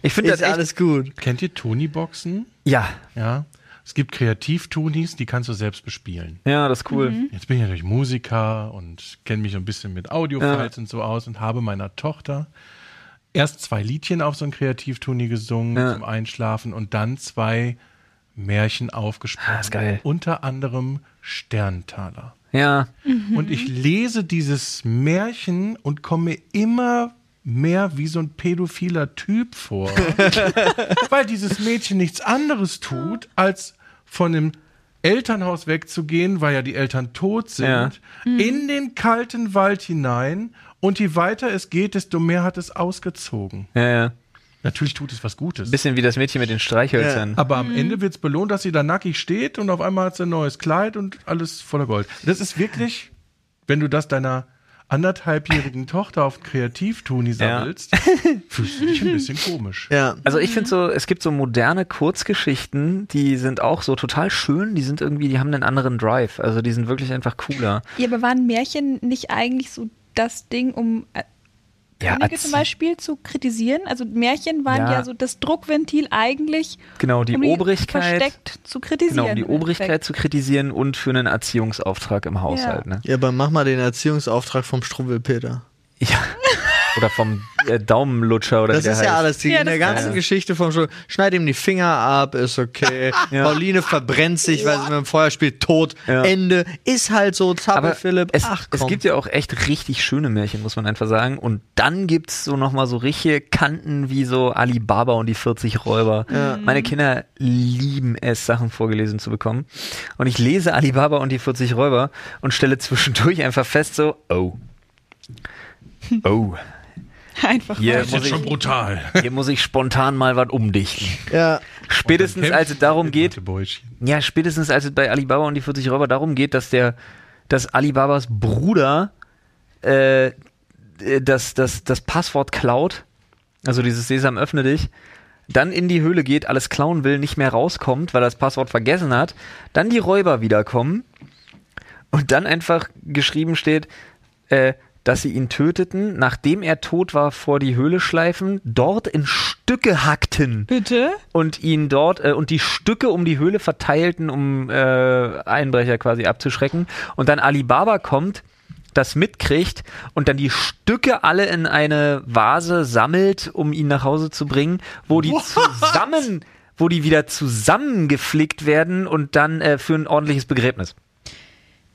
Speaker 1: Ich finde das
Speaker 2: ist
Speaker 1: echt,
Speaker 2: alles gut.
Speaker 3: Kennt ihr Toni-Boxen?
Speaker 1: ja,
Speaker 3: Ja. Es gibt Kreativ-Tonis, die kannst du selbst bespielen.
Speaker 1: ja, das ist cool.
Speaker 3: Jetzt bin ich natürlich Musiker und kenne mich so ein bisschen mit Audiofiles und so aus und habe meiner Tochter erst zwei Liedchen auf so ein Kreativtoni gesungen
Speaker 1: Ja.
Speaker 3: zum Einschlafen und dann zwei Märchen aufgesprochen.
Speaker 1: Ah, ist geil.
Speaker 3: Unter anderem Sterntaler.
Speaker 1: Ja,
Speaker 3: Und ich lese dieses Märchen und komme immer mehr wie so ein pädophiler Typ vor, weil dieses Mädchen nichts anderes tut, als von dem Elternhaus wegzugehen, weil ja die Eltern tot sind,
Speaker 1: Ja.
Speaker 3: in den kalten Wald hinein und je weiter es geht, desto mehr hat es ausgezogen.
Speaker 1: ja, ja.
Speaker 3: Natürlich tut es was Gutes.
Speaker 1: Bisschen wie das Mädchen mit den Streichhölzern.
Speaker 3: Mhm. Aber am Ende wird es belohnt, dass sie da nackig steht und auf einmal hat sie ein neues Kleid und alles voller Gold. Das ist wirklich, wenn du das deiner anderthalbjährigen Tochter auf Kreativtuni sammelst, fühlst du dich ein bisschen komisch.
Speaker 2: Ja.
Speaker 1: Also ich finde so, es gibt so moderne Kurzgeschichten, die sind auch so total schön, die sind irgendwie, die haben einen anderen Drive. Also die sind wirklich einfach cooler.
Speaker 4: Ja, aber waren Märchen nicht eigentlich so das Ding, um äh,
Speaker 1: Ja,
Speaker 4: Könige zum
Speaker 1: erzie-
Speaker 4: Beispiel zu kritisieren? Also Märchen waren
Speaker 1: Ja.
Speaker 4: ja, so das Druckventil eigentlich,
Speaker 1: Genau, die
Speaker 4: um
Speaker 1: Obrigkeit.
Speaker 4: versteckt zu kritisieren.
Speaker 1: Genau, um die
Speaker 4: im Endeffekt.
Speaker 1: Obrigkeit zu kritisieren und für einen Erziehungsauftrag im Haushalt.
Speaker 4: Ja.
Speaker 1: Ne?
Speaker 2: ja, aber mach mal den Erziehungsauftrag vom Struwwelpeter.
Speaker 1: Ja. Oder vom äh, Daumenlutscher oder
Speaker 2: Das
Speaker 1: wie der halt
Speaker 2: ist
Speaker 1: heißt.
Speaker 2: ja alles, die
Speaker 4: Ja,
Speaker 2: in
Speaker 4: das
Speaker 2: der
Speaker 4: ist
Speaker 2: ganzen
Speaker 4: alles.
Speaker 2: Geschichte vom Schuh. Schneid ihm die Finger ab, ist okay. Pauline verbrennt sich, weil sie mit dem Feuer spielt, tot.
Speaker 1: Ja.
Speaker 2: Ende. Ist halt so, Zappe
Speaker 1: Aber
Speaker 2: Philipp.
Speaker 1: es,
Speaker 2: Ach komm.
Speaker 1: es gibt ja auch echt richtig schöne Märchen, muss man einfach sagen. Und dann gibt's so nochmal so richtige Kanten wie so Alibaba und die 40 Räuber. Meine Kinder lieben es, Sachen vorgelesen zu bekommen. Und ich lese Alibaba und die 40 Räuber und stelle zwischendurch einfach fest so, oh. Oh,
Speaker 4: Einfach.
Speaker 1: hier
Speaker 3: Das ist
Speaker 1: muss
Speaker 3: jetzt
Speaker 1: ich,
Speaker 3: schon brutal.
Speaker 1: hier muss ich spontan mal was umdichten.
Speaker 2: ja.
Speaker 1: Spätestens als es darum geht,
Speaker 3: Bäuchchen.
Speaker 1: Ja, spätestens als es bei Alibaba und die 40 Räuber darum geht, dass der, dass Alibabas Bruder äh, äh, das, das, das Passwort klaut, also dieses Sesam öffne dich, dann in die Höhle geht, alles klauen will, nicht mehr rauskommt, weil er das Passwort vergessen hat, dann die Räuber wiederkommen und dann einfach geschrieben steht, äh, dass sie ihn töteten, nachdem er tot war, vor die Höhle schleifen, dort in Stücke hackten
Speaker 4: Bitte?
Speaker 1: und ihn dort äh, und die Stücke um die Höhle verteilten, um äh, Einbrecher quasi abzuschrecken. Und dann Alibaba kommt, das mitkriegt und dann die Stücke alle in eine Vase sammelt, um ihn nach Hause zu bringen, wo die zusammen, wo die wieder zusammengeflickt werden und dann äh, für ein ordentliches Begräbnis.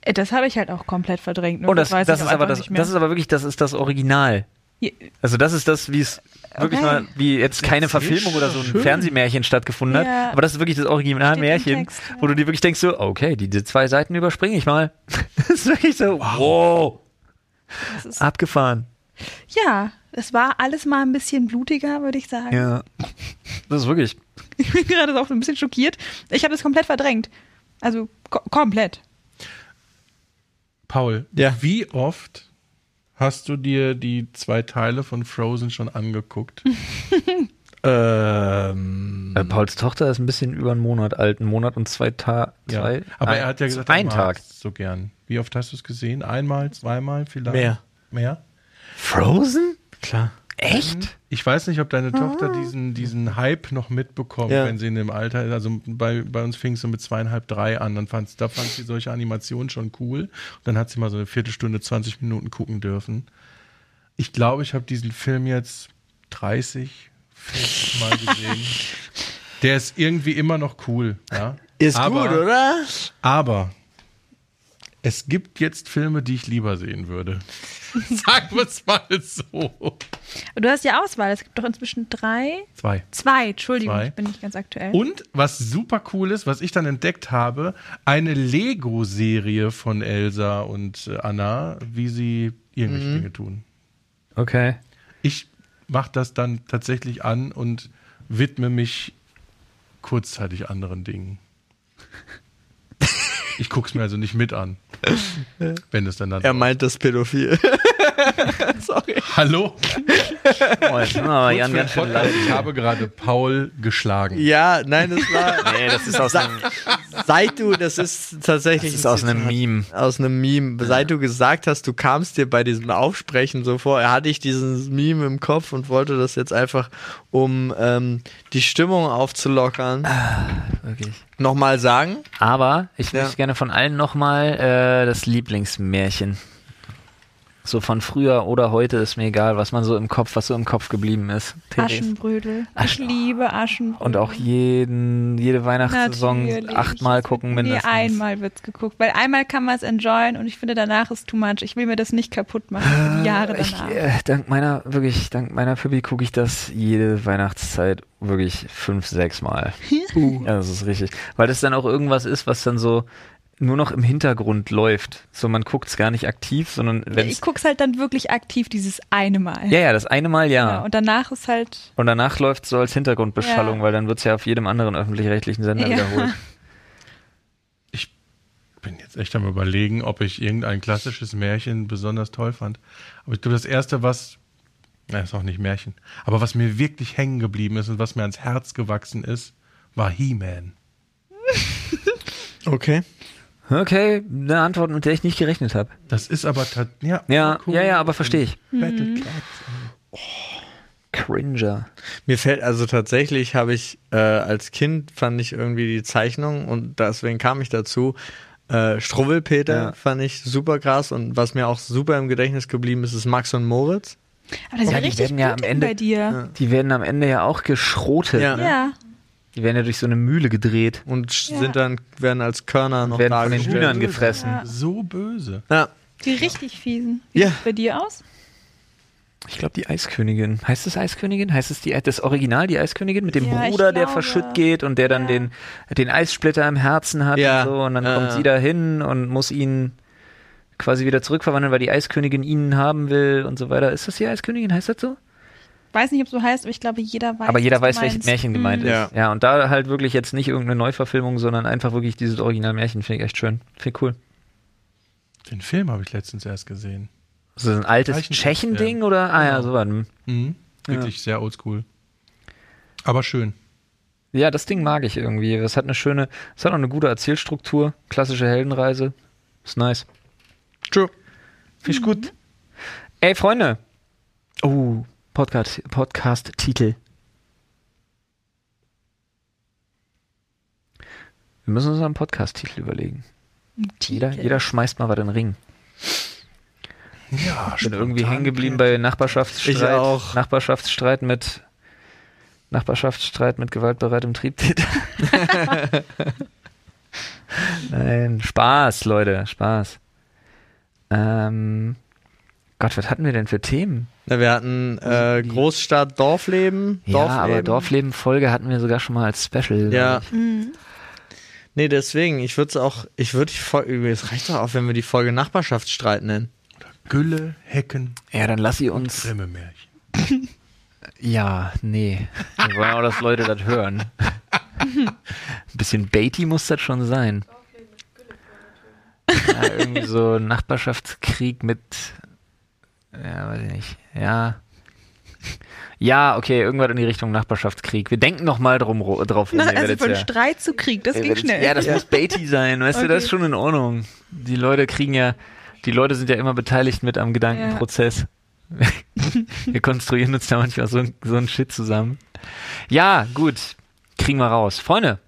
Speaker 4: Äh, Das habe ich halt auch komplett verdrängt. ne?
Speaker 1: Und Oh, das,
Speaker 4: weiß
Speaker 1: das,
Speaker 4: ich auch
Speaker 1: ist aber
Speaker 4: einfach
Speaker 1: das,
Speaker 4: nicht mehr.
Speaker 1: das ist aber wirklich, das ist das Original.
Speaker 4: Hier,
Speaker 1: Also das ist das, wie es wirklich
Speaker 4: Äh, Okay.
Speaker 1: mal, wie jetzt keine Verfilmung oder so ein Fernsehmärchen stattgefunden hat,
Speaker 4: Ja.
Speaker 1: aber das ist wirklich das
Speaker 4: Steht im
Speaker 1: Originalmärchen,
Speaker 4: Text,
Speaker 1: wo du dir wirklich denkst so, okay, diese zwei Seiten überspringe ich mal. das ist wirklich so, wow,
Speaker 4: das ist,
Speaker 1: abgefahren.
Speaker 4: ja, es war alles mal ein bisschen blutiger, würde ich sagen.
Speaker 1: Ja. Das ist wirklich.
Speaker 4: Ich bin gerade so auch ein bisschen schockiert. Ich habe das komplett verdrängt. Also ko komplett.
Speaker 3: Paul,
Speaker 2: Ja.
Speaker 3: wie oft hast du dir die zwei Teile von Frozen schon angeguckt?
Speaker 1: Hm.
Speaker 3: ähm,
Speaker 1: Äh, Pauls Tochter ist ein bisschen über einen Monat alt, einen Monat und zwei Tage.
Speaker 3: ja.
Speaker 1: Zwei,
Speaker 3: Aber
Speaker 1: ein-
Speaker 3: er hat ja gesagt,
Speaker 1: einen
Speaker 3: er
Speaker 1: Tag.
Speaker 3: mag's so gern. Wie oft hast du es gesehen? Einmal, zweimal, vielleicht?
Speaker 2: Mehr.
Speaker 3: Mehr? Mhm.
Speaker 1: Frozen?
Speaker 2: Klar.
Speaker 1: Echt?
Speaker 3: Ich weiß nicht, ob deine Tochter diesen, diesen Hype noch mitbekommt,
Speaker 2: Ja.
Speaker 3: wenn sie in dem Alter ist. Also bei, bei uns fing es so mit zweieinhalb, drei an. Dann fand's, da fand sie solche Animationen schon cool. Und dann hat sie mal so eine Viertelstunde, 20 Minuten gucken dürfen. Ich glaube, ich habe diesen Film jetzt 30, 40 Mal gesehen. Der ist irgendwie immer noch cool. Ja?
Speaker 2: Ist
Speaker 3: aber,
Speaker 2: gut, oder?
Speaker 3: Aber es gibt jetzt Filme, die ich lieber sehen würde. Sagen wir es mal so.
Speaker 4: Du hast ja Auswahl. Es gibt doch inzwischen drei.
Speaker 3: Zwei.
Speaker 4: Zwei, Entschuldigung,
Speaker 3: Zwei.
Speaker 4: ich bin nicht ganz aktuell.
Speaker 3: Und was super cool ist, was ich dann entdeckt habe, eine Lego-Serie von Elsa und äh, Anna, wie sie irgendwelche Dinge tun.
Speaker 1: Okay.
Speaker 3: Ich mache das dann tatsächlich an und widme mich kurzzeitig anderen Dingen. Ich guck's mir also nicht mit an, wenn es dann dann.
Speaker 2: Er meint das Pädophil. Sorry.
Speaker 3: Hallo,
Speaker 1: Oh, jetzt haben wir aber Jan ganz schön leid.
Speaker 3: ich habe gerade Paul geschlagen.
Speaker 2: Ja, nein, das war.
Speaker 1: Nee, das ist aus einem,
Speaker 2: Seit du, das ist tatsächlich.
Speaker 1: das ist aus einem Meme.
Speaker 2: aus einem Meme. Seit du gesagt hast, du kamst dir bei diesem Aufsprechen so vor, hatte ich dieses Meme im Kopf und wollte das jetzt einfach, um ähm, die Stimmung aufzulockern,
Speaker 1: Wirklich.
Speaker 2: nochmal sagen.
Speaker 1: Aber ich
Speaker 2: Ja.
Speaker 1: möchte gerne von allen nochmal äh, das Lieblingsmärchen. So von früher oder heute ist mir egal, was man so im Kopf, was so im Kopf geblieben ist. Therese.
Speaker 4: Aschenbrödel.
Speaker 1: Aschen-
Speaker 4: ich liebe Aschenbrödel.
Speaker 1: Und auch jeden, jede Weihnachtssaison
Speaker 4: Natürlich.
Speaker 1: achtmal gucken mindestens.
Speaker 4: Nee, einmal wird's geguckt, weil einmal kann man es enjoyen und ich finde, danach ist too much. Ich will mir das nicht kaputt machen für die Jahre
Speaker 1: Ich,
Speaker 4: danach.
Speaker 1: äh, dank meiner, wirklich, dank meiner Pippi gucke ich das jede Weihnachtszeit wirklich fünf, sechs Mal. Ja, das ist richtig. Weil das dann auch irgendwas ist, was dann so nur noch im Hintergrund läuft. So, man guckt es gar nicht aktiv, sondern wenn
Speaker 4: ich guck's halt dann wirklich aktiv dieses eine Mal.
Speaker 1: Ja, ja, das eine Mal ja.
Speaker 4: Ja, und danach ist halt
Speaker 1: Und danach läuft so als Hintergrundbeschallung,
Speaker 4: Ja.
Speaker 1: weil dann wird's ja auf jedem anderen öffentlich-rechtlichen Sender
Speaker 4: Ja.
Speaker 1: wiederholt.
Speaker 3: Ich bin jetzt echt am überlegen, ob ich irgendein klassisches Märchen besonders toll fand. Aber ich glaube, das erste, was, na, ist auch nicht Märchen, aber was mir wirklich hängen geblieben ist und was mir ans Herz gewachsen ist, war He-Man.
Speaker 2: Okay.
Speaker 1: Okay, eine Antwort, mit der ich nicht gerechnet habe.
Speaker 3: Das ist aber tat- ja,
Speaker 1: Ja,
Speaker 3: cool.
Speaker 1: ja, ja, aber verstehe ich.
Speaker 3: Battle Cats.
Speaker 1: Cringer.
Speaker 2: Mir fällt also tatsächlich, habe ich äh, als Kind fand ich irgendwie die Zeichnung und deswegen kam ich dazu. Äh, Struwwelpeter
Speaker 1: Ja.
Speaker 2: fand ich super krass und was mir auch super im Gedächtnis geblieben ist, ist Max und Moritz.
Speaker 4: Aber das
Speaker 1: Ja,
Speaker 4: ja,
Speaker 1: die
Speaker 4: richtig
Speaker 1: werden
Speaker 4: gut
Speaker 1: ja am Ende-
Speaker 4: bei dir.
Speaker 1: Die werden am Ende ja auch geschrotet.
Speaker 4: Ja.
Speaker 2: Ja.
Speaker 1: Die werden ja durch so eine Mühle gedreht.
Speaker 2: Und sch-
Speaker 4: Ja.
Speaker 2: sind dann, werden als Körner noch
Speaker 1: Werden von den
Speaker 2: dargestellt.
Speaker 1: Hühnern gefressen.
Speaker 3: So böse.
Speaker 2: Ja.
Speaker 4: die richtig fiesen. Wie
Speaker 2: Ja.
Speaker 4: sieht's bei dir aus?
Speaker 1: Ich glaube, die Eiskönigin. Heißt es Eiskönigin? Heißt es die, das Original, die Eiskönigin? Mit dem
Speaker 4: Ja, ich
Speaker 1: Bruder, der
Speaker 4: glaube.
Speaker 1: verschütt geht und der dann
Speaker 4: Ja.
Speaker 1: den, den Eissplitter im Herzen hat
Speaker 2: Ja.
Speaker 1: und so. Und dann
Speaker 2: Ja,
Speaker 1: kommt
Speaker 2: ja.
Speaker 1: sie da hin und muss ihn quasi wieder zurückverwandeln, weil die Eiskönigin ihn haben will und so weiter. Ist das die Eiskönigin? Heißt das so?
Speaker 4: Weiß nicht, ob so heißt, aber ich glaube, jeder weiß.
Speaker 1: Aber jeder
Speaker 4: was
Speaker 1: weiß,
Speaker 4: du
Speaker 1: welches
Speaker 4: meinst.
Speaker 1: Märchen gemeint
Speaker 2: Mhm.
Speaker 1: ist. Ja, und da halt wirklich jetzt nicht irgendeine Neuverfilmung, sondern einfach wirklich dieses Originalmärchen. Finde ich echt schön. Finde ich cool.
Speaker 3: Den Film habe ich letztens erst gesehen.
Speaker 1: Ist das ein altes
Speaker 3: Zeichen-
Speaker 1: Tschechending oder? Ah ja, so war hm.
Speaker 3: Mhm. Wirklich sehr oldschool. Aber schön.
Speaker 1: Ja, das Ding mag ich irgendwie. Es hat eine schöne, es hat auch eine gute Erzählstruktur, klassische Heldenreise. Ist nice.
Speaker 2: True.
Speaker 4: Mhm.
Speaker 1: Finde ich gut. Ey, Freunde. Oh, Podcast, Podcast-Titel. Wir müssen uns einen Podcast-Titel überlegen.
Speaker 4: Hm,
Speaker 1: Jeder,
Speaker 4: Titel.
Speaker 1: jeder schmeißt mal was in den Ring.
Speaker 3: Ja,
Speaker 1: Ich bin irgendwie hängen geblieben bei Nachbarschaftsstreit.
Speaker 2: Ich auch.
Speaker 1: Nachbarschaftsstreit mit Nachbarschaftsstreit mit gewaltbereitem Triebtäter. Nein, Spaß, Leute, Spaß. Ähm, Gott, was hatten wir denn für Themen?
Speaker 2: Na, wir hatten äh, Großstadt, Dorfleben. Dorfleben.
Speaker 1: Hm, Ja, aber Dorfleben-Folge hatten wir sogar schon mal als Special.
Speaker 2: Ja.
Speaker 1: glaub ich.
Speaker 2: Nee, deswegen, ich würde es auch, ich würde die Folge, es reicht doch auch, wenn wir die Folge Nachbarschaftsstreit nennen.
Speaker 3: Gülle, Hecken,
Speaker 1: Ja, dann lass sie uns.
Speaker 3: Grimme-Märchen.
Speaker 1: Ja, nee. Wir wollen auch, dass Leute das hören. Ein bisschen baity muss das schon sein. Ja, irgendwie so ein Nachbarschaftskrieg mit. Ja, weiß ich nicht. Ja. Ja, okay, irgendwas in die Richtung Nachbarschaftskrieg. Wir denken nochmal drum ru- drauf rum.
Speaker 4: Na,
Speaker 1: ihr
Speaker 4: also
Speaker 1: werdet's
Speaker 4: von
Speaker 1: ja-
Speaker 4: Streit zu Krieg, das
Speaker 1: ihr
Speaker 4: ging
Speaker 1: werdet's-
Speaker 4: schnell.
Speaker 1: Ja, das muss baity sein, weißt du, das ist
Speaker 4: Okay.
Speaker 1: schon in Ordnung. Die Leute kriegen ja, die Leute sind ja immer beteiligt mit am Gedankenprozess. Wir konstruieren uns da manchmal so, so einen Shit zusammen. Ja, gut. Kriegen wir raus. Freunde,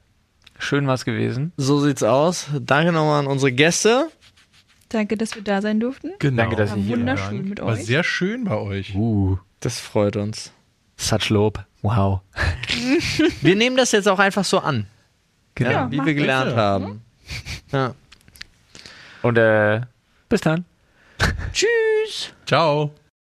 Speaker 1: schön war's gewesen.
Speaker 2: So sieht's aus. Danke nochmal an unsere Gäste.
Speaker 4: Danke, dass wir da sein durften.
Speaker 3: Genau.
Speaker 1: Danke, dass ihr hier
Speaker 4: wunderschön wart. mit
Speaker 3: War
Speaker 4: euch.
Speaker 3: sehr schön bei euch.
Speaker 1: Uh,
Speaker 2: Das freut uns.
Speaker 1: such Lob. Wow.
Speaker 2: Wir nehmen das jetzt auch einfach so an,
Speaker 1: Genau.
Speaker 4: Ja.
Speaker 2: wie
Speaker 4: mach
Speaker 2: wir gelernt
Speaker 3: bitte.
Speaker 2: haben. Ja.
Speaker 1: Und äh, bis dann.
Speaker 2: Tschüss.
Speaker 3: Ciao.